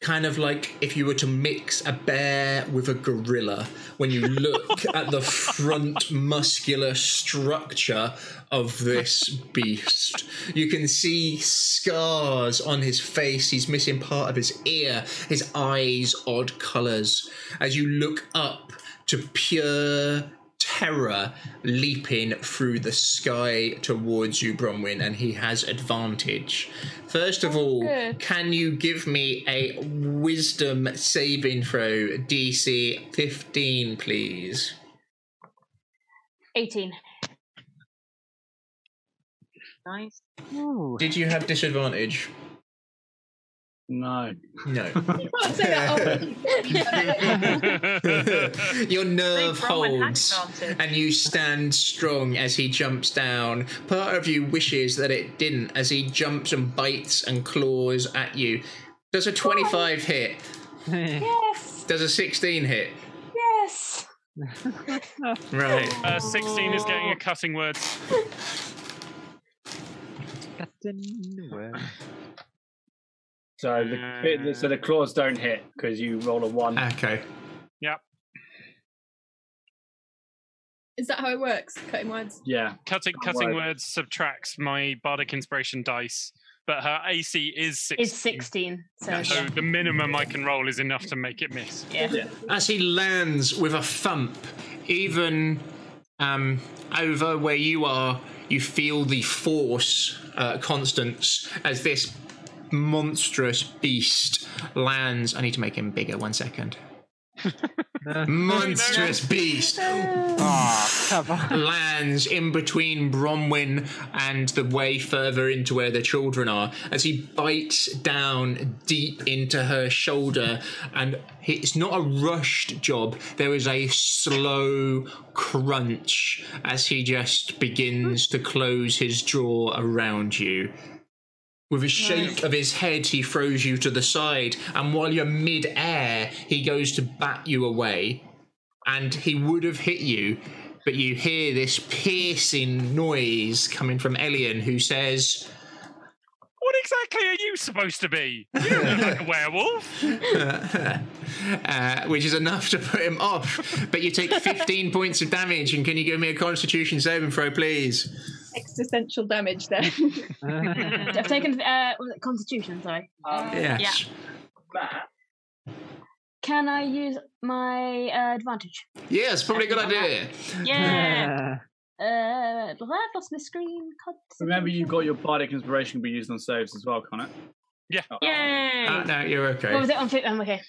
kind of like if you were to mix a bear with a gorilla when you look at the front muscular structure of this beast you can see scars on his face he's missing part of his ear his eyes odd colors as you look up to pure terror leaping through the sky towards you bronwyn and he has advantage first of all good. can you give me a wisdom saving throw dc 15 please 18. Nice. did you have disadvantage No. no I'll say that. Your nerve Big Rowan holds, advantage. and you stand strong as he jumps down. Part of you wishes that it didn't, as he jumps and bites and claws at you. Does a 25 hit? Yes! Does a 16 hit? Yes! Right. Uh, 16 is getting a cutting word. So the so the claws don't hit because you roll a one. Okay. Yep. Is that how it works? Cutting words. Yeah. Cutting Don't cutting worry. words subtracts my bardic inspiration dice, but her AC is six. It's 16. So, So the minimum I can roll is enough to make it miss. yeah. yeah. As he lands with a thump, even um, over where you are, you feel the force, uh, Constance, as this monstrous beast lands. I need to make him bigger. One second. monstrous beast Oh. lands in between Bronwyn and the way further into where their children are as he bites down deep into her shoulder. And it's not a rushed job, there is a slow crunch as he just begins to close his jaw around you. With a shake of his head, he throws you to the side, and while you're mid air, he goes to bat you away. And he would have hit you, but you hear this piercing noise coming from Elian, who says, What exactly are you supposed to be? You don't look like a werewolf. uh, which is enough to put him off. But you take 15 points of damage, and can you give me a constitution saving throw, please? Existential damage there. I've taken uh, was it Constitution. Sorry. Oh, Um, Yes. Can I use my uh, advantage? Yeah, it's probably a good idea. Yeah. Uh, well, I've lost my screen. God. Remember, you got your bardic inspiration to be used on saves as well, Connor. Yeah. Yay! Uh, no, you're okay. What was it on? fi- Um, okay.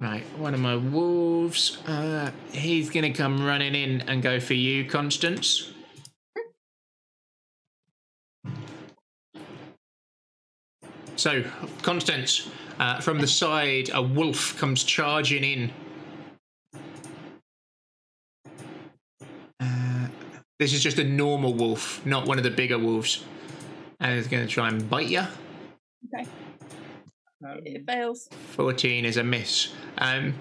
Right, one of my wolves. Uh, he's going to come running in and go for you, Constance. So, Constance, uh, from the side, a wolf comes charging in. Uh, this is just a normal wolf, not one of the bigger wolves. And it's going to try and bite you. Okay. it fails. 14 is a miss. Um,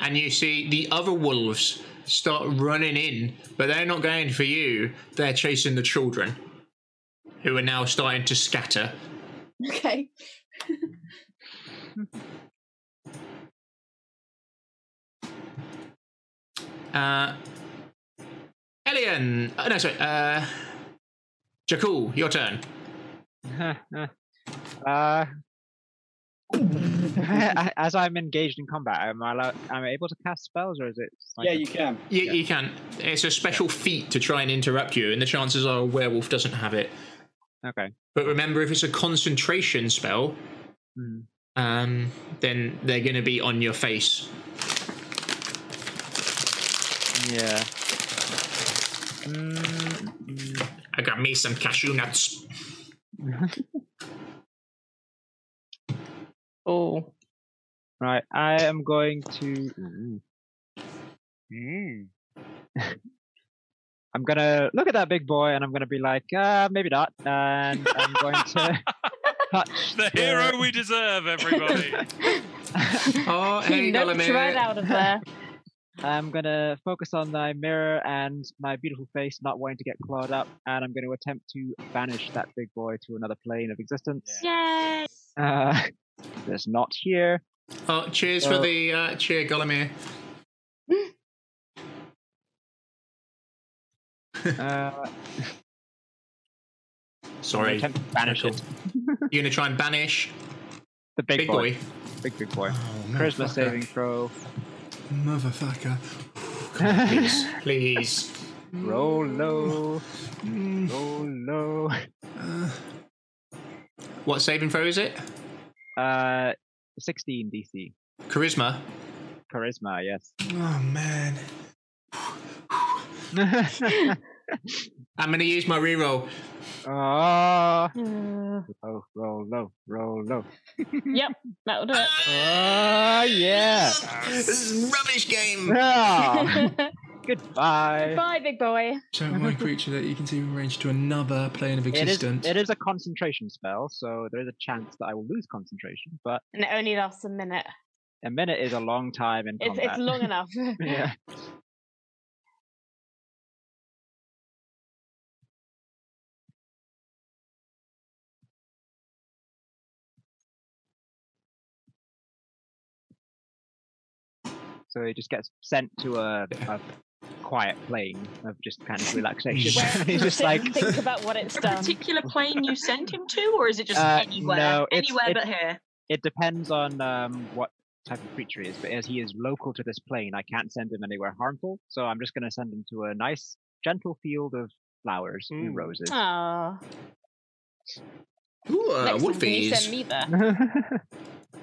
and you see the other wolves start running in, but they're not going for you. They're chasing the children, who are now starting to scatter. Okay. Uh, Elian! Oh, no, sorry. Uh, Jakul, your turn. uh, as I'm engaged in combat, am I allow- am I able to cast spells, or is it? like a- You, you can. It's a special feat to try and interrupt you, and the chances are a werewolf doesn't have it. Okay. But remember, if it's a concentration spell, Hmm. um, then they're going to be on your face. Yeah. I got me some cashew nuts. Oh. Right, I am going to. Mm-hmm. Hmm. I'm gonna look at that big boy, and I'm gonna be like, uh, maybe not, and I'm going to touch The hero we deserve, everybody. oh, hang on a minute. right out of there. I'm gonna focus on my mirror and my beautiful face, not wanting to get clawed up, and I'm going to attempt to banish that big boy to another plane of existence. Yay! Uh, that's not here. Oh, cheers for Uh, the uh, cheer, Golemir. uh, Sorry. attempt to banish it. You're going to try and banish the big, big boy. boy. Big big boy. motherfucker. Charisma saving throw. Motherfucker. please, please. Roll low. Roll low. Uh, What saving throw is it? Uh, 16 DC. Charisma. Charisma, yes. Oh, man. I'm going to use my reroll. Ah. Uh, Roll, roll low. Roll low. yep, that'll do it. Ah, yeah. This is rubbish game. Ah, goodbye. Bye, big boy. Giant one creature that you can see from range to another plane of It is, existence. it is a concentration spell, so there is a chance that I will lose concentration, but And it only lasts a minute. a minute is a long time in It's, combat. it's long enough. yeah. So he just gets sent to a, a quiet plane of just kind of relaxation. Where He's just sit like, and think about what it's A done. particular plane you sent him to, or is it just Uh, anywhere? no, it's- anywhere it- but here. it depends on um, what type of creature he is, but as he is local to this plane, I can't send him anywhere harmful, so I'm just going to send him to a nice, gentle field of flowers Mm. and roses. Oh, Ooh, uh, next time, can you send Wolfies. me there? Um,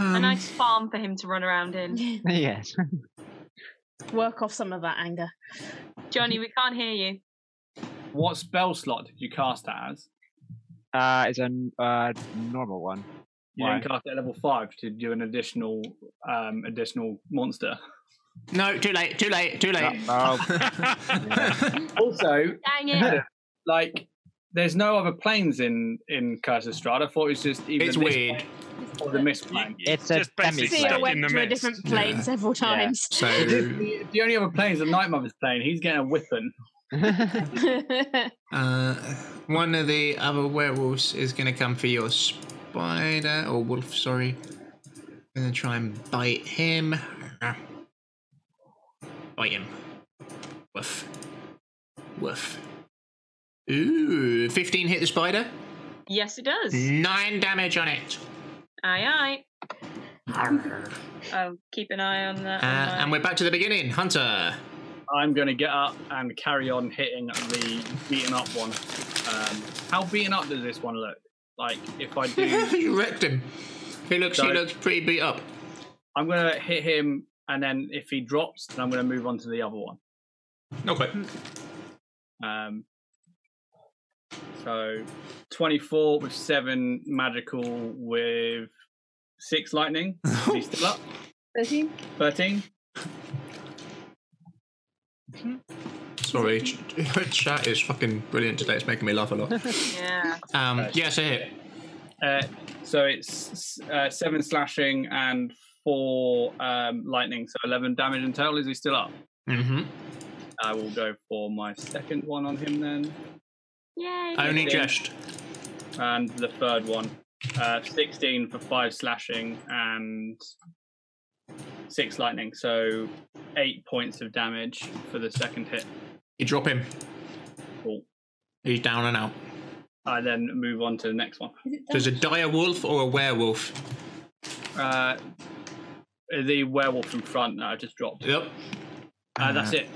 a Um, nice farm for him to run around in. yes. Work off some of that anger. Johnny, we can't hear you. What spell slot did you cast that as? Uh, it's a n- uh, normal one. You Why? didn't cast it at level five to do an additional um, additional monster. No, too late, too late, too late. also, Dang it. like, there's no other planes in in Curse of Strahd. I thought it was just even It's the mist weird. plane or the mist plane. It's a demi See, I went to a different plane several times. the, the only other plane is the Night Mother's plane. He's getting a whipping. Uh, one of the other werewolves is going to come for your spider or wolf. Sorry, going to try and bite him. Ah, Bite him. Woof. Woof. Ooh, fifteen hit the spider. Yes, it does. Nine damage on it. Aye, Arr. aye. I'll keep an eye on that. Uh, and we're back to the beginning. Hunter. I'm going to get up and carry on hitting the beaten up one. Um, how beaten up does this one look? Like, if I do. you wrecked him. He looks. So- he looks pretty beat up. I'm gonna hit him, and then if he drops, then I'm gonna move on to the other one. Okay. Um, so 24 with seven magical with six lightning. Is he still up? 13? 13. Sorry, ch- chat is fucking brilliant today. It's making me laugh a lot. Yeah. Um, yes, a hit. Uh, so it's uh, seven slashing and four um, lightning, so 11 damage in total. Is he still up? Mm-hmm. I will go for my second one on him then. Yay. Only just. And the third one. Uh, 16 for 5 slashing and 6 lightning. So 8 points of damage for the second hit. You drop him. Cool. He's down and out. I then move on to the next one. There's a dire wolf or a werewolf. Uh, the werewolf in front that I just dropped. Yep. Uh-huh. Uh, that's it.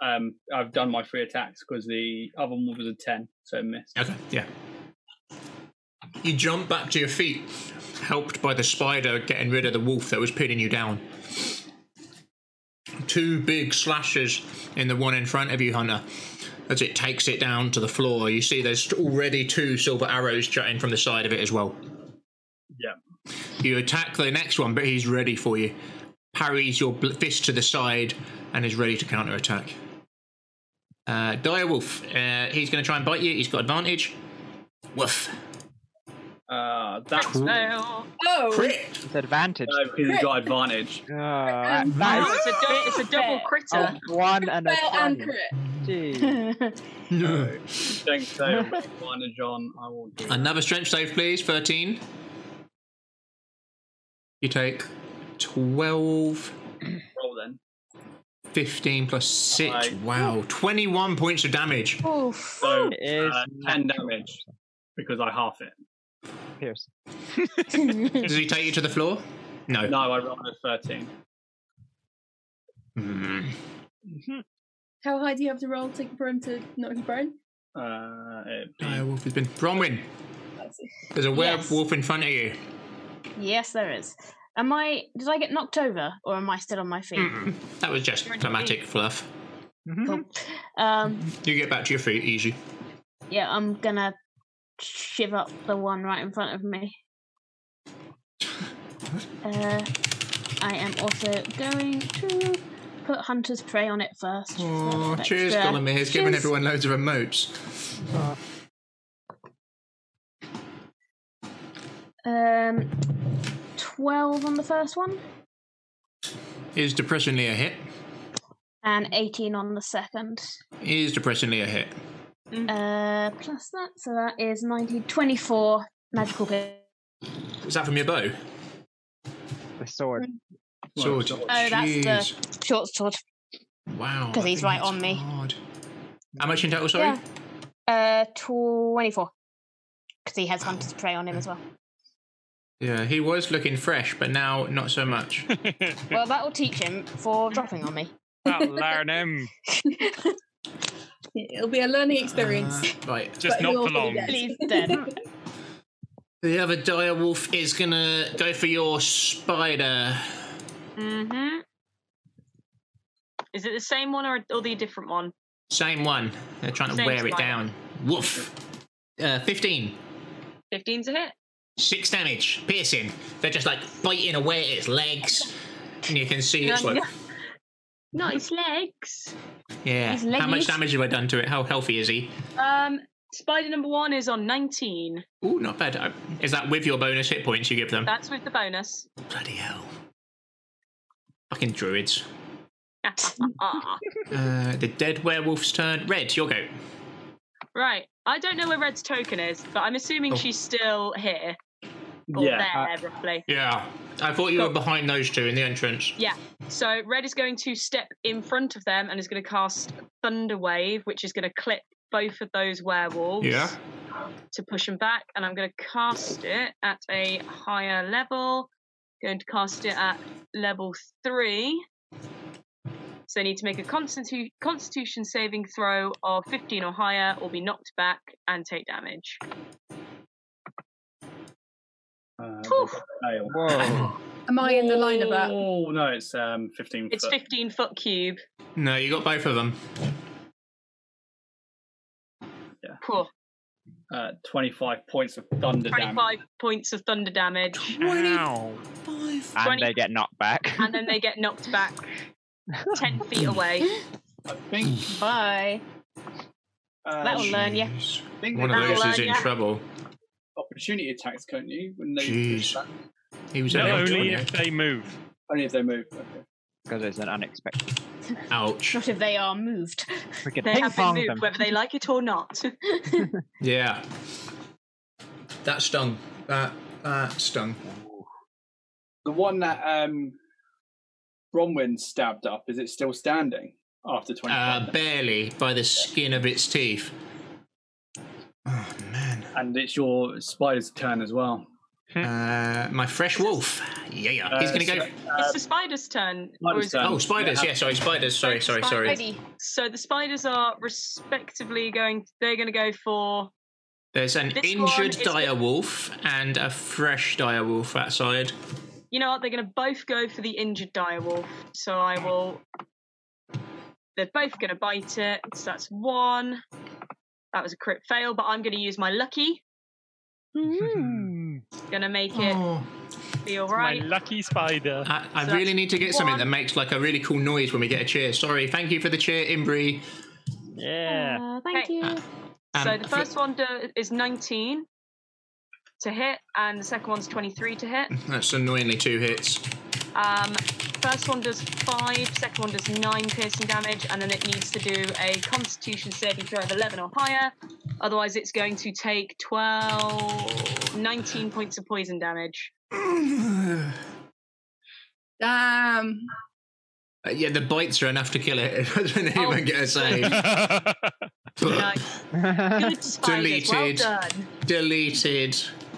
Um, I've done my three attacks because the other one was a 10, so it missed. Okay, yeah. You jump back to your feet, helped by the spider getting rid of the wolf that was pinning you down. Two big slashes in the one in front of you, Hunter, as it takes it down to the floor. You see there's already two silver arrows jutting from the side of it as well. Yeah. You attack the next one, but he's ready for you. Parries your bl- fist to the side and is ready to counterattack. Uh, Direwolf, uh, he's going to try and bite you. He's got advantage. Woof. Uh, that's no. Oh. It's advantage. No, because he's got advantage. Oh, Oh, that it's, a du- it's a double is a critter. one and a Fail and 20. crit. Jeez. No. Strength save with advantage on. I will do. Another strength save, please. 13. You take 12, Roll then. 15 plus 6. Aye. Wow. 21 points of damage. Oh, Oof. So It is uh, ten damage because I half it. Pierce. Does he take you to the floor? No. No, I rolled a thirteen. Hmm. How high do you have to roll to, for him to not be prone? Uh, it- Direwolf has been. Bronwyn, That's it. there's a Yes. werewolf in front of you. yes, there is. Am I? Did I get knocked over, or am I still on my feet? Mm-mm. Mm-hmm. That was just dramatic fluff. Mm-hmm. Um, You get back to your feet, easy. yeah, I'm gonna shiv up the one right in front of me. Uh, I am also going to put Hunter's Prey on it first. just a Oh, bit cheers, extra. Colin. He's giving Cheers. everyone loads of emotes. Um, 12 on the first one Is depressingly a hit. and 18 on the second. Is depressingly a hit. Uh, plus that, so that is 19, 24 magical bit. Is that from your bow? The sword. Sword. Oh, that's Jeez. the short sword. Wow. 'Cause I he's think right that's on me. hard. How much Oh, in total, sorry? Yeah. Uh, 24. Because he has Hunter's Prey on him as well. Yeah, he was looking fresh, but now not so much. Well, that'll teach him for dropping on me. That'll learn him. It'll be a learning experience. Uh, right. Just But not you'll for be long. dead. Please, then. The other dire wolf is gonna go for your spider. Mm-hmm. Is it the same one or, or the different one? Same one. They're trying to Same wear it spider. down. Woof. Uh, 15. 15's a hit. Six damage. Piercing. They're just like biting away at its legs. And you can see it's Um, like, Nice legs. yeah. His How much legs. damage have I done to it? How healthy is he? Um, spider number one is on 19. Ooh, not bad. Uh, Is that with your bonus hit points you give them? That's with the bonus. Bloody hell. Fucking druids. Uh, the dead werewolf's turn. Red, your go. right. I don't know where Red's token is, but I'm assuming Oh. she's still here. Or Yeah. uh, there, roughly. Yeah. I thought you were behind those two in the entrance. Yeah. So Red is going to step in front of them and is going to cast Thunder Wave, which is going to clip both of those werewolves Yeah. to push them back. And I'm going to cast it at a higher level. Going to cast it at level three. So they need to make a constitu- Constitution saving throw of 15 or higher, or be knocked back and take damage. Uh, Phew. Whoa. Am I in the line of that? Oh no, it's um 15 It's foot. 15 foot cube. No, you got both of them. Phew. Uh, 25 points of thunder damage. 25 points of thunder damage. And 20 they get knocked back. and then they get knocked back 10 feet away. Bye. Uh, That'll learn you. One of those is in yeah. trouble. Opportunity attacks, can't you? When they Jeez. He was No, only on only 20. if They move. Only if they move. Okay. Because it's an unexpected. Ouch. Not if they are moved. We could They ping have been pong moved, them. whether they like it or not. Yeah. That stung. That that stung. The one that um, Bronwyn stabbed up, is it still standing after 20? Uh, barely by the skin of its teeth. and it's your spider's turn as well. Hmm. Uh, my fresh wolf. Yeah, yeah. He's Uh, gonna go. so- it's the spider's turn. or is it- oh, spiders. Yeah, sorry, spiders. Sorry, sorry, sorry. So the spiders are respectively going, they're going to go for. There's an This one injured is- dire wolf and a fresh dire wolf outside. You know what? They're going to both go for the injured direwolf. So I will. They're both going to bite it. So that's one. That was a crit fail, but I'm going to use my lucky. Going to make it be all right. My lucky spider. I, I So really that's need to get something one. that makes like a really cool noise when we get a cheer. Sorry, thank you for the cheer, Imbri. Yeah. Uh, thank you. so Um, the for- first one do- is 19 to hit, and the second one's 23 to hit. That's annoyingly two hits. Um, first one does five, second one does nine piercing damage, and then it needs to do a Constitution saving throw of 11 or higher. Otherwise, it's going to take 12, 19 points of poison damage. Damn. Uh, yeah, the bites are enough to kill it. I don't even Oh, get a save. Good spiders, well Deleted. done. Deleted.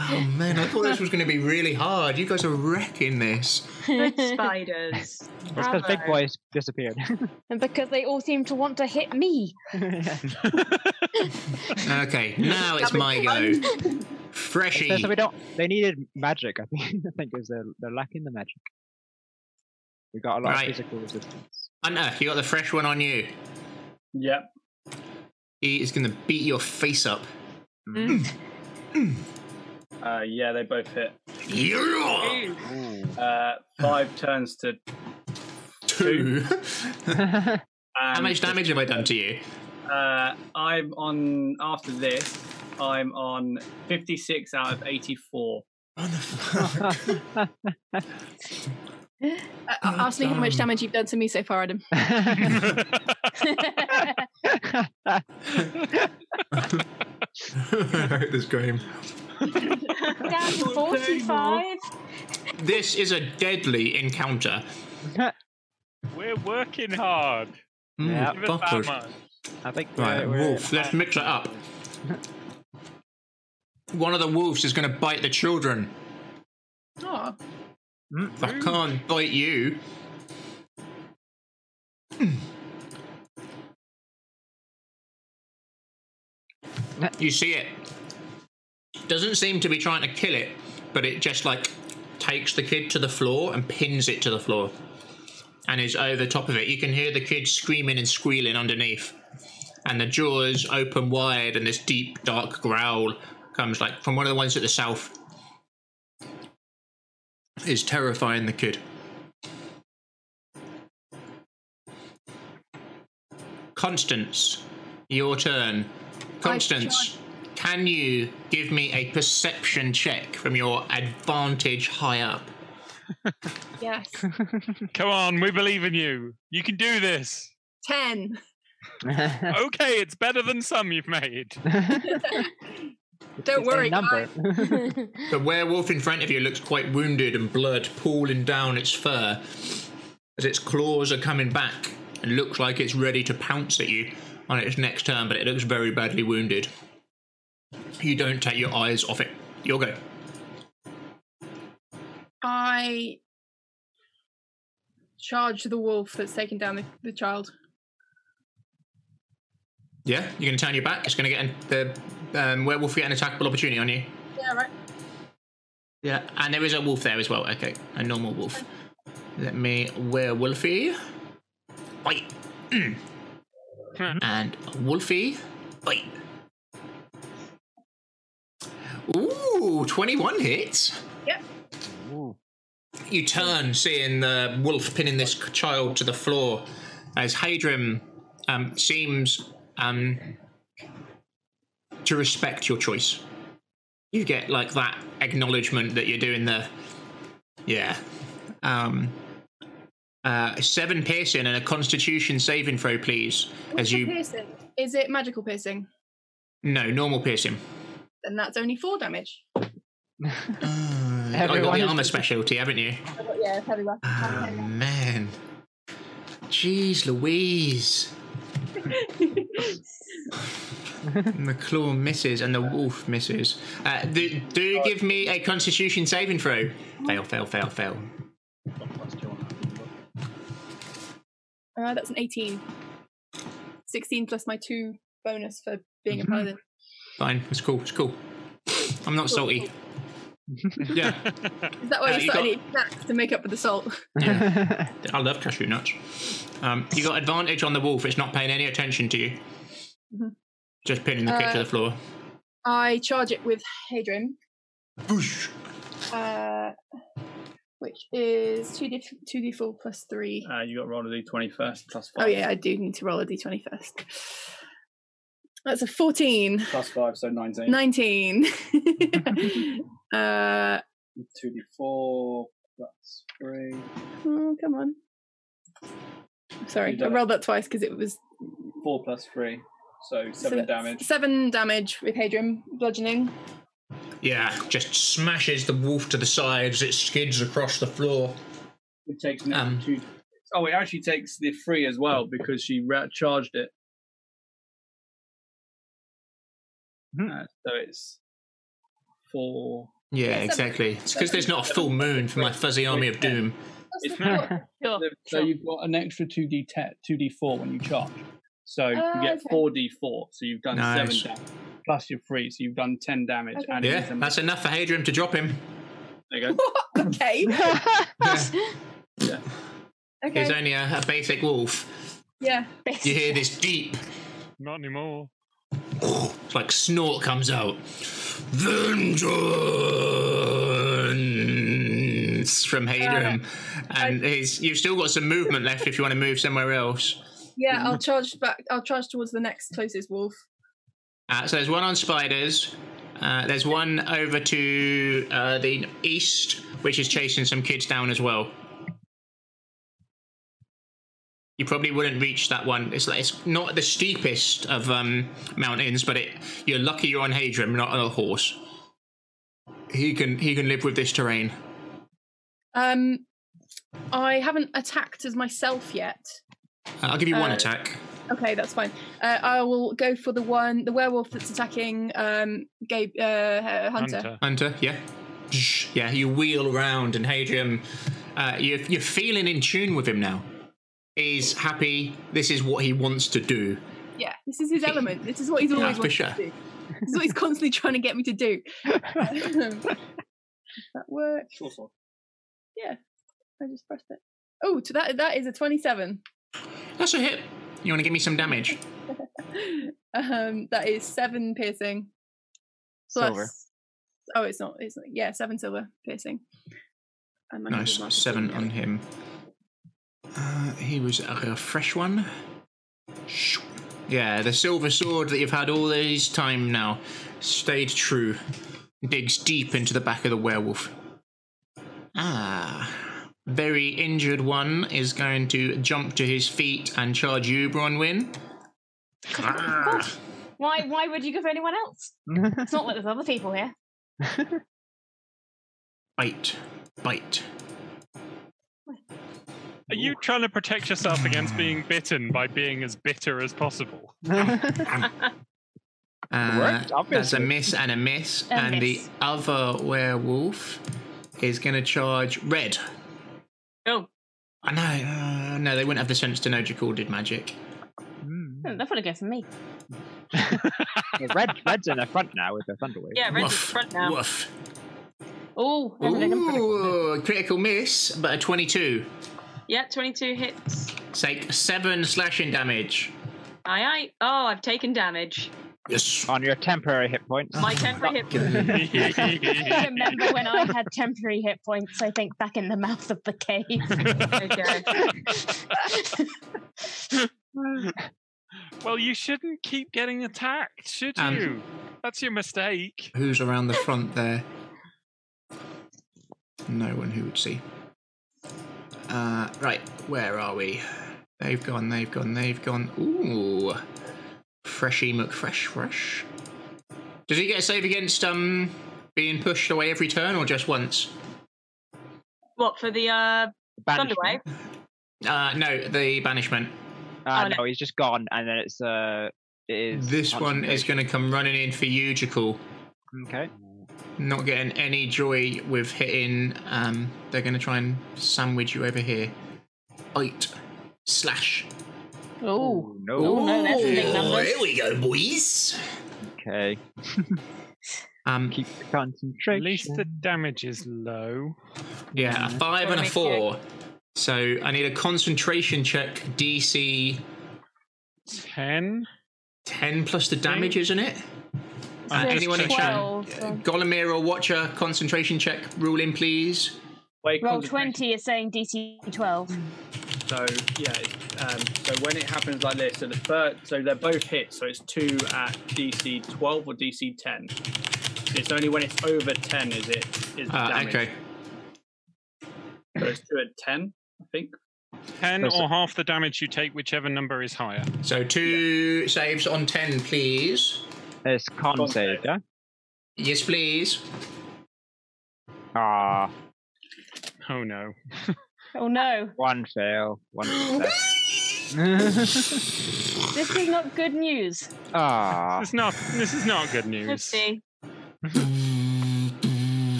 Oh man, I thought this was going to be really hard. You guys are wrecking this. Good spiders. It's because Big Bravo. Boy's disappeared. And because they all seem to want to hit me. Okay, now it's my go. Freshy. So, so we don't. They needed magic. I think. I think is they're they're lacking the magic. We got a lot Right. of physical resistance. Hunter, you got the fresh one on you. Yep. He is going to beat your face up. Mm. Mm. Uh, yeah, they both hit. Yeah! Uh, five turns to Two. How much damage have I done to you? Uh, I'm on after this. I'm on 56 out of 84. Uh, ask me how much damage you've done to me so far, Adam. I hate this game. Down to 45. This is a deadly encounter. We're working hard. Mm, Give us that fuckers. much. I think Right, wolf. Let's mix it up. One of the wolves is going to bite the children. Oh. I can't bite you. You see it. Doesn't seem to be trying to kill it, but it just like takes the kid to the floor and pins it to the floor and is over the top of it. You can hear the kid screaming and squealing underneath, and the jaws open wide, and this deep, dark growl comes like from one of the ones at the south. Is terrifying the kid. Constance, your turn. Constance, can you give me a perception check from your advantage high up? Yes. Come on, we believe in you. You can do this. Ten. okay, it's better than some you've made. Don't worry, number. guys. The werewolf in front of you looks quite wounded and blood pooling down its fur as its claws are coming back and looks like it's ready to pounce at you on its next turn, but it looks very badly wounded. You don't take your eyes off it. You'll go. I charge the wolf that's taken down the, the child. Yeah, you're going to turn your back. It's going to get an, the um, werewolf get an attackable opportunity on you. Yeah, right. Yeah, and there is a wolf there as well. Okay, a normal wolf. Let me werewolfy. Bite. Mm. and wolfy. Bite. Ooh, 21 hits. Yep. You turn, seeing the wolf pinning this child to the floor, as Hadrim um, seems um, to respect your choice. You get like that acknowledgement that you're doing the, yeah, um, uh, seven piercing and a Constitution saving throw, please. What's As the you piercing? Is it magical piercing? no normal piercing. Then that's only four damage. I Oh, got Everyone the is- armor specialty, haven't you? Yeah, it's heavy weapon. Oh, Man, jeez, Louise. McClaw misses and the wolf misses. Uh, do, do give me a constitution saving throw. Fail, fail, fail, fail. Uh, that's an 18. 16 plus my two bonus for being Mm-hmm. a paladin. Fine, it's cool, it's cool. I'm not salty. Yeah, Is that why Uh, you you started got- eating snacks to make up for the salt? yeah. I love cashew nuts. Um, you got advantage on the wolf, it's not paying any attention to you. Mhm. Just pinning the kid to Uh, the floor. I charge it with Hadrim, Boosh. uh, which is 2 d two d4 plus 3. Uh, you got roll a d20 first, plus Oh, five. yeah, I do need to roll a d20 first. That's a 14. Plus five, so 19. 19. uh, 2d4, that's three. oh, come on. Sorry, You've I done it. rolled that twice because it was Four plus three, so so seven that's damage. Seven damage with Hadrim, bludgeoning. Yeah, just smashes the wolf to the sides, it skids across the floor. Um, It takes an two. Oh, it actually takes the three as well because she re- charged it. Mm. Uh, so it's four. Yeah, exactly. It's because there's not a full moon for my fuzzy army of doom. It's so you've got an extra two d two d four when you charge. So Ah, you get okay. four d four. So you've done Nice. seven damage plus your three. So you've done ten damage. Okay. And Yeah, that's enough for Hadrian to drop him. there you go. Okay. He's okay. only a, a basic wolf. Yeah. You hear this deep, Not anymore. it's like snort comes out. Vengeance from Hadrian, and his, you've still got some movement left if you want to move somewhere else. Mm. Yeah, I'll charge back. I'll charge towards the next closest wolf. Uh, so there's one on spiders. Uh, there's one over to uh, the east, which is chasing some kids down as well. You probably wouldn't reach that one. It's like it's not the steepest of um, mountains, but it, you're lucky you're on Hadrim, not on a horse. He can he can live with this terrain. Um, I haven't attacked as myself yet. Uh, I'll give you one Uh, attack. Okay, that's fine. Uh, I will go for the one, the werewolf that's attacking um, Gabe uh, uh, Hunter. Hunter, yeah. Psh, Yeah, you wheel around and Hadrian, uh, you're, you're feeling in tune with him now. He's happy. This is what he wants to do. Yeah, this is his element. This is what he's always for wanted sure. to do. That's what he's constantly trying to get me to do. Um, that work? Sure, sure. Yeah. I just pressed it. Oh, to that that is a twenty-seven. That's a hit. You want to give me some damage? Um, that is seven piercing. Silver. Oh, it's not. It's not, yeah, seven silver piercing. And my Nice. normal Seven on him. Uh, he was a fresh one. Shoo. Yeah, the silver sword that you've had all this time now stayed true. Digs deep into the back of the werewolf. Ah. Very injured one is going to jump to his feet and charge you, Bronwyn. Ah. Why? Why would you go for anyone else? it's not like there's other people here. Bite. Bite. Are you trying to protect yourself against being bitten by being as bitter as possible? Uh, Correct, that's a obviously. miss and a miss. A and miss. the other werewolf is going to charge red. Oh. I know. Uh, no, they wouldn't have the sense to know Jakul did magic. Oh, That's what it gets from me. red, red's in the front now with the thunderwave. Yeah, red's in Woof, front now. Woof. Oh, Ooh, critical miss, but a 22. Yeah, 22 hits. Take seven slashing damage. Aye, aye. Oh, I've taken damage. Yes. On your temporary hit points. My temporary hit I remember when I had temporary hit points. I think back in the mouth of the cave. Hmm. okay. well, you shouldn't keep getting attacked, should Um, you? That's your mistake. Who's around the front there? No one who would see. Uh, right, where are we? They've gone, they've gone, they've gone. Ooh. Freshy McFresh Fresh. Does he get a save against um being pushed away every turn or just once? What, for the uh, Thunderwave? Uh, no, the banishment. Uh, Oh, no. he's just gone, and then it's uh, it is This one is going to come running in for you, Jakul. Okay. Not getting any joy with hitting. Um, they're going to try and sandwich you over here. Bite. Slash. Oh no! Oh, no, that's big Ooh, numbers. here we go, boys. Okay. Um, keep the concentration. At least the damage is low. Uh, Yeah, a Mm-hmm. five and a four. So I need a concentration check. DC ten. Ten plus the damage, isn't it? I Uh, think anyone in it's chat? Golomir or Watcher, concentration check. Rule in, please. Wait, Roll twenty is saying DC twelve. So yeah, it's, um, so when it happens like this, so the first, so they're both hit. So it's two at DC 12 or DC 10. It's only when it's over 10 is it is the Ah, damage. okay. So it's two at 10, I think. Ten That's or half the damage you take, whichever number is higher. So two saves on ten, please. It's con, save, yeah. Yes, please. Ah. Oh no. Oh no. One fail. One success. This is not good news. Ah. It's not. This is not good Let's news. see.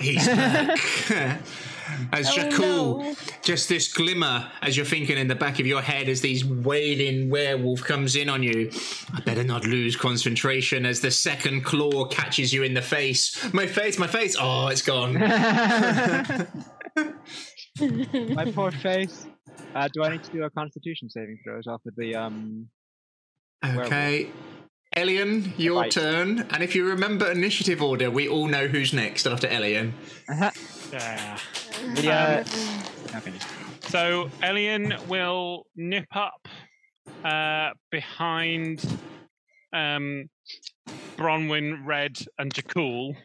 He's back. as Oh, Jakul, no. just this glimmer as you're thinking in the back of your head as these wailing werewolf comes in on you. I better not lose concentration as the second claw catches you in the face. My face, my face. Oh, it's gone. My poor face. Uh, do I need to do a Constitution saving throw as well for the um? okay. Elian, your Right. turn. And if you remember initiative order, we all know who's next after Elian. Uh-huh. Yeah. Um, Yeah. So Elian will nip up uh, behind um, Bronwyn, Red, and Jakul.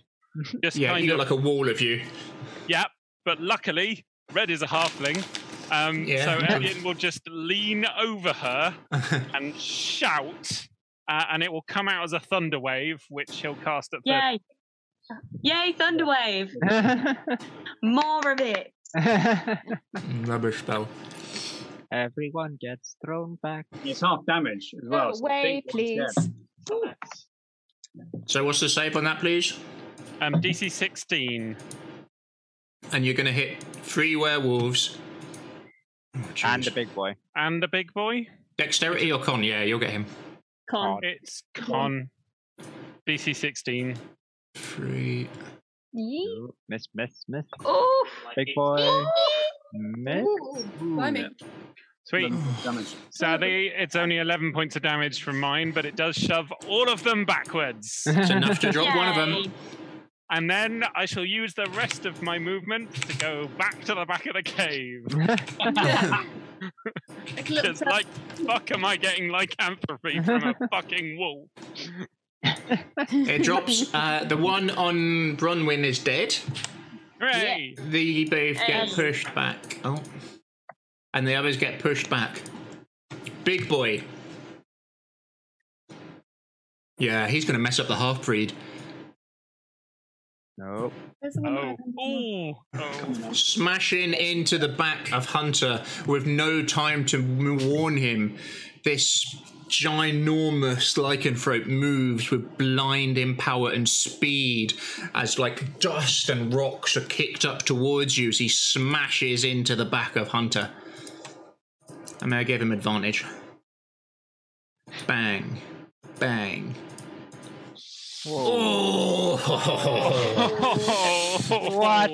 Just yeah, kind you of got like a wall of you. Yep. But luckily, Red is a halfling. Um, Yeah. So Elian will just lean over her and shout, uh, and it will come out as a thunder wave, which he'll cast at the. Yay. Yay, Thunderwave. More of it. Rubber spell. Everyone gets thrown back. It's half damage as well. Go away, please. So what's the save on that, please? Um, DC 16. And you're going to hit three werewolves. and the big boy. And the big boy? Dexterity or con? Yeah, you'll get him. Con. It's con. BC 16. Three. Yee. Miss, miss, miss. Oh, Big boy. Miss. Blimey. Sweet. Sadly, it's only 11 points of damage from mine, but it does shove all of them backwards. It's enough to drop one of them. Yay. And then I shall use the rest of my movement to go back to the back of the cave. Just like, fuck, am I getting lycanthropy from a fucking wolf? It drops. Uh, the one on Bronwyn is dead. Hooray! The both get Hey. pushed back. Oh. And the others get pushed back. Big boy. Yeah, he's going to mess up the half breed. No. Oh. Ooh. Oh. Smashing into the back of Hunter with no time to m- warn him. This ginormous lycanthrope moves with blinding power and speed as like dust and rocks are kicked up towards you as he smashes into the back of Hunter. I mean, I gave him advantage. Bang. Bang. Oh. Oh. what?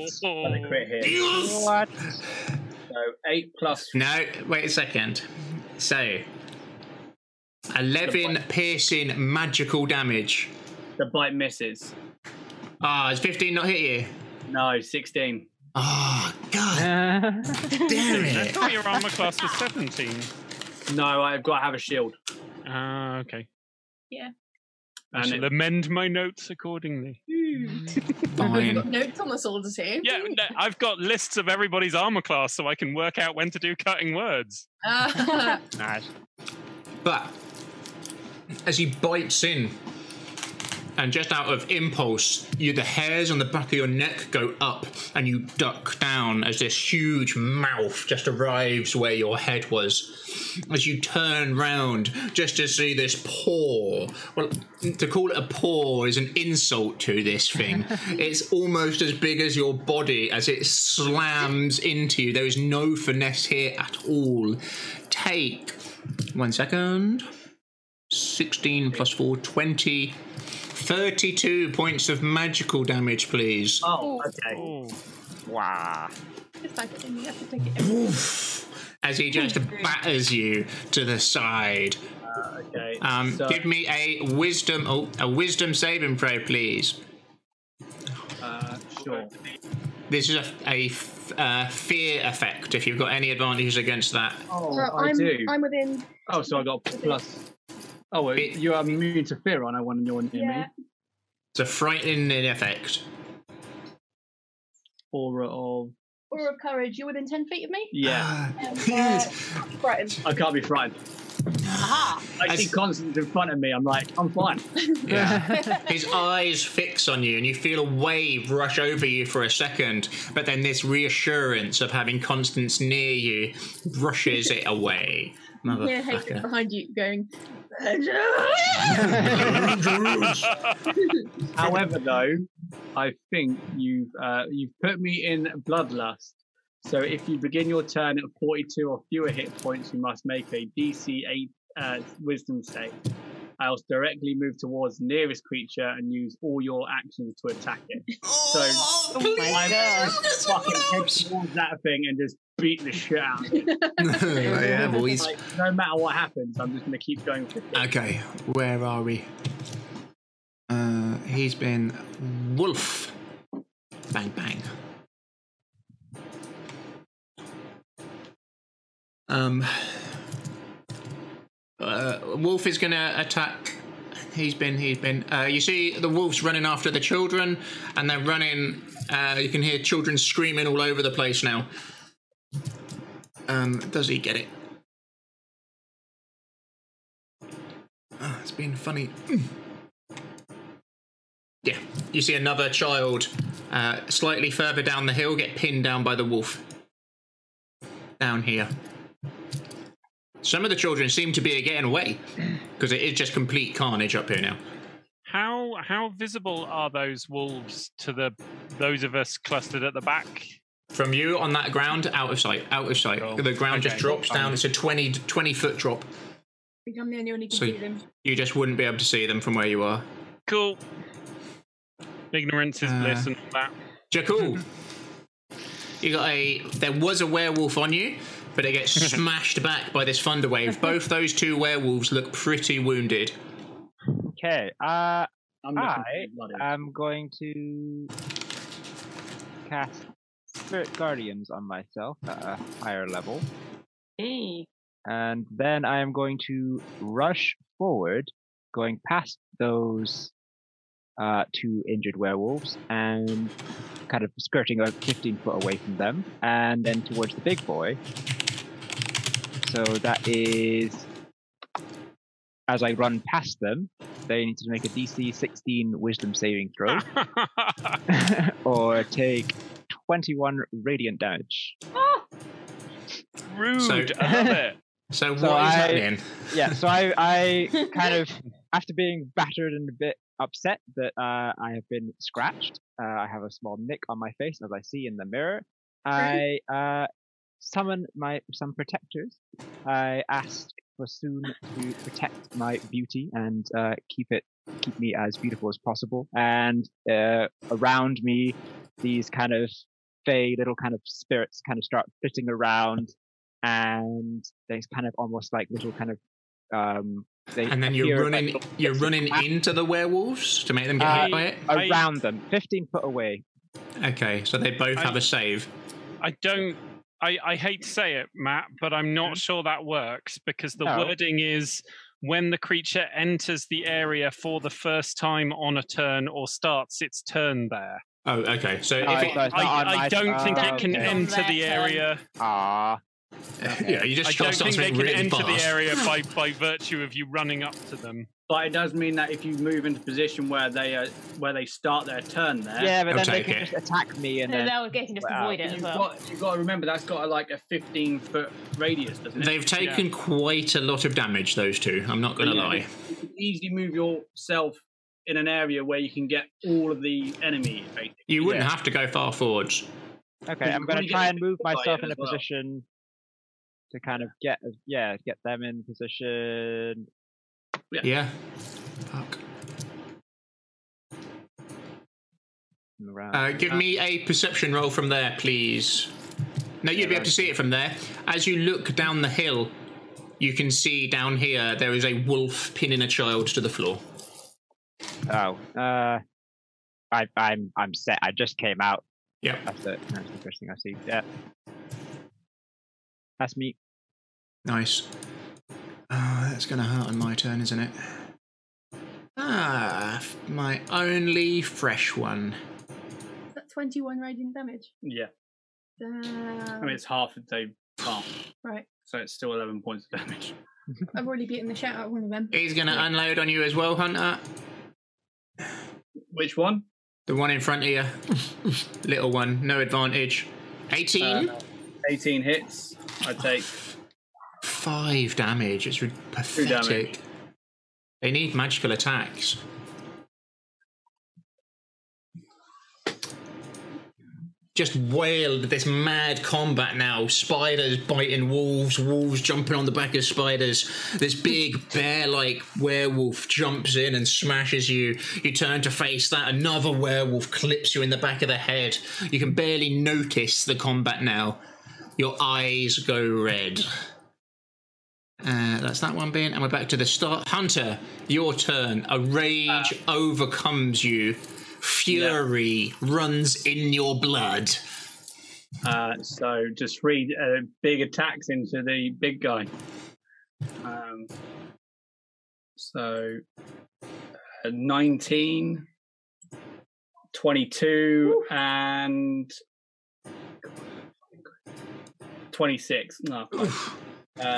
What? So eight plus. No, wait a second. So, 11 piercing magical damage. The bite misses. Ah, has 15 not hit you? No, 16. Oh, God. Damn I thought your armor class was 17. No, I've got to have a shield. Ah, okay. Yeah. I And shall amend my notes accordingly. Hmm. Mm. Fine. Notes on the soldiers here. Yeah, no, I've got lists of everybody's armor class so I can work out when to do cutting words. Ah. Nice. But as he bites in, and just out of impulse, you the hairs on the back of your neck go up, and you duck down as this huge mouth just arrives where your head was. As you turn round, just to see this paw. Well, to call it a paw is an insult to this thing. it's almost as big as your body as it slams into you. There is no finesse here at all. Take one second. 16 plus 4, 20. 32 points of magical damage, please. Oh, okay. Wow. It's like you have to take it every As he just batters you to the side. Uh, okay. Um, so, give me a wisdom oh, a wisdom saving throw, please. uh, sure. This is a, a f- uh, fear effect. If you've got any advantages against that, Oh, Uh, I I'm, do. I'm within. Oh, so I got plus. Oh, well, you are immune to fear on I one and you're near me. Yeah. it's a frightening effect. Aura of. Or of courage. You're within 10 feet of me? Yeah. Ah, Um, uh, frightened. I can't be frightened. Aha! I see Constance in front of me. I'm like, I'm fine. Yeah. His eyes fix on you, and you feel a wave rush over you for a second, but then this reassurance of having Constance near you brushes it away. Yeah, Hayden's Motherfucker. behind you going. However, though, I think you've uh, you've put me in bloodlust. So if you begin your turn at 42 or fewer hit points, you must make a DC 8 uh, Wisdom save. Else, directly move towards the nearest creature and use all your actions to attack it. So I'm just fucking head towards that thing and just beat the shit out. Of it. Oh, yeah, boys. Like, no matter what happens, I'm just gonna keep going. For it. Okay, where are we? Uh, he's been wolf. Bang bang. Um, uh, wolf is gonna attack. He's been. He's been. Uh, you see the wolves running after the children, and they're running. Uh, you can hear children screaming all over the place now. Um, does he get it? Ah, it's been funny. Mm. Yeah, you see another child uh, slightly further down the hill get pinned down by the wolf. Down here. Some of the children seem to be getting away because it is just complete carnage up here now. How how visible are those wolves to the those of us clustered at the back? From you on that ground, out of sight, out of sight. The ground just Okay. drops down. It's a 20, 20 foot drop. think I'm the only one who can So see them. you just wouldn't be able to see them from where you are. Uh, Cool. Ignorance is bliss and all that. Jackal, you got a. There was a werewolf on you, but it gets smashed back by this thunder wave. Both those two werewolves look pretty wounded. Okay. Uh, I'm I am going to cast Spirit Guardians on myself at a higher level. Hey. And then I am going to rush forward, going past those uh, two injured werewolves and kind of skirting about 15 foot away from them, and then towards the big boy. So that is. As I run past them, they need to make a DC 16 wisdom saving throw or take 21 radiant damage. Oh. Rude. I love it. So what is happening? Yeah, so I, I kind of, after being battered and a bit upset that uh, I have been scratched, uh, I have a small nick on my face as I see in the mirror. I Right. uh, summon my some protectors. I asked for Soon to protect my beauty and uh, keep it keep me as beautiful as possible. And uh, around me, these kind of fey little kind of spirits kind of start flitting around, and there's kind of almost like little kind of um. They And then you're appear, running. like, you're running into the werewolves to make them get uh, hit by it. around them, fifteen foot away. Okay, so they both have a save. I don't. I, I hate to say it, Matt, but I'm Hmm? not sure that works because the No. wording is when the creature enters the area for the first time on a turn or starts its turn there. Oh, okay. So No, if it's- it, no, it's not I- on I my- don't think it can Okay. enter the area. Ah. Yeah, you just I shot don't think something they can really enter fast. the area by, by virtue of you running up to them. But it does mean that if you move into position where they uh, where they start their turn there. Yeah, but then they can just attack me and then. they can just Wow. avoid it as You've well. got, you've got to remember that's got a, like a 15 foot radius, doesn't it? They've taken quite a lot of damage. Those two. I'm not going to Yeah. lie. You can easily move yourself in an area where you can get all of the enemy. Basically. You wouldn't have to go far forwards. Okay, I'm You've gonna already try got and move hit by myself it in a as well. position to kind of get yeah get them in position. Yeah. Yeah. Uh, give me a perception roll from there, please. No, you'd be able to see it from there. As you look down the hill, you can see down here there is a wolf pinning a child to the floor. Oh, uh, I, I'm I'm set. I just came out. Yeah, that's it. That's the first thing I see. Yeah, that's me. Nice. Uh, that's going to hurt on my turn, isn't it? Ah, f- my only fresh one. Is that 21 radiant damage? Yeah. I Damn. mean, it's half if they can't. Right. So it's still 11 points of damage. I've already beaten the shit out of one of them. He's going to unload on you as well, Hunter. Which one? uh, The one in front of you. Little one, no advantage. 18? Uh, 18 hits. I take. Five damage. It's re- pathetic. damage. They need magical attacks. Just wailed at this mad combat now. Spiders biting wolves, wolves jumping on the back of spiders. This big bear like werewolf jumps in and smashes you. You turn to face that. Another werewolf clips you in the back of the head. You can barely notice the combat now. Your eyes go red. Uh, that's that one being, and we're back to the start. Hunter, your turn. A rage Ah. overcomes you. Fury runs in your blood. Uh, so just read uh, big attacks into the big guy. Um, so uh, 19, 22, and 26. No, close. Oh,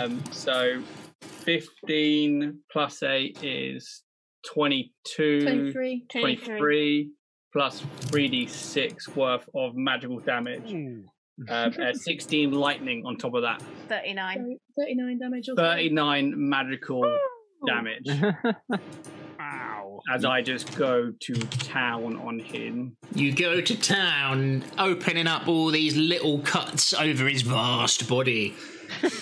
um, so 15 plus 8 is 22. 23. 23 plus 3d6 worth of magical damage. Um, uh, 16 lightning on top of that. 39. 39 damage. also. 39 magical damage. wow. As I just go to town on him. You go to town, opening up all these little cuts over his vast body.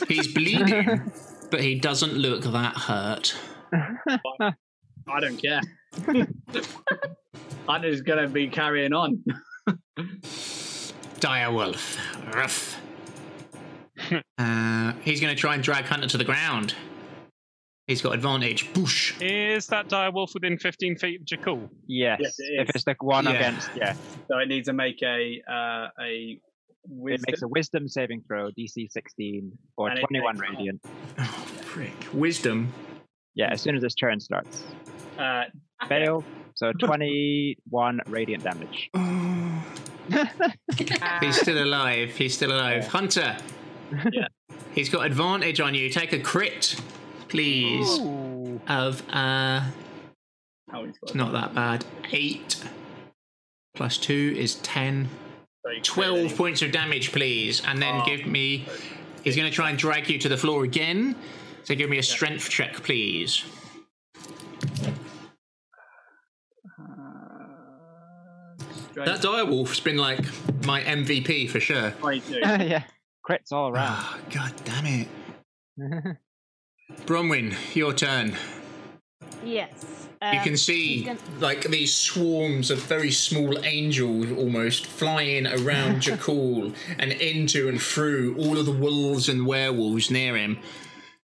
He's bleeding, but he doesn't look that hurt. I don't care. I'm just going to be carrying on. Direwolf. Ruff. uh, he's going to try and drag Hunter to the ground. He's got advantage. Boosh. Is that dire wolf within 15 feet of Jakul? Yes. Yes, it if is. it's the one Yeah. against, yeah. So it needs to make a uh, a It wisdom. makes a wisdom saving throw, DC 16 or And it 21 takes- radiant. Prick. Oh, Wisdom. Yeah, as soon as this turn starts. uh, Fail. So 21 radiant damage. He's still alive. He's still alive. Hunter. Yeah. He's got advantage on you. Take a crit, please. Of uh, how he's got it's not that bad. Eight plus two is ten. Twelve points of damage, please, and then give me. He's going to try and drag you to the floor again. So give me a strength check, please. That direwolf's been like my MVP for sure. Ah, 22. yeah. Crits all around. God damn it. Bronwyn, your turn. Yes. you um, can see he's gonna- like these swarms of very small angels almost flying around Jakul and into and through all of the wolves and werewolves near him.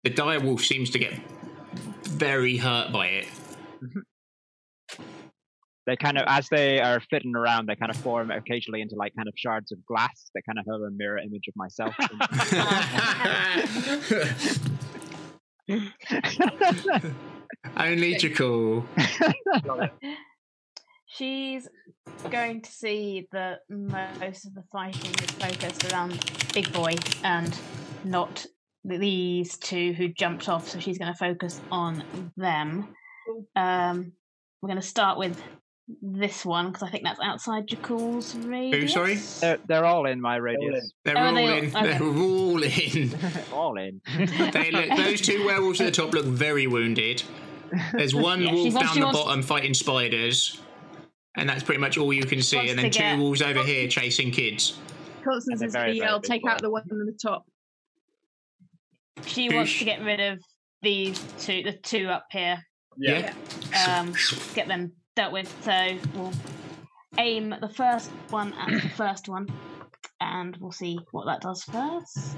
The direwolf seems to get very hurt by it. They kind of, as they are flitting around, they kind of form occasionally into like kind of shards of glass that kind of have a mirror image of myself. Only Jakul. She's going to see that most of the fighting is focused around Big Boy and not these two who jumped off, so she's going to focus on them. Um, we're going to start with this one because I think that's outside Jakul's radius. They're, they're all in my radius. They're Oh, all they all- in. okay. They're all in. all in. they look, those two werewolves at the top look very wounded. There's one Yeah, wolf she's like, down she the wants- bottom fighting spiders, and that's pretty much all you can see. wants And then to two get- Oh. wolves over here chasing kids. Constance they're is very, the very I'll big take out the one on the top. She Who wants sh- to get rid of these two, the two up here. Yeah. um, get them dealt with. So we'll aim the first one at the first one, and we'll see what that does first.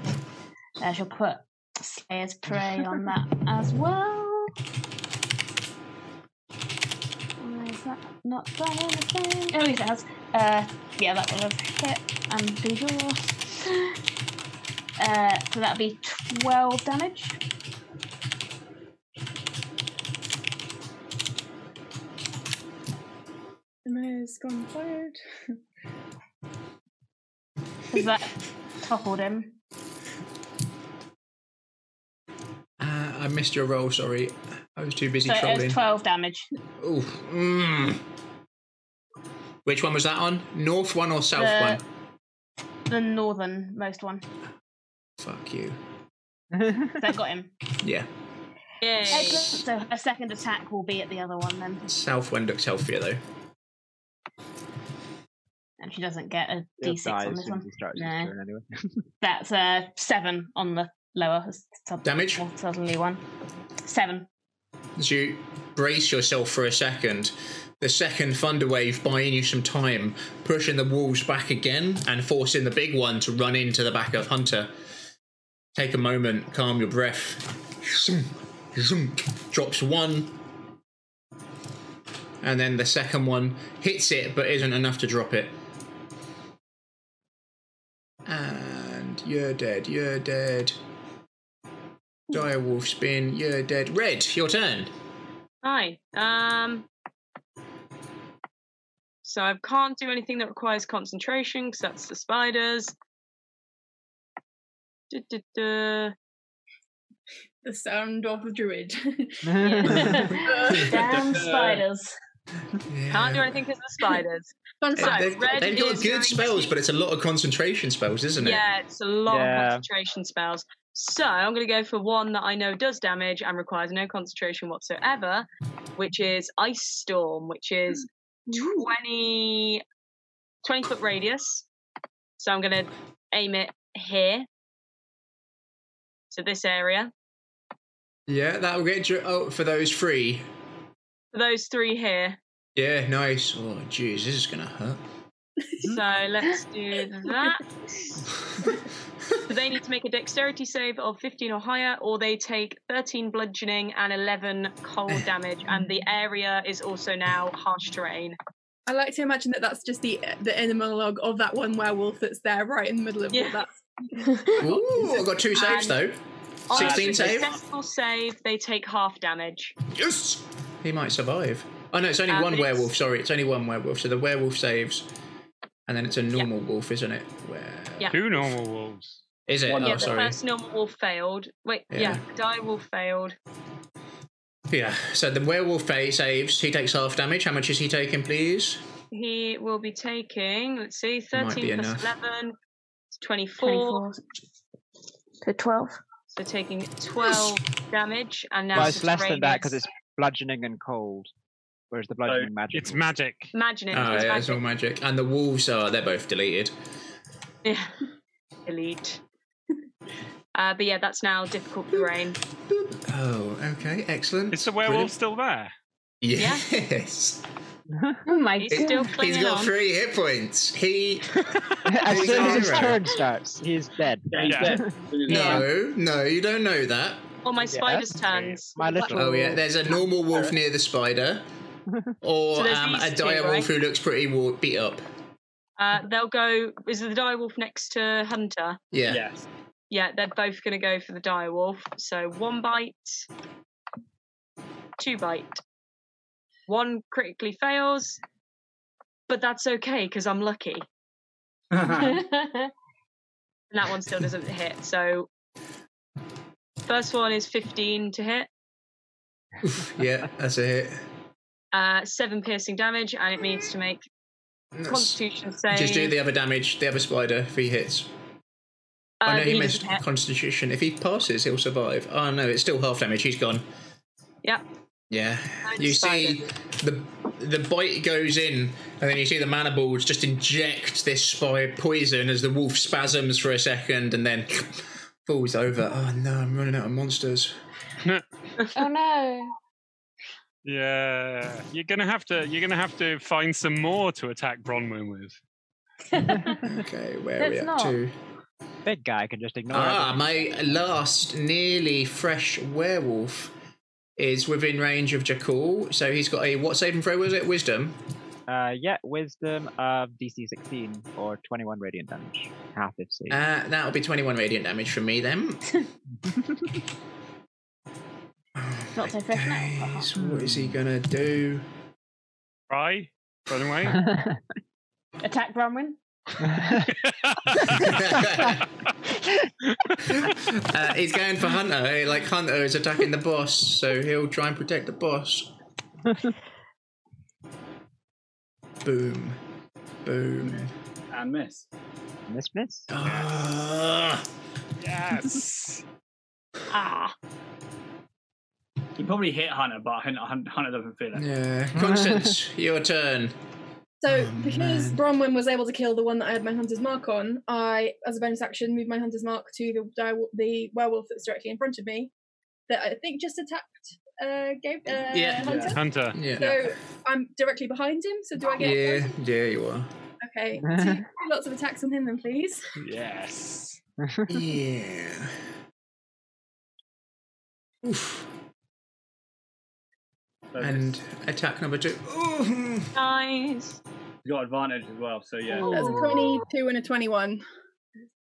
Uh, she'll put Slayer's Prey on that as well. Why is that not done anything? Oh, yes, it has. Uh, yeah, that will have hit, and do yours. Uh, so that'll be 12 damage. Emma has gone fired. Is that toppled him? Uh, I missed your roll. Sorry, I was too busy so it trolling. was 12 damage. Ooh, mm. Which one was that on? North one or south one? The- The northernmost one. Fuck you. that got him. Yeah, Excellent. So her second attack will be at the other one then. south one looks healthier though. And she doesn't get a He'll d6 die on as this soon as one. he starts his No. turn anyway. That's a 7 on the lower s- sub- Damage? or Southerly one. 7. As you brace yourself for a second, the second thunder wave buying you some time, pushing the wolves back again and forcing the big one to run into the back of Hunter. Take a moment, calm your breath. Zoom, zoom. Drops one. And then the second one hits it but isn't enough to drop it. And you're dead, you're dead. Direwolf spin, you're dead. Red, your turn. Hi. Um. So I can't do anything that requires concentration because that's the spiders. Du-du-du. The sound of the druid. Damn spiders. Can't do anything because of the spiders. Fun so they've, red they've is got going good spells, but it's a lot of concentration spells, isn't it? Yeah, it's a lot Yeah. of concentration spells. So I'm going to go for one that I know does damage and requires no concentration whatsoever, which is Ice Storm, which is Hmm. 20, 20 foot radius. So I'm going to aim it here. So this area. Yeah, that will get you. Oh, for those three. Those three here. Yeah, nice. Oh, jeez, this is gonna hurt. So Mm-hmm. let's do that. so they need to make a dexterity save of 15 or higher, or they take 13 bludgeoning and 11 cold damage, and the area is also now harsh terrain. I like to imagine that that's just the the inner monologue of that one werewolf that's there, right in the middle of all Yeah. that. Ooh, I got two saves And- though. On a 16 save. Successful save, they take half damage. Yes! He might survive. Oh no, it's only Um, one but it's- werewolf. Sorry, it's only one werewolf. So the werewolf saves, and then it's a normal wolf, isn't it? Where Yeah. Two normal wolves. is it? One oh, wolf. yeah, the sorry. first normal wolf failed. Wait, yeah, Yeah. the dire wolf failed. Yeah. So the werewolf fa- saves. He takes half damage. How much is he taking, please? He will be taking, let's see, Might be 13 plus enough. 11, it's 24. So 12. So taking 12 damage, and now well, it's less than that Subterraneous- because it's bludgeoning and cold, whereas the bludgeoning magic. It's magic. Imagine it. Oh, it's yeah, it's magic. all magic. And the wolves are, they're both deleted. Yeah. Elite. Uh, but yeah, that's now difficult terrain. Oh, okay, excellent. Is the werewolf still there? Yes. Oh my He's God. still He's clinging got on. three hit points. He. As He's soon as his zero. turn starts, he's dead. Yeah, he's dead. No, no, you don't know that. Or my spider's turns. My little. Oh yeah, there's a normal wolf near the spider, or So there's um, a these two, dire right? wolf who looks pretty war- beat up. Uh, they'll go. Is the dire wolf next to Hunter? Yeah. Yes. Yeah, they're both going to go for the dire wolf. So one bite, two bite. One critically fails, but that's okay because I'm lucky. and that one still doesn't hit. So first one is 15 to hit. Yeah, that's a hit. uh, seven piercing damage, and it needs to make That's- Constitution save. Just do the other damage, the other spider, if he hits. Uh, I know he, he missed doesn't hit. Constitution. If he passes, he'll survive. Oh no, it's still half damage. He's gone. Yeah. Yeah. I You see the the bite goes in, and then you see the mandibles just inject this spy poison as the wolf spasms for a second, and then falls over. Oh no, I'm running out of monsters. Oh no. Yeah, you're gonna have to. You're gonna have to find some more to attack Bronwyn with. Okay, where are we Let's up not. to? Big guy can just ignore Ah, it. my last nearly fresh werewolf is within range of Jakul, so he's got a what saving throw was it? Wisdom. Uh, yeah, wisdom of DC 16 or 21 radiant damage. Half if save. Uh, that'll be 21 radiant damage from me then. Not so fresh now. Jeez, what is he gonna do? Try, run away. Attack Bronwyn. Uh, he's going for Hunter. eh? Like Hunter is attacking the boss, so he'll try and protect the boss. Boom, boom. And miss. miss, miss. Ah. yes. Ah, You probably hit Hunter, but Hun- Hun- Hunter doesn't feel it. Yeah, Constance, your turn. So Oh, because Bronwyn was able to kill the one that I had my hunter's mark on, I, as a bonus action, moved my hunter's mark to the dire- the werewolf that's directly in front of me, that I think just attacked uh, Gabe. Uh, Yeah. Hunter. Hunter. Yeah. So I'm directly behind him. So do I get? Yeah, yeah, you are. Okay. Two, two lots of attacks on him then, please. Yes. yeah. Oof. And attack number two. Ooh. nice. You got advantage as well, so yeah. That's a Ooh. twenty-two and a twenty-one,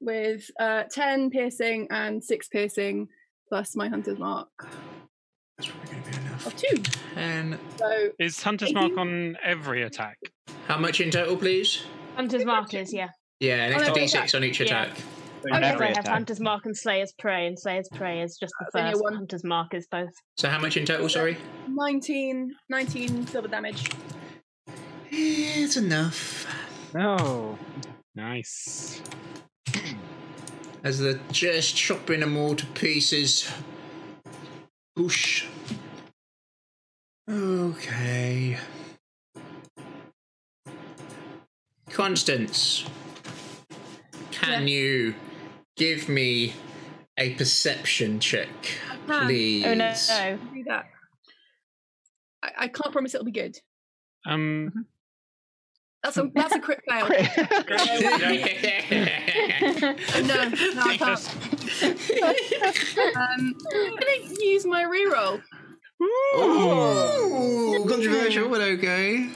with uh, ten piercing and six piercing, plus my hunter's mark That's probably going to be enough. of two. And So Is Hunter's mark on every attack? how much in total, please? Hunter's markers, yeah. Yeah, Oh, an On extra every d6 on each Yeah. attack. On Because every I have attack. Hunter's Mark and Slayer's Prey, and Slayer's Prey is just the That's only a first. one. Hunter's Mark is both. So how much in total? Sorry. 19, 19 silver damage. Yeah, it's enough. No. Nice. As they're just chopping them all to pieces. Boosh. Okay. Constance, can you give me a perception check, Can. please? Oh no, no. Do that. I, I can't promise it'll be good. Um, That's a that's a crit fail. Mm-hmm. no, no, I can't. um, I'm gonna use my reroll. Ooh, controversial, but okay.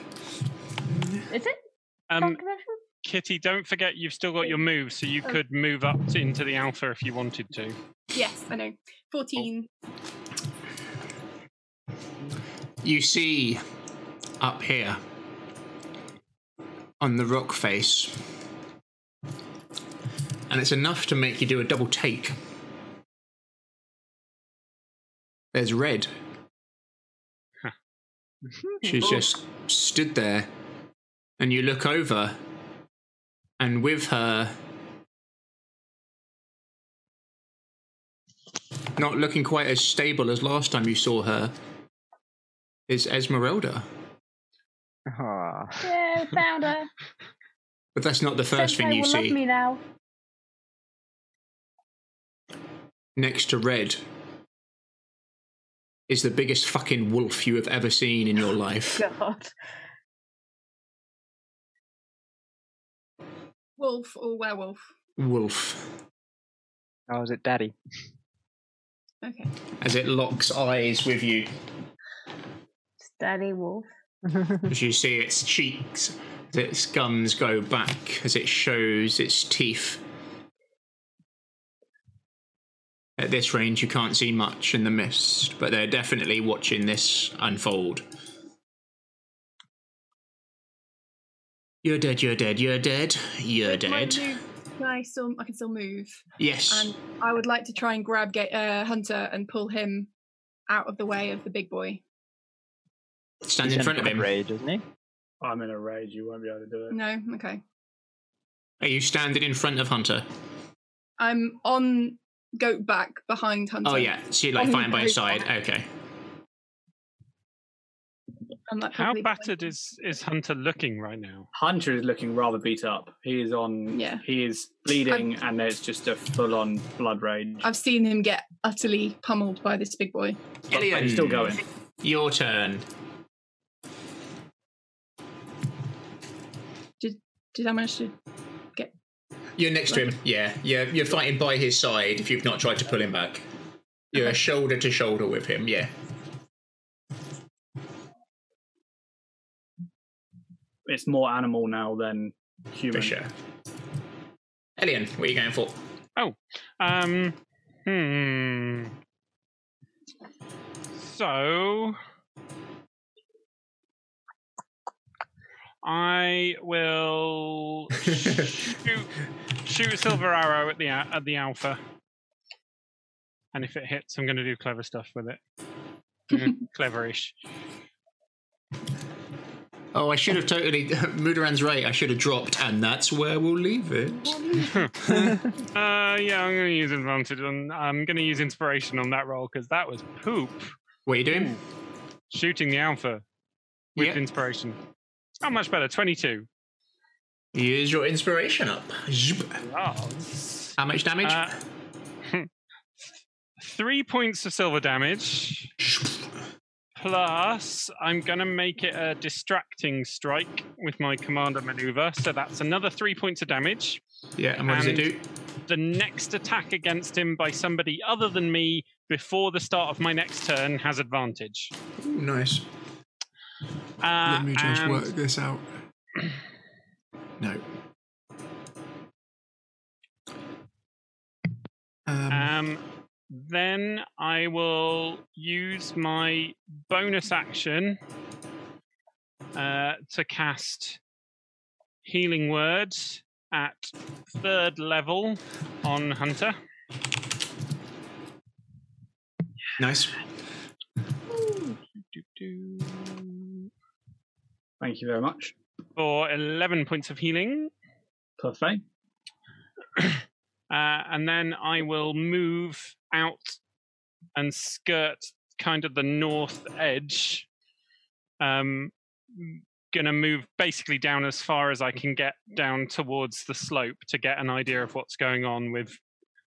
Is it? um, Kitty, don't forget you've still got your move, so you Oh. could move up to, into the alpha if you wanted to. Yes, I know. Fourteen. Oh, You see up here on the rock face, and it's enough to make you do a double take. There's red. Oh. She's just stood there, and you look over, and with her, not looking quite as stable as last time you saw her, is Esmeralda. Yeah, found her. But that's not the first Senpai thing you will see. love me now. Next to red is the biggest fucking wolf you have ever seen in your life. God. Wolf or werewolf? Wolf. Oh, is it Daddy? Okay. As it locks eyes with you. Daddy Wolf. As you see its cheeks, as its gums go back, as it shows its teeth. At this range, you can't see much in the mist, but they're definitely watching this unfold. You're dead, you're dead, you're dead, you're dead. My move, can I still I can still move. Yes. And I would like to try and grab Ga- uh, Hunter and pull him out of the way of the big boy. Stand in front of him. Rage, isn't he? I'm in a rage. You won't be able to do it. No, okay. Are you standing in front of Hunter? I'm on goat back behind Hunter. Oh yeah, so you're like On fine by his goat side. back. Okay. I'm like How probably- battered is, is Hunter looking right now? Hunter is looking rather beat up. He is on. Yeah. He is bleeding, and it's just a full-on blood rage. I've seen him get utterly pummeled by this big boy. Illion, he's still going. Your turn. Did did I manage to get? You're next to him. Yeah, yeah. You're fighting by his side. If you've not tried to pull him back, you're shoulder to shoulder with him. Yeah. It's more animal now than human. For sure. Elian, what are you going for? Oh, um, hmm. So, I will shoot, shoot a silver arrow at the a- at the alpha, and if it hits, I'm going to do clever stuff with it. Mm, Cleverish. Oh, I should have totally. Mudaran's right. I should have dropped, and that's where we'll leave it. Uh, yeah, I'm going to use advantage on. I'm going to use inspiration on that roll because that was poop. What are you doing? Shooting the alpha with inspiration. How much better? Twenty-two. Use your inspiration up. Zip. How much damage? Uh, three points of silver damage. Plus, I'm going to make it a distracting strike with my commander maneuver. So that's another three points of damage. Yeah, and what does it do? The next attack against him by somebody other than me before the start of my next turn has advantage. nice. Uh, Let me just and work this out. No. Um, then I will use my bonus action uh, to cast Healing Word at third level on Hunter. Nice. Thank you very much. For 11 points of healing. Perfect. Uh, and then I will move out and skirt kind of the north edge. Um, gonna move basically down as far as I can get down towards the slope to get an idea of what's going on with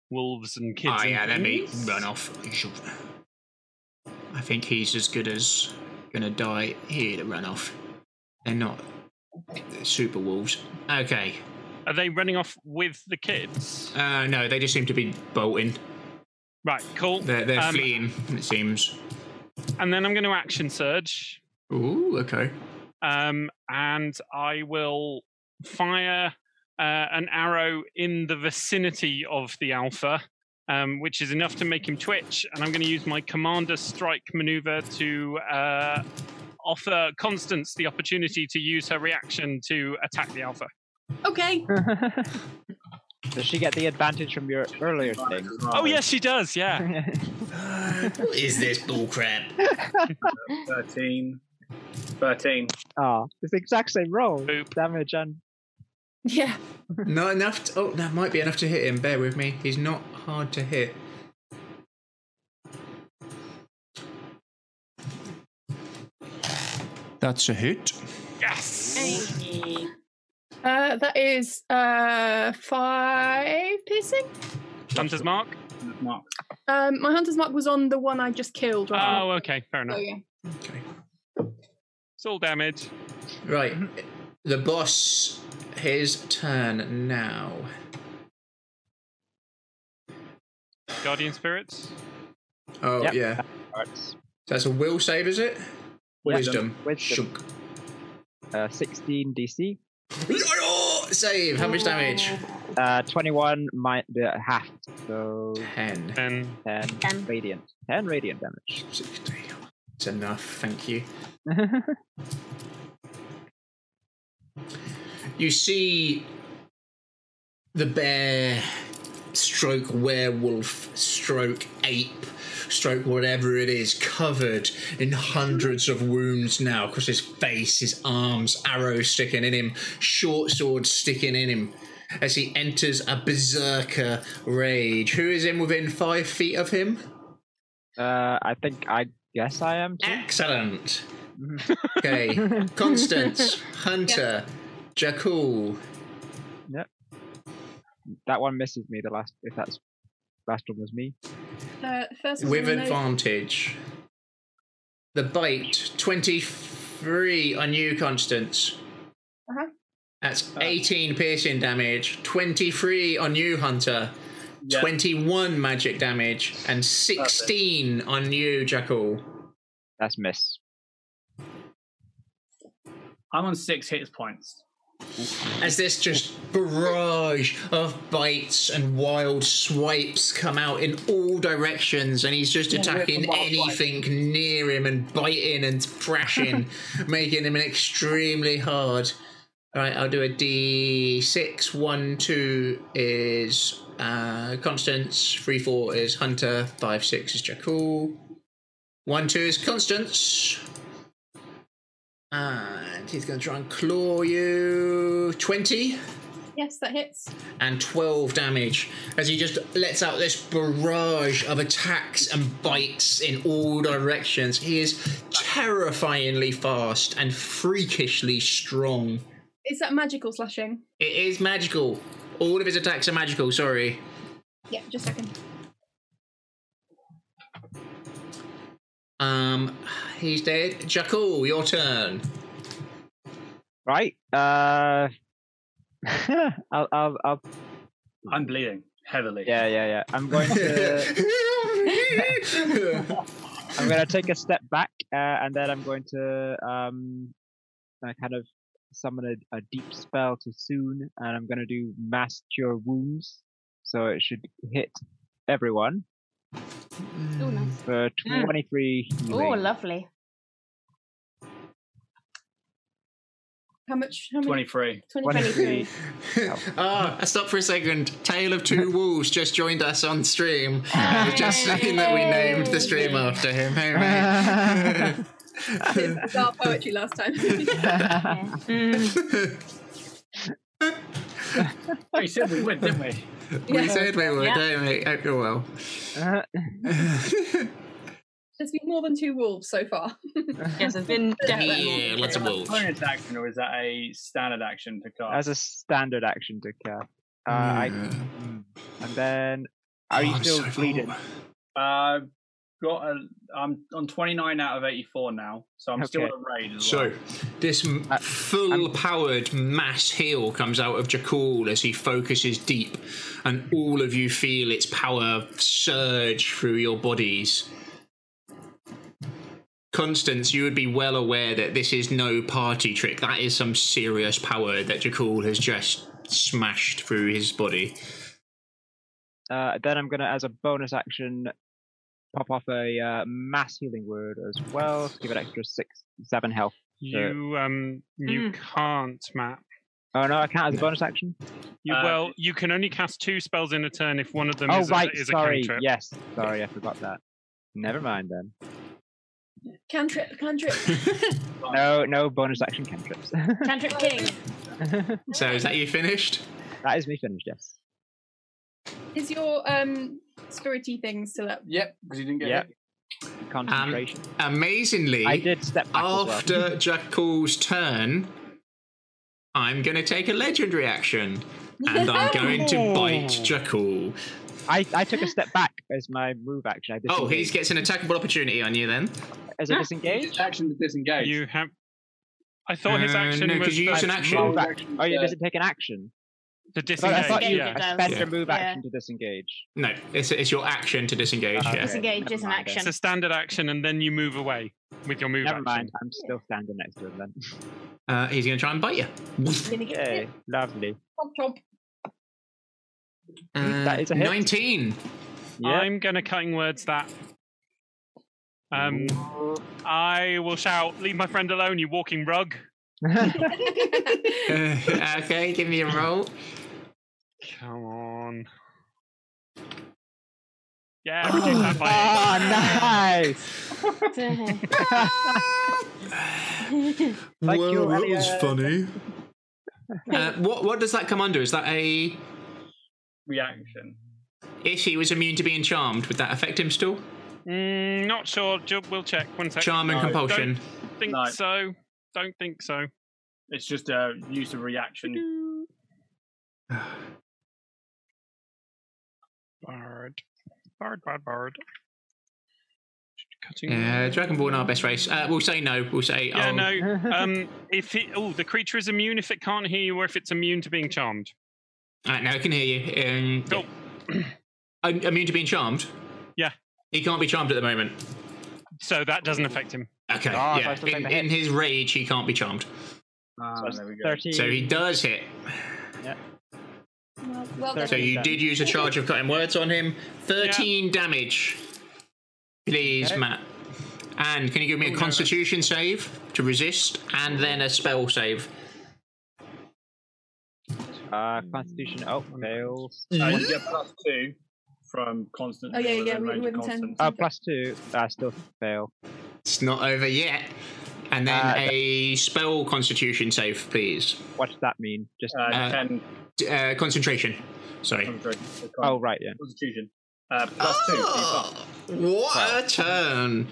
wolves and kids. Ah, and yeah, let me things. run off. I think he's as good as gonna die here to run off. They're not super wolves. Okay. Are they running off with the kids? Uh, no, they just seem to be bolting. Right, cool. They're, they're Um, fleeing, it seems. And then I'm going to action surge, Ooh, okay. um, and I will fire uh, an arrow in the vicinity of the alpha, um, which is enough to make him twitch. And I'm going to use my commander strike maneuver to uh, offer Constance the opportunity to use her reaction to attack the alpha. Okay. Does she get the advantage from your earlier thing? Oh yes, she does. Yeah. What is this bullcrap? 13. 13. Ah, it's the exact same roll. Damage and yeah. Not enough. To, oh, that might be enough to hit him. Bear with me. He's not hard to hit. That's a hit. Yes. Uh, that is uh, five piercing. Hunter's mark. Mark. Um, my hunter's mark was on the one I just killed. Right Oh, okay, fair enough. So, yeah. It's all damage. Right. The boss. His turn now. Guardian spirits. Oh Yep. yeah. That's a will save, is it? Wisdom. Wisdom. Uh, 16 DC. Oh, Save. How much damage? Uh, 21 my the half. So 10. 10. 10. Radiant. 10 radiant damage. It's enough. Thank you. you see the bear stroke werewolf stroke ape stroke whatever it is covered in hundreds of wounds now across his face his arms arrows sticking in him short swords sticking in him as he enters a berserker rage who is in within five feet of him Uh, I think I guess I am. Too. excellent okay constance hunter Jakul. Yep. That one misses me. The last, if that's last one was me. Oh, Uh, first was with on the nose. advantage. The bite, 23 on you, Constance. Uh-huh. That's 18 piercing damage, 23 on you, Hunter, Yeah. 21 magic damage, and 16 on you, Jackal. That's miss. I'm on six hit points. As this just barrage of bites and wild swipes come out in all directions, and he's just Yeah, we're attacking from wild anything near him and biting and thrashing, making him extremely hard. All right, I'll do a D6. One, two is uh, Constance. Three, four is Hunter. Five, six is Jakul. One, two is Constance. And he's going to try and claw you. 20 Yes, that hits. and 12 damage as he just lets out this barrage of attacks and bites in all directions. He is terrifyingly fast and freakishly strong. Is that magical slashing? It is magical. All of his attacks are magical, sorry. Yeah, just a second. Um, he's dead. Jakul, your turn. Right. Uh, I'll, I'll, I'll. I'm bleeding heavily. Yeah, yeah, yeah. I'm going to. I'm going to take a step back, uh, and then I'm going to um, uh, kind of summon a, a deep spell to soon, and I'm going to do mass cure wounds, so it should hit everyone Oh, nice. for Mm. 23 Oh, healing. lovely. How much? How many? 23. 23. Ah, I stopped for a second. Tale of Two Wolves just joined us on stream. I was just saying that we named the stream after him. Hey, mate. It's our poetry last time. We said we would, didn't we? we said we would, Yeah. hey, mate. Hope you're well. There's been more than two wolves so far. yes, there's been Yeah, lots of Is wolves. that a bonus action or is that a standard action to cast? As a standard action to cast. Uh, I, Mm. and then Are you Oh, I'm still so bleeding? Uh, got a. I'm on 29 out of 84 now, so I'm still at Okay. a raid. As So, this m Uh, full powered mass heal comes out of Jakul as he focuses deep, and all of you feel its power surge through your bodies. Constance, you would be well aware that this is no party trick. That is some serious power that Jakul has just smashed through his body. Uh, then I'm gonna, as a bonus action, pop off a uh, mass healing word as well. to give it extra six, seven health. to- You um you can't map. oh no, I can't as a No. bonus action. You Uh, well you can only cast two spells in a turn if one of them oh is, right, a, is sorry. a cantrip. yes, sorry, I forgot that. Never mind then. Cantrip, cantrip. No, no bonus action cantrips. Cantrip King. so is that you finished? That is me finished. Yes. Is your um security thing still up? Yep, because you didn't get Yep. Concentration. Amazingly, Um, I did step back as well. after Jackal's turn, I'm going to take a legendary action, and I'm going to bite Jackal. Oh, I, I took a step back as my move action. I Oh, he disengaged. gets an attackable opportunity on you then. As a disengage? Ah, Action to disengage. You have. I thought his Uh, action no, 'cause was you used that an action. move Oh, yeah, uh, does it take an action? The I thought- I thought disengage, you yeah. I spent Yeah. a move Yeah. action to disengage. No, it's it's your action to disengage. Ah, yeah. Disengage is an action. Uh, It's a standard action, and then you move away with your move Never action. mind, I'm still standing next to him then. Uh, he's going to try and bite you. Yay, lovely. Chomp, chomp. that is a hit. 19. I'm gonna cutting words that. Um, I will shout, "Leave my friend alone, you walking rug." Uh, okay, give me a roll. Come on. Oh, Yeah, reduce that by Ah, nice! Thank well, you, that was Elliot. funny. uh, what what does that come under? Is that a reaction? If he was immune to being charmed, would that affect him still? Mm, not sure. Ju- We'll check. One second. Charm and No. compulsion. Don't think No. so. Don't think so. It's just a use of reaction. Bard. Bard, bard, bard. Cutting. Yeah, Dragonborn are best race. Uh, we'll say no. We'll say Yeah, oh. no. Um, if it, oh, the creature is immune if it can't hear you, or if it's immune to being charmed. Alright, now I can hear you. Um, cool. immune to being charmed. Yeah. He can't be charmed at the moment. So that doesn't affect him. Okay. Ah, so I yeah. still take In, the hit. in his rage, he can't be charmed. Um, there we go. 13. So he does hit. Well, Oh, well done. So you did use a charge of cutting words on him. Thirteen damage. Please, Matt. And can you give me a Constitution save to resist, and then a spell save? Uh, Constitution. Oh, fails. Uh, you get plus two from constant. Oh, yeah, within yeah, range we- of within constant. Uh, plus two. I still fail. Uh, It's not over yet. And then a spell Constitution save, please. What does that mean? Just Uh, ten. d- uh, concentration. Sorry. Oh, right, yeah. Constitution. Uh, plus two. so you can't. Ah! What a turn!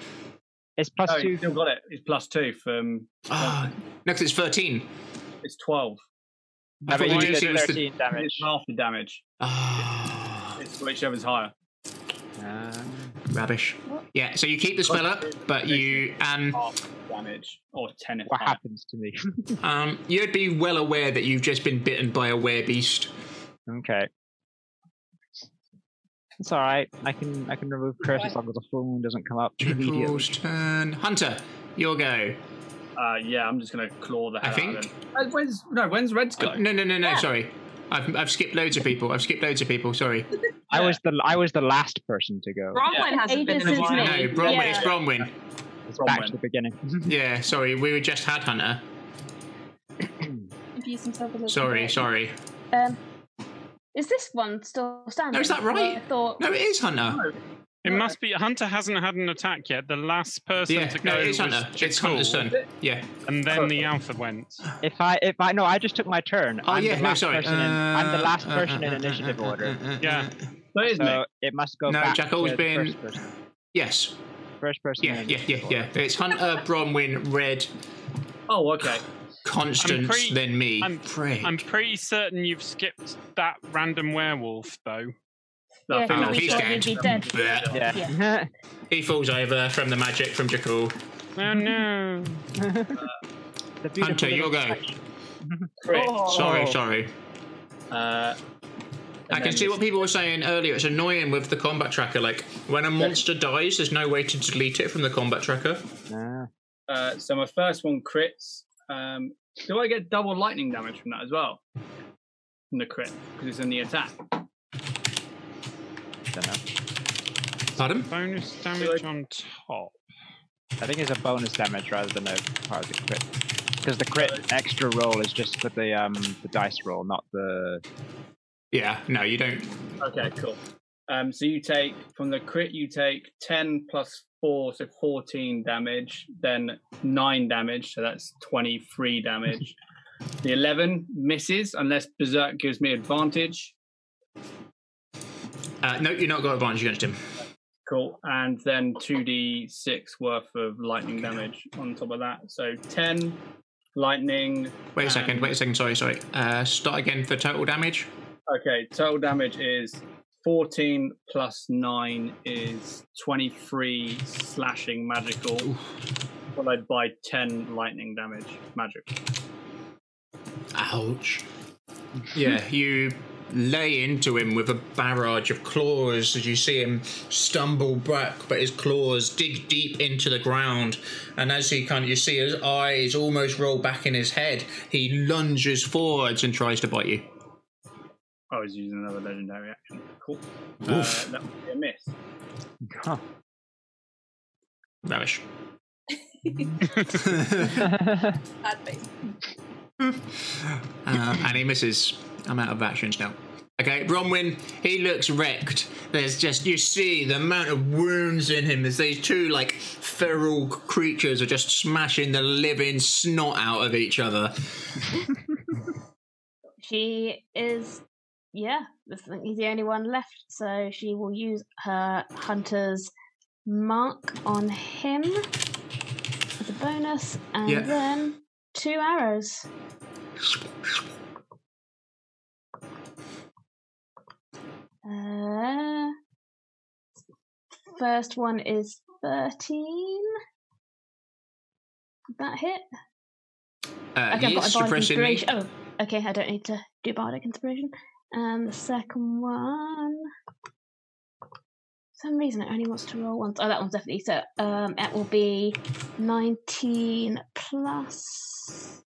It's plus no, two. Oh, You still got it. It's plus two from. Ah, no, 'cause it's thirteen. It's twelve. I thought the DC was the- damage. It's half the damage. Ah, It's whichever's higher. Um, Rubbish. Yeah, so you keep the spell up, but you um damage or ten. if What higher. happens to me? um you'd be well aware that you've just been bitten by a werebeast. okay. It's all right. I can I can remove curse as long as the full moon doesn't come up immediately. Dracul's turn. Hunter, your go. Uh, yeah, I'm just gonna claw the I hell out of think. Uh, him. Uh, when's no? When's Red's go? No, no, no, no. Sorry, I've I've skipped loads of people. I've skipped loads of people. Sorry. I was the I was the last person to go. Bronwyn hasn't been in a while. No, Bronwyn. It's Bronwyn. It's back to the beginning. Yeah, sorry. We were just had Hunter. Confuse himself a little Sorry, bit. sorry. Um, is this one still standing? No, is that Well, right? I thought. No, it is Hunter. It must be Hunter hasn't had an attack yet. The last person Yeah, to go no, it is was Hunter. It's Jakul, Hunter's turn. Yeah. and then the alpha went. If I if I no, I just took my turn. Oh, I'm yeah, the no, last sorry. Person in, I'm the Uh, last uh, person uh, in uh, initiative order. yeah. So it must go uh, No, back. Jackal's to the been- first person. Yes. First person. Yeah, in yeah, yeah, initiative yeah. It's Hunter, Bronwyn, Red, Oh, okay. Constance, pretty- then me. I'm, Pray. I'm pretty certain you've skipped that random werewolf though. No, Yeah, I think he'd that's- be dead. He'd be dead. Yeah. Yeah. He falls over from the magic from Jakul. Oh Uh, no. Hunter, your go. Correct. Oh. Sorry, sorry. Uh, I can then see this- what people were saying earlier. It's annoying with the combat tracker. Like when a monster dies, there's no way to delete it from the combat tracker. Uh, so my first one crits. Um, do I get double lightning damage from that as well? From the crit because it's in the attack. Pardon? Bonus damage on top. I think it's a bonus damage rather than a part of the crit. Because the crit extra roll is just for the um the dice roll, not the. Yeah. No, you don't. Okay, cool. Um, so you take from the crit, you take ten plus four, so fourteen damage. Then nine damage, so that's twenty-three damage. The eleven misses unless Berserk gives me advantage. Uh, no, you're not got advantage against him. Cool. And then 2d6 worth of lightning damage on top of that. So 10 lightning. Wait a and- second. Wait a second. Sorry, sorry. Uh, start again for total damage. Okay, total damage is 14 plus 9 is 23 slashing magical, followed by 10 lightning damage magic. Ouch. Yeah, you lay into him with a barrage of claws as you see him stumble back, but his claws dig deep into the ground. And as he kind of, you see his eyes almost roll back in his head, he lunges forwards and tries to bite you. I was Oh, using another legendary action. Cool. Uh, Oof. that would be a miss. Rubbish. Bad face. Uh, and he misses. I'm out of actions now. Okay, Bronwyn, he looks wrecked. There's just, you see the amount of wounds in him as these two, like, feral creatures are just smashing the living snot out of each other. She is, yeah, I think he's the only one left, so she will use her hunter's mark on him as a bonus, and Yeah. then two arrows. Uh, first one is 13. Did that hit? Uh, okay, he I've got is a bardic suppressing me. inspiration. Oh, okay, I don't need to do bardic inspiration. And the second one. For some reason it only wants to roll once. Oh, that one's definitely so. Um, it will be 19 plus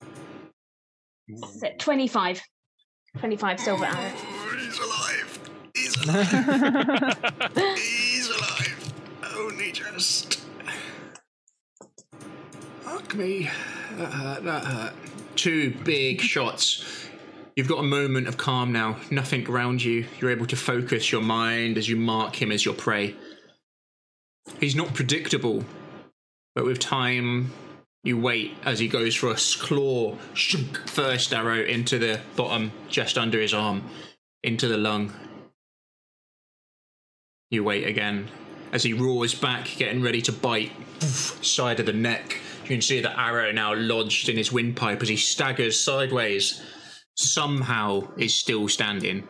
si- 25. 25 silver arrow. He's alive. He's alive. He's alive. Only just. Fuck me. That hurt, that hurt. Two big shots. You've got a moment of calm now. Nothing around you. You're able to focus your mind as you mark him as your prey. He's not predictable, but with time, you wait as he goes for a s- claw. shunk, First arrow into the bottom, just under his arm, into the lung. You wait again as he roars back, getting ready to bite. Oof, side of the neck. You can see the arrow now lodged in his windpipe as he staggers sideways. Somehow is still standing.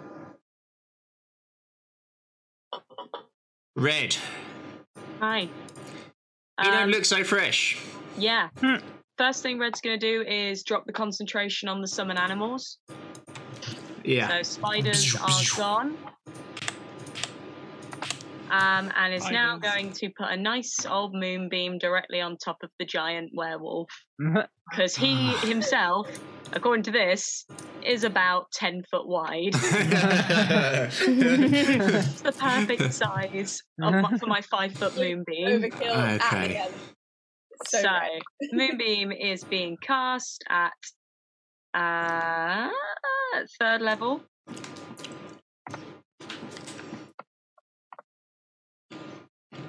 Red, Hi. you Um, don't look so fresh. Yeah. First thing Red's going to do is drop the concentration on the summon animals. Yeah. So spiders are gone. Um, and is now going to put a nice old moonbeam directly on top of the giant werewolf. Because he himself, according to this, is about 10 foot wide. it's the perfect size of my, for my five foot moonbeam. Overkill at the Okay. end. So, Moonbeam is being cast at uh, third level.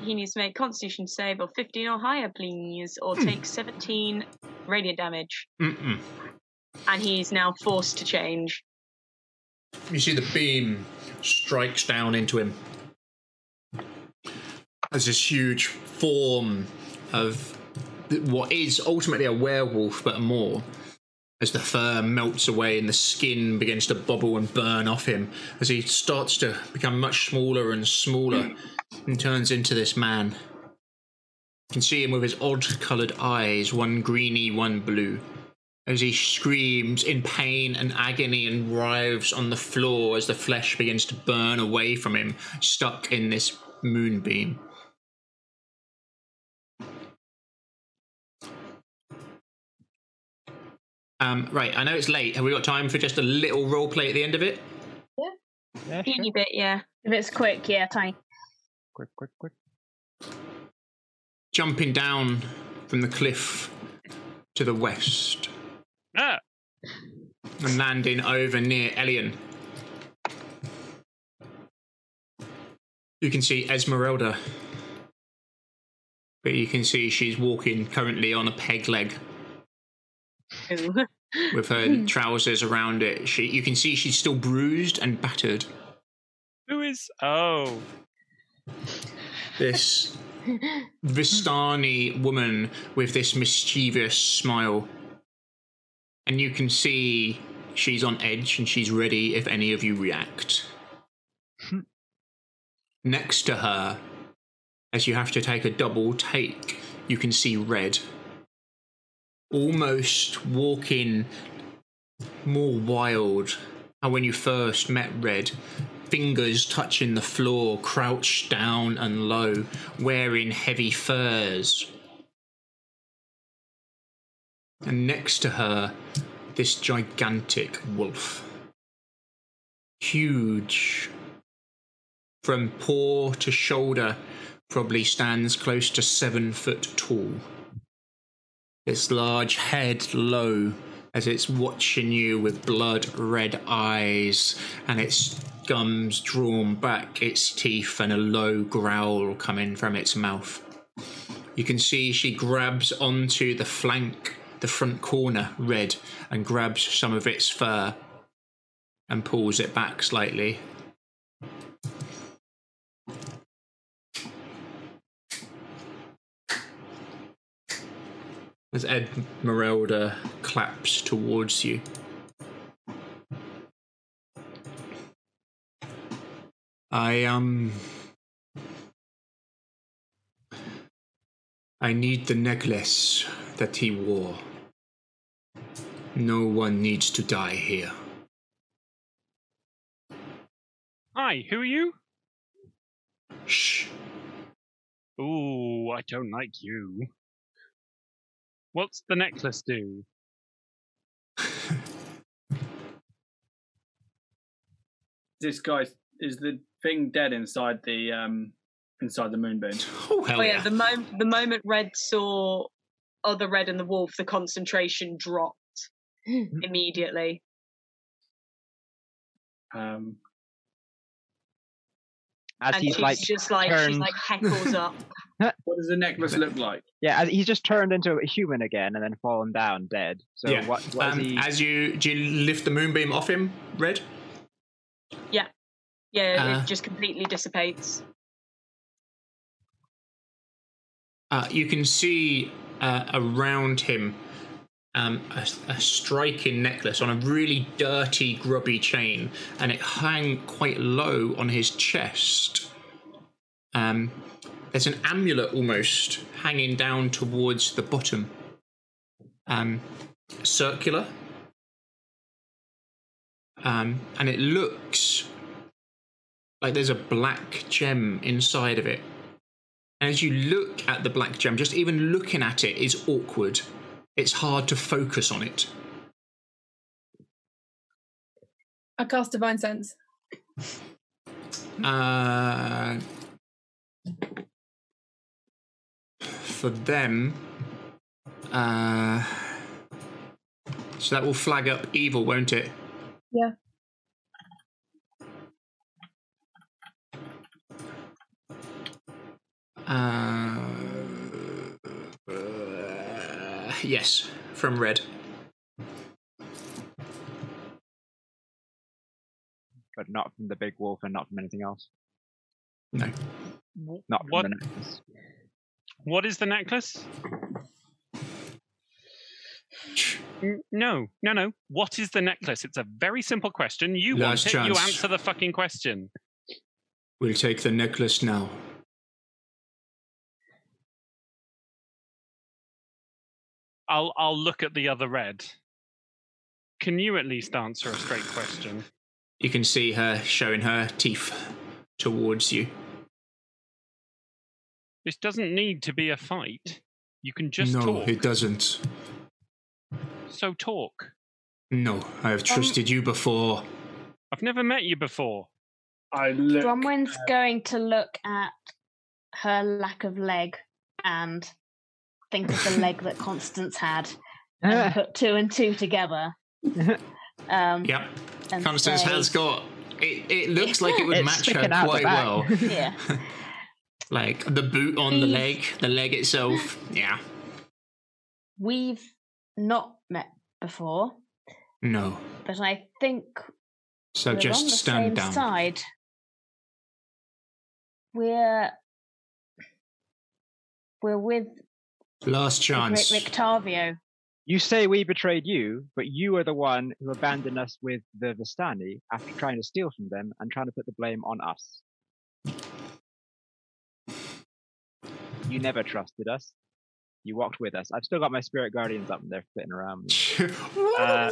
He needs to make Constitution save of 15 or higher, please, or take 17 radiant damage. Mm-mm. And he's now forced to change. You see the beam strikes down into him. As this huge form of th- what is ultimately a werewolf, but more, as the fur melts away and the skin begins to bubble and burn off him, as he starts to become much smaller and smaller and turns into this man. You can see him with his odd coloured eyes, one greeny, one blue, as he screams in pain and agony and writhes on the floor as the flesh begins to burn away from him, stuck in this moonbeam. Um, right, I know it's late. Have we got time for just a little role play at the end of it? Teeny bit, yeah. If it's quick, yeah, tiny. Quick, quick, quick. Jumping down from the cliff to the west Ah, and landing over near Elian. You can see Esmeralda, but you can see she's walking currently on a peg leg. with Hmm. her trousers around it. She, you can see she's still bruised and battered. who is? Oh, This Vistani woman with this mischievous smile, and you can see she's on edge and she's ready if any of you react. Next to her, as you have to take a double take, you can see red. Almost walking more wild and when you first met Red, fingers touching the floor, crouched down and low, wearing heavy furs. And next to her, this gigantic wolf. Huge. From paw to shoulder, probably stands close to seven foot tall. Its large head low as it's watching you with blood red eyes and its gums drawn back, its teeth, and a low growl coming from its mouth. You can see she grabs onto the flank, the front corner, red, and grabs some of its fur and pulls it back slightly. As Esmeralda claps towards you. I um I need the necklace that he wore. No one needs to die here. hi. Who are you? Shh. Ooh, I don't like you. What's the necklace do? This guy is the thing dead inside the um inside the moonbeam. Oh oh yeah, the moment the moment Red saw other Red and the Wolf, the concentration dropped immediately. Um, as and he's she's like just like she's turned- like heckles up. what does the necklace look like? Yeah, as he's just turned into a human again and then fallen down dead. So yeah. what? what is um, he? As you do, you lift the moonbeam off him, Red. Yeah. Yeah, Uh. it just completely dissipates. Uh, you can see uh, around him um, a, a striking necklace on a really dirty, grubby chain, and it hung quite low on his chest. Um, there's an amulet almost hanging down towards the bottom. Um, circular. Um, and it looks like there's a black gem inside of it. As you look at the black gem, just even looking at it is awkward. It's hard to focus on it. I cast divine sense. Uh, for them, uh, so that will flag up evil, won't it? Yeah. Uh, Uh, yes, from red. But not from the big wolf and not from anything else. No. Not from What- the necklace. What is the necklace? N- No, no, no. What is the necklace? It's a very simple question. You Last want it, you chance. answer the fucking question. We'll take the necklace now. I'll I'll look at the other red. Can you at least answer a straight question? You can see her showing her teeth towards you. This doesn't need to be a fight. You can just no, talk. it doesn't. So talk. No, I have trusted you before. I've never met you before. I Bronwyn's going to look at her lack of leg and think of the leg that Constance had and put two and two together. Um, Yep. and Constance say- has got. It, it looks like it would It's match her sticking out the quite back. well. yeah. Like the boot on the Please. leg, the leg itself. Yeah. We've not met before, No. but I think So we're just on the stand same down. side. We're we're with Last the great chance. Rictavio. You say we betrayed you, but you are the one who abandoned us with the Vistani after trying to steal from them and trying to put the blame on us. You never trusted us. You walked with us. I've still got my spirit guardians up and they're flitting around. Uh,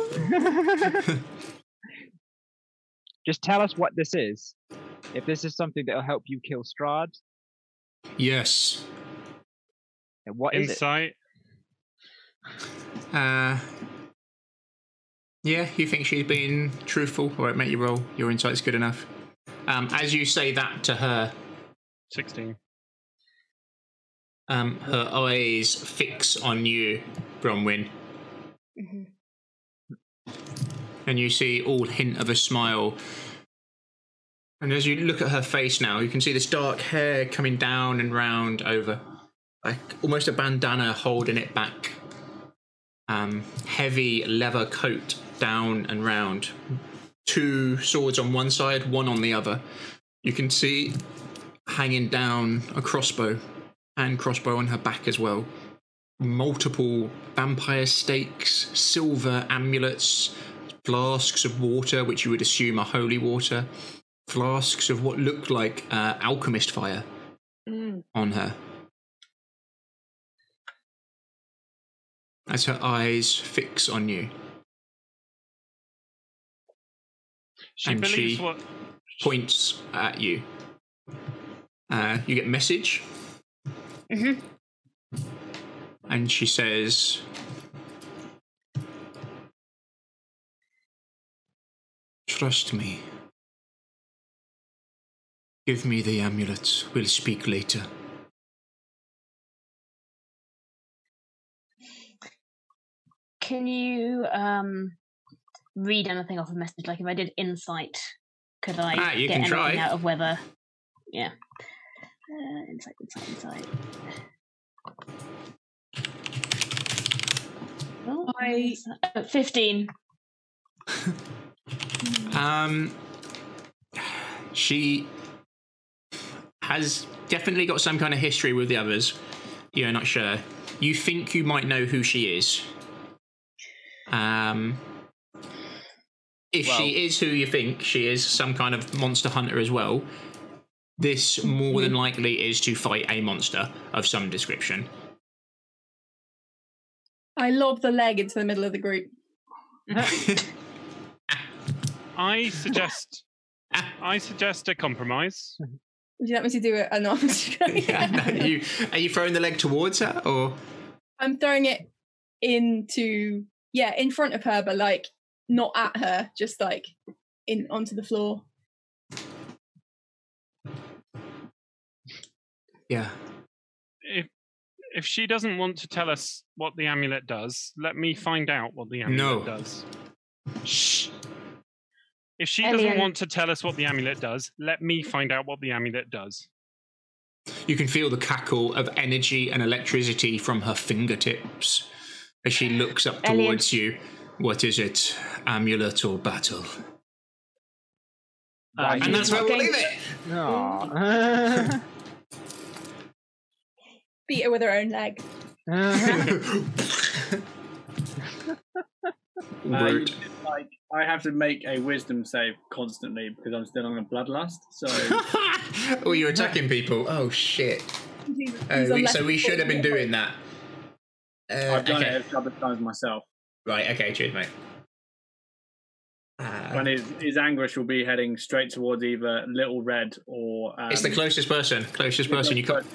just tell us what this is. If this is something that'll help you kill Strahd, Yes. then what is it? Insight. Uh, yeah, you think she's been truthful? All right, make your roll. Your insight's good enough. Um, as you say that to her, sixteen. Um, her eyes fix on you, Bronwyn, Mm-hmm. and you see all hint of a smile. And as you look at her face now, you can see this dark hair coming down and round over, like almost a bandana holding it back. Um, heavy leather coat down and round. Two swords on one side, one on the other. You can see hanging down a crossbow and crossbow on her back as well. Multiple vampire stakes, silver amulets, flasks of water, which you would assume are holy water, flasks of what looked like uh, alchemist fire Mm-hmm. on her. As her eyes fix on you, She and believes she what points at you. Uh, you get message. Mhm. and she says, Trust me. Give me the amulet. We'll speak later. Can you um read anything off a message? Like if I did insight, could I Ah, you get can anything try. out of whether? Yeah. Uh, insight, insight, insight. Oh, uh, Fifteen. Um, she has definitely got some kind of history with the others. You're not sure. You think you might know who she is. Um, if she is who you think she is, some kind of monster hunter as well. This more than likely is to fight a monster of some description. I lob the leg into the middle of the group. I suggest. I suggest a compromise. Would you like me to do it? I know I'm just joking. are, you, are you throwing the leg towards her, or I'm throwing it into yeah, in front of her, but like not at her, just like in onto the floor. yeah? If if she doesn't want to tell us what the amulet does, let me find out what the amulet No. does. Shh. If she doesn't Elian. want to tell us what the amulet does, let me find out what the amulet does. You can feel the cackle of energy and electricity from her fingertips as she looks up Elliot. towards you. What is it? Amulet or battle? Why and you- that's where we'll leave it. Aw. Oh. Beat her with her own leg. Uh, you Rude. did, like, I have to make a wisdom save constantly because I'm still on a bloodlust. So oh, you're attacking people. Oh shit. Oh, we- so we should have been doing that. Uh, I've done okay. it a couple of times myself. Right. Okay. Cheers, mate. Ah. and his, his anguish will be heading straight towards either Little Red or. Um, it's the closest person. Closest yeah, person. You can't.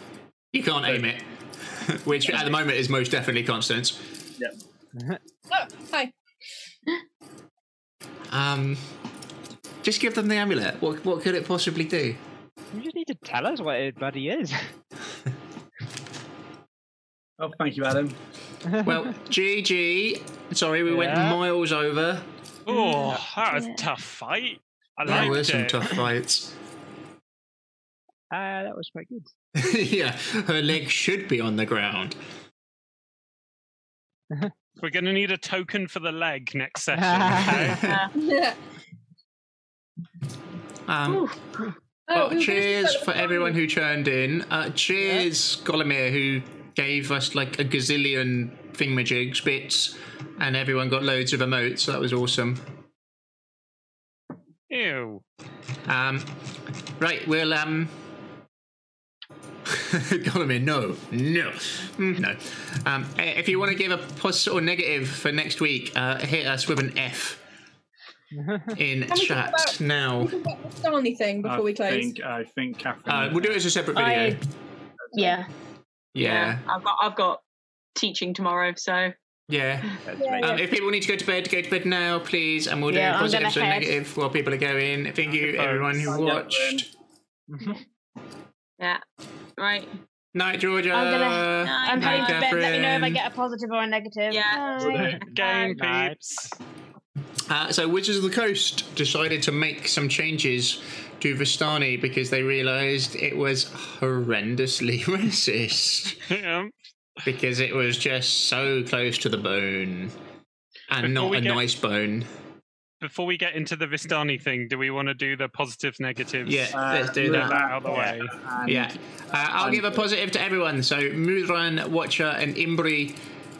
You can't aim it. Which at the moment is most definitely Constance. Uh-huh. Yep. Oh, hi. Um, just give them the amulet. What what could it possibly do? You just need to tell us what it bloody is. oh, thank you, Adam. Well, GG. Sorry, we went Yeah. miles over. Oh, that was a tough fight. I There liked were it. some tough fights. Uh, that was quite good. yeah, her leg should be on the ground. We're going to need a token for the leg next session. okay? Um, Oh, well, we were cheers for everyone who churned in. Uh, cheers, Golimir, who gave us like a gazillion thingamajigs bits, and everyone got loads of emotes. That was awesome. Ew. Um, right, we'll um. Golimir, no, no, Mm, no. Um, eh, if you want to give a positive or negative for next week, uh, hit us with an F in Can we talk chat about- now. Can we talk about the Starny thing before we close. I think Catherine. Uh, we'll do it as a separate video. I- Yeah. yeah. I've got I've got teaching tomorrow, so Yeah. Yeah, Um, yeah. if people need to go to bed, go to bed now, please, and we'll do Yeah, I'm positives gonna and head. negative while people are going. Thank you, everyone who watched. yeah. Right. Night, Georgia. I'm gonna. I'm Night, heading to bed. Let me know if I uh, Catherine. get a positive or a negative. Yeah. Bye. Game Bye. peeps. Uh, so Wizards of the Coast decided to make some changes to Vistani because they realised it was horrendously racist. Because it was just so close to the bone. And Before not we a get- nice bone. Before we get into the Vistani thing, do we want to do the positives, negatives? Yeah, let's do Get that. out of the way. yeah. Uh, I'll give a positive to everyone. So Mudran, Watcher, and Imbri,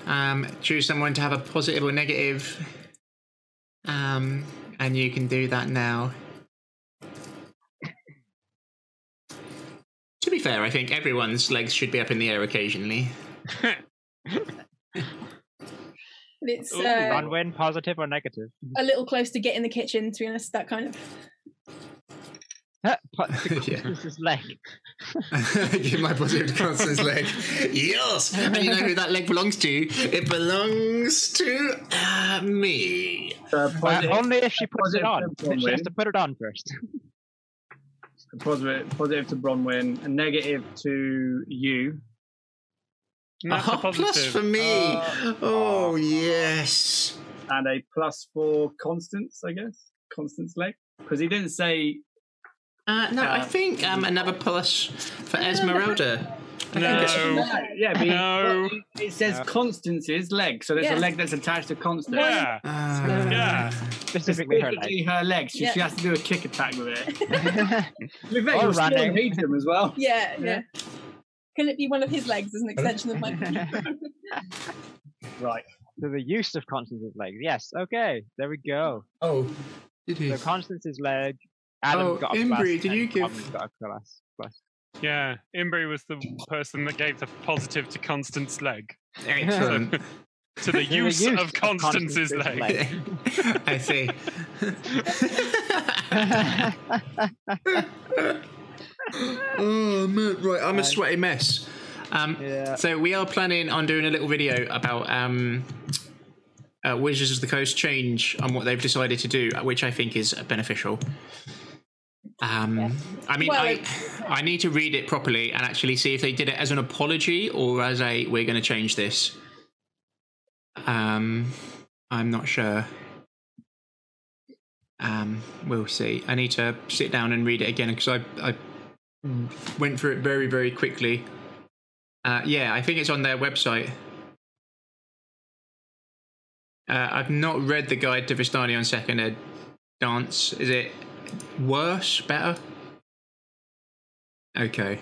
um, choose someone to have a positive or negative, um, and you can do that now. To be fair, I think everyone's legs should be up in the air occasionally. And It's Ooh, uh, Bronwyn, positive or negative? a little close to get in the kitchen, to be honest. That kind of. yeah. This is leg. Give my positive to Constance's leg. Yes! And you know who that leg belongs to? It belongs to uh, me. But Uh, only if she puts it on. Bronwyn. She has to put it on first. Positive, positive to Bronwyn, and negative to you. Oh, plus for me. oh yes. Uh, And a plus for Constance, I guess. Constance Lake, because he didn't say. Uh, no, I think um, another plus for Esmeralda. I No. think it's- Yeah, but he- No. it says Constance's leg, so there's Yeah. a leg that's attached to Constance. Yeah. yeah. Ah. Specifically her leg. Her legs. She, she Yeah. has to do a kick attack with it. To be fair, Or you'll still running. need him as well. Yeah, yeah. Can it be one of his legs as an extension of my? Right. So the use of Constance's leg. Yes. Okay. There we go. Oh. Did he? So Constance's leg. Adam Oh, got a Imbri, plus, did and you give- Bronwyn got a plus. plus. Yeah, Imbri was the person that gave the positive to Constance Leg. Excellent. to the To the use, use of of Constance's Constance's leg. leg. I see. oh man, right, I'm a sweaty mess. Um, So we are planning on doing a little video about um, uh, Wizards of the Coast change on what they've decided to do, which I think is beneficial. Um, I mean, Well, I it- I need to read it properly and actually see if they did it as an apology or as a we're going to change this. Um, I'm not sure. Um, we'll see. I need to sit down and read it again because I I went through it very very quickly. Uh, yeah, I think it's on their website. Uh, I've not read the guide to Vistani on second ed dance. Is it worse? Better? Okay.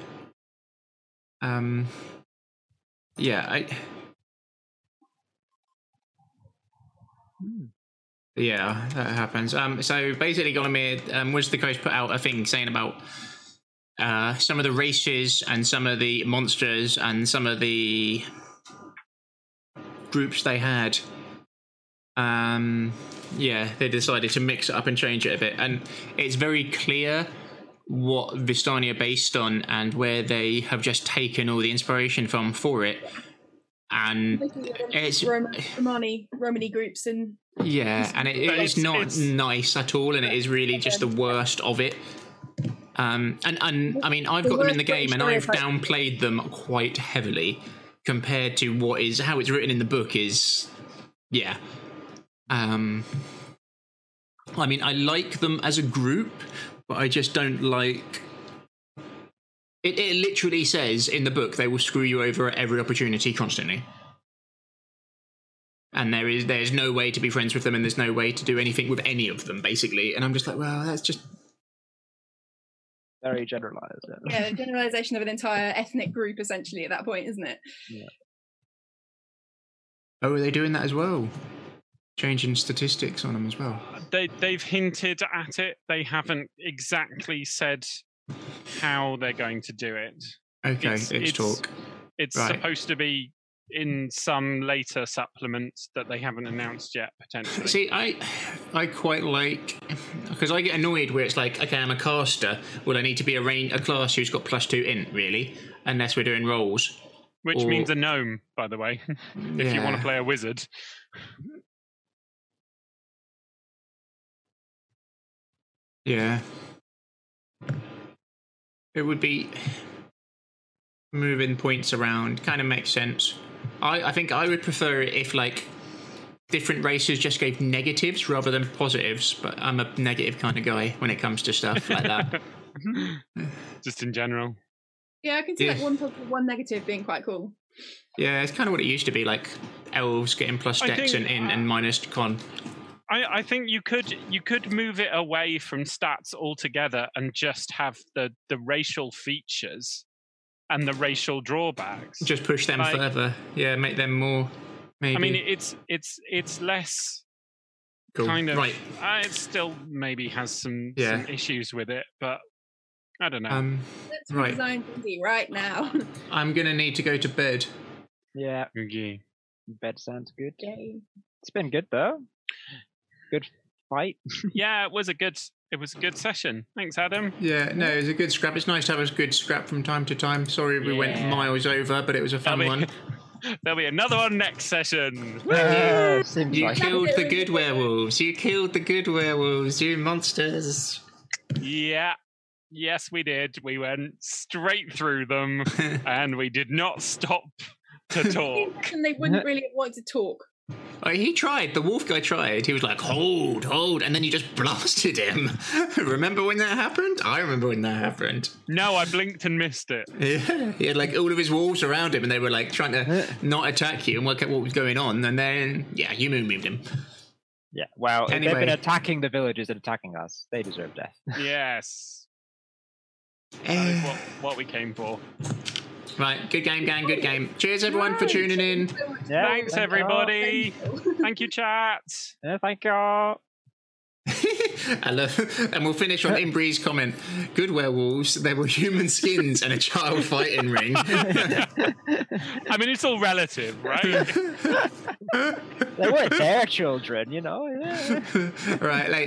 Um. Yeah. I. Yeah, that happens. Um, so basically, Golemir, um, was the coast put out a thing saying about uh, some of the races and some of the monsters and some of the groups they had. Um, yeah, they decided to mix it up and change it a bit, and it's very clear what Vistani are based on and where they have just taken all the inspiration from for it. And it's Roman, Romani, Romani groups and yeah, and it, But it's it's- not it's- nice at all, and it is really just the worst of it. Um, and and I mean, I've The got them in the worst game, and I've British stereotype. downplayed them quite heavily compared to what is how it's written in the book. Is yeah. Um, I mean, I like them as a group, but I just don't like. It, it literally says in the book they will screw you over at every opportunity constantly and there is there's no way to be friends with them and there's no way to do anything with any of them basically and i'm just like well that's just Very generalized. yeah, generalization of an entire ethnic group essentially at that point, isn't it? oh are they doing that as well changing statistics on them as well They they've hinted at it. They haven't exactly said how they're going to do it. Okay, it's talk. It's Right. supposed to be in some later supplement that they haven't announced yet, potentially. see i i quite like because i get annoyed where it's like okay i'm a caster well i need to be a rain a class who's got plus two int really unless we're doing rolls Which Or- means a gnome, by the way, if you want Yeah. to play a wizard. Yeah. It would be moving points around, kind of makes sense. I, I think I would prefer it if like different races just gave negatives rather than positives, but I'm a negative kind of guy when it comes to stuff like that. Just in general. Yeah, I can see Yeah. like one positive, one negative being quite cool. Yeah, it's kind of what it used to be, like elves getting plus I dex think- and in and minus con. I, I think you could you could move it away from stats altogether and just have the the racial features and the racial drawbacks. Just push them Like- further. Yeah, make them more maybe I mean, it's it's it's less cool. kind of right. Uh, it still maybe has some, Yeah. some issues with it, but I don't know. Um Let's Right. redesign Dundee right now. I'm gonna need to go to bed. Yeah. Bed sounds good. It's been good though. Good fight. yeah, it was a good it was a good session. Thanks, Adam. Yeah, no, it was a good scrap. It's nice to have a good scrap from time to time. Sorry we went Yeah. miles over, but it was a fun one. There'll be another one next session. you killed the good werewolves. You killed the good werewolves. You monsters. Yeah. Yes, we did. We went straight through them and we did not stop to talk. and they wouldn't really have wanted to talk. Oh, he tried. The wolf guy tried. He was like, "Hold, hold," and then you just blasted him. remember when that happened? I remember when that happened. No, I blinked and missed it. Yeah, he had like all of his wolves around him, and they were like trying to not attack you and work out what was going on. And then, yeah, you moon moved him. Yeah. Well, they've Oh, Anyway. been attacking the villagers and attacking us. They deserve death. Yes. That is what, what we came for. Right, good game, gang. Good game. Cheers, everyone, for tuning in. Thanks, everybody. Thank you, chat. Yeah, thank you. I love, and we'll finish on Imbree's comment. Good werewolves, there were human skins and a child fighting ring. I mean, it's all relative, right? They weren't their children, you know. Yeah. right, later.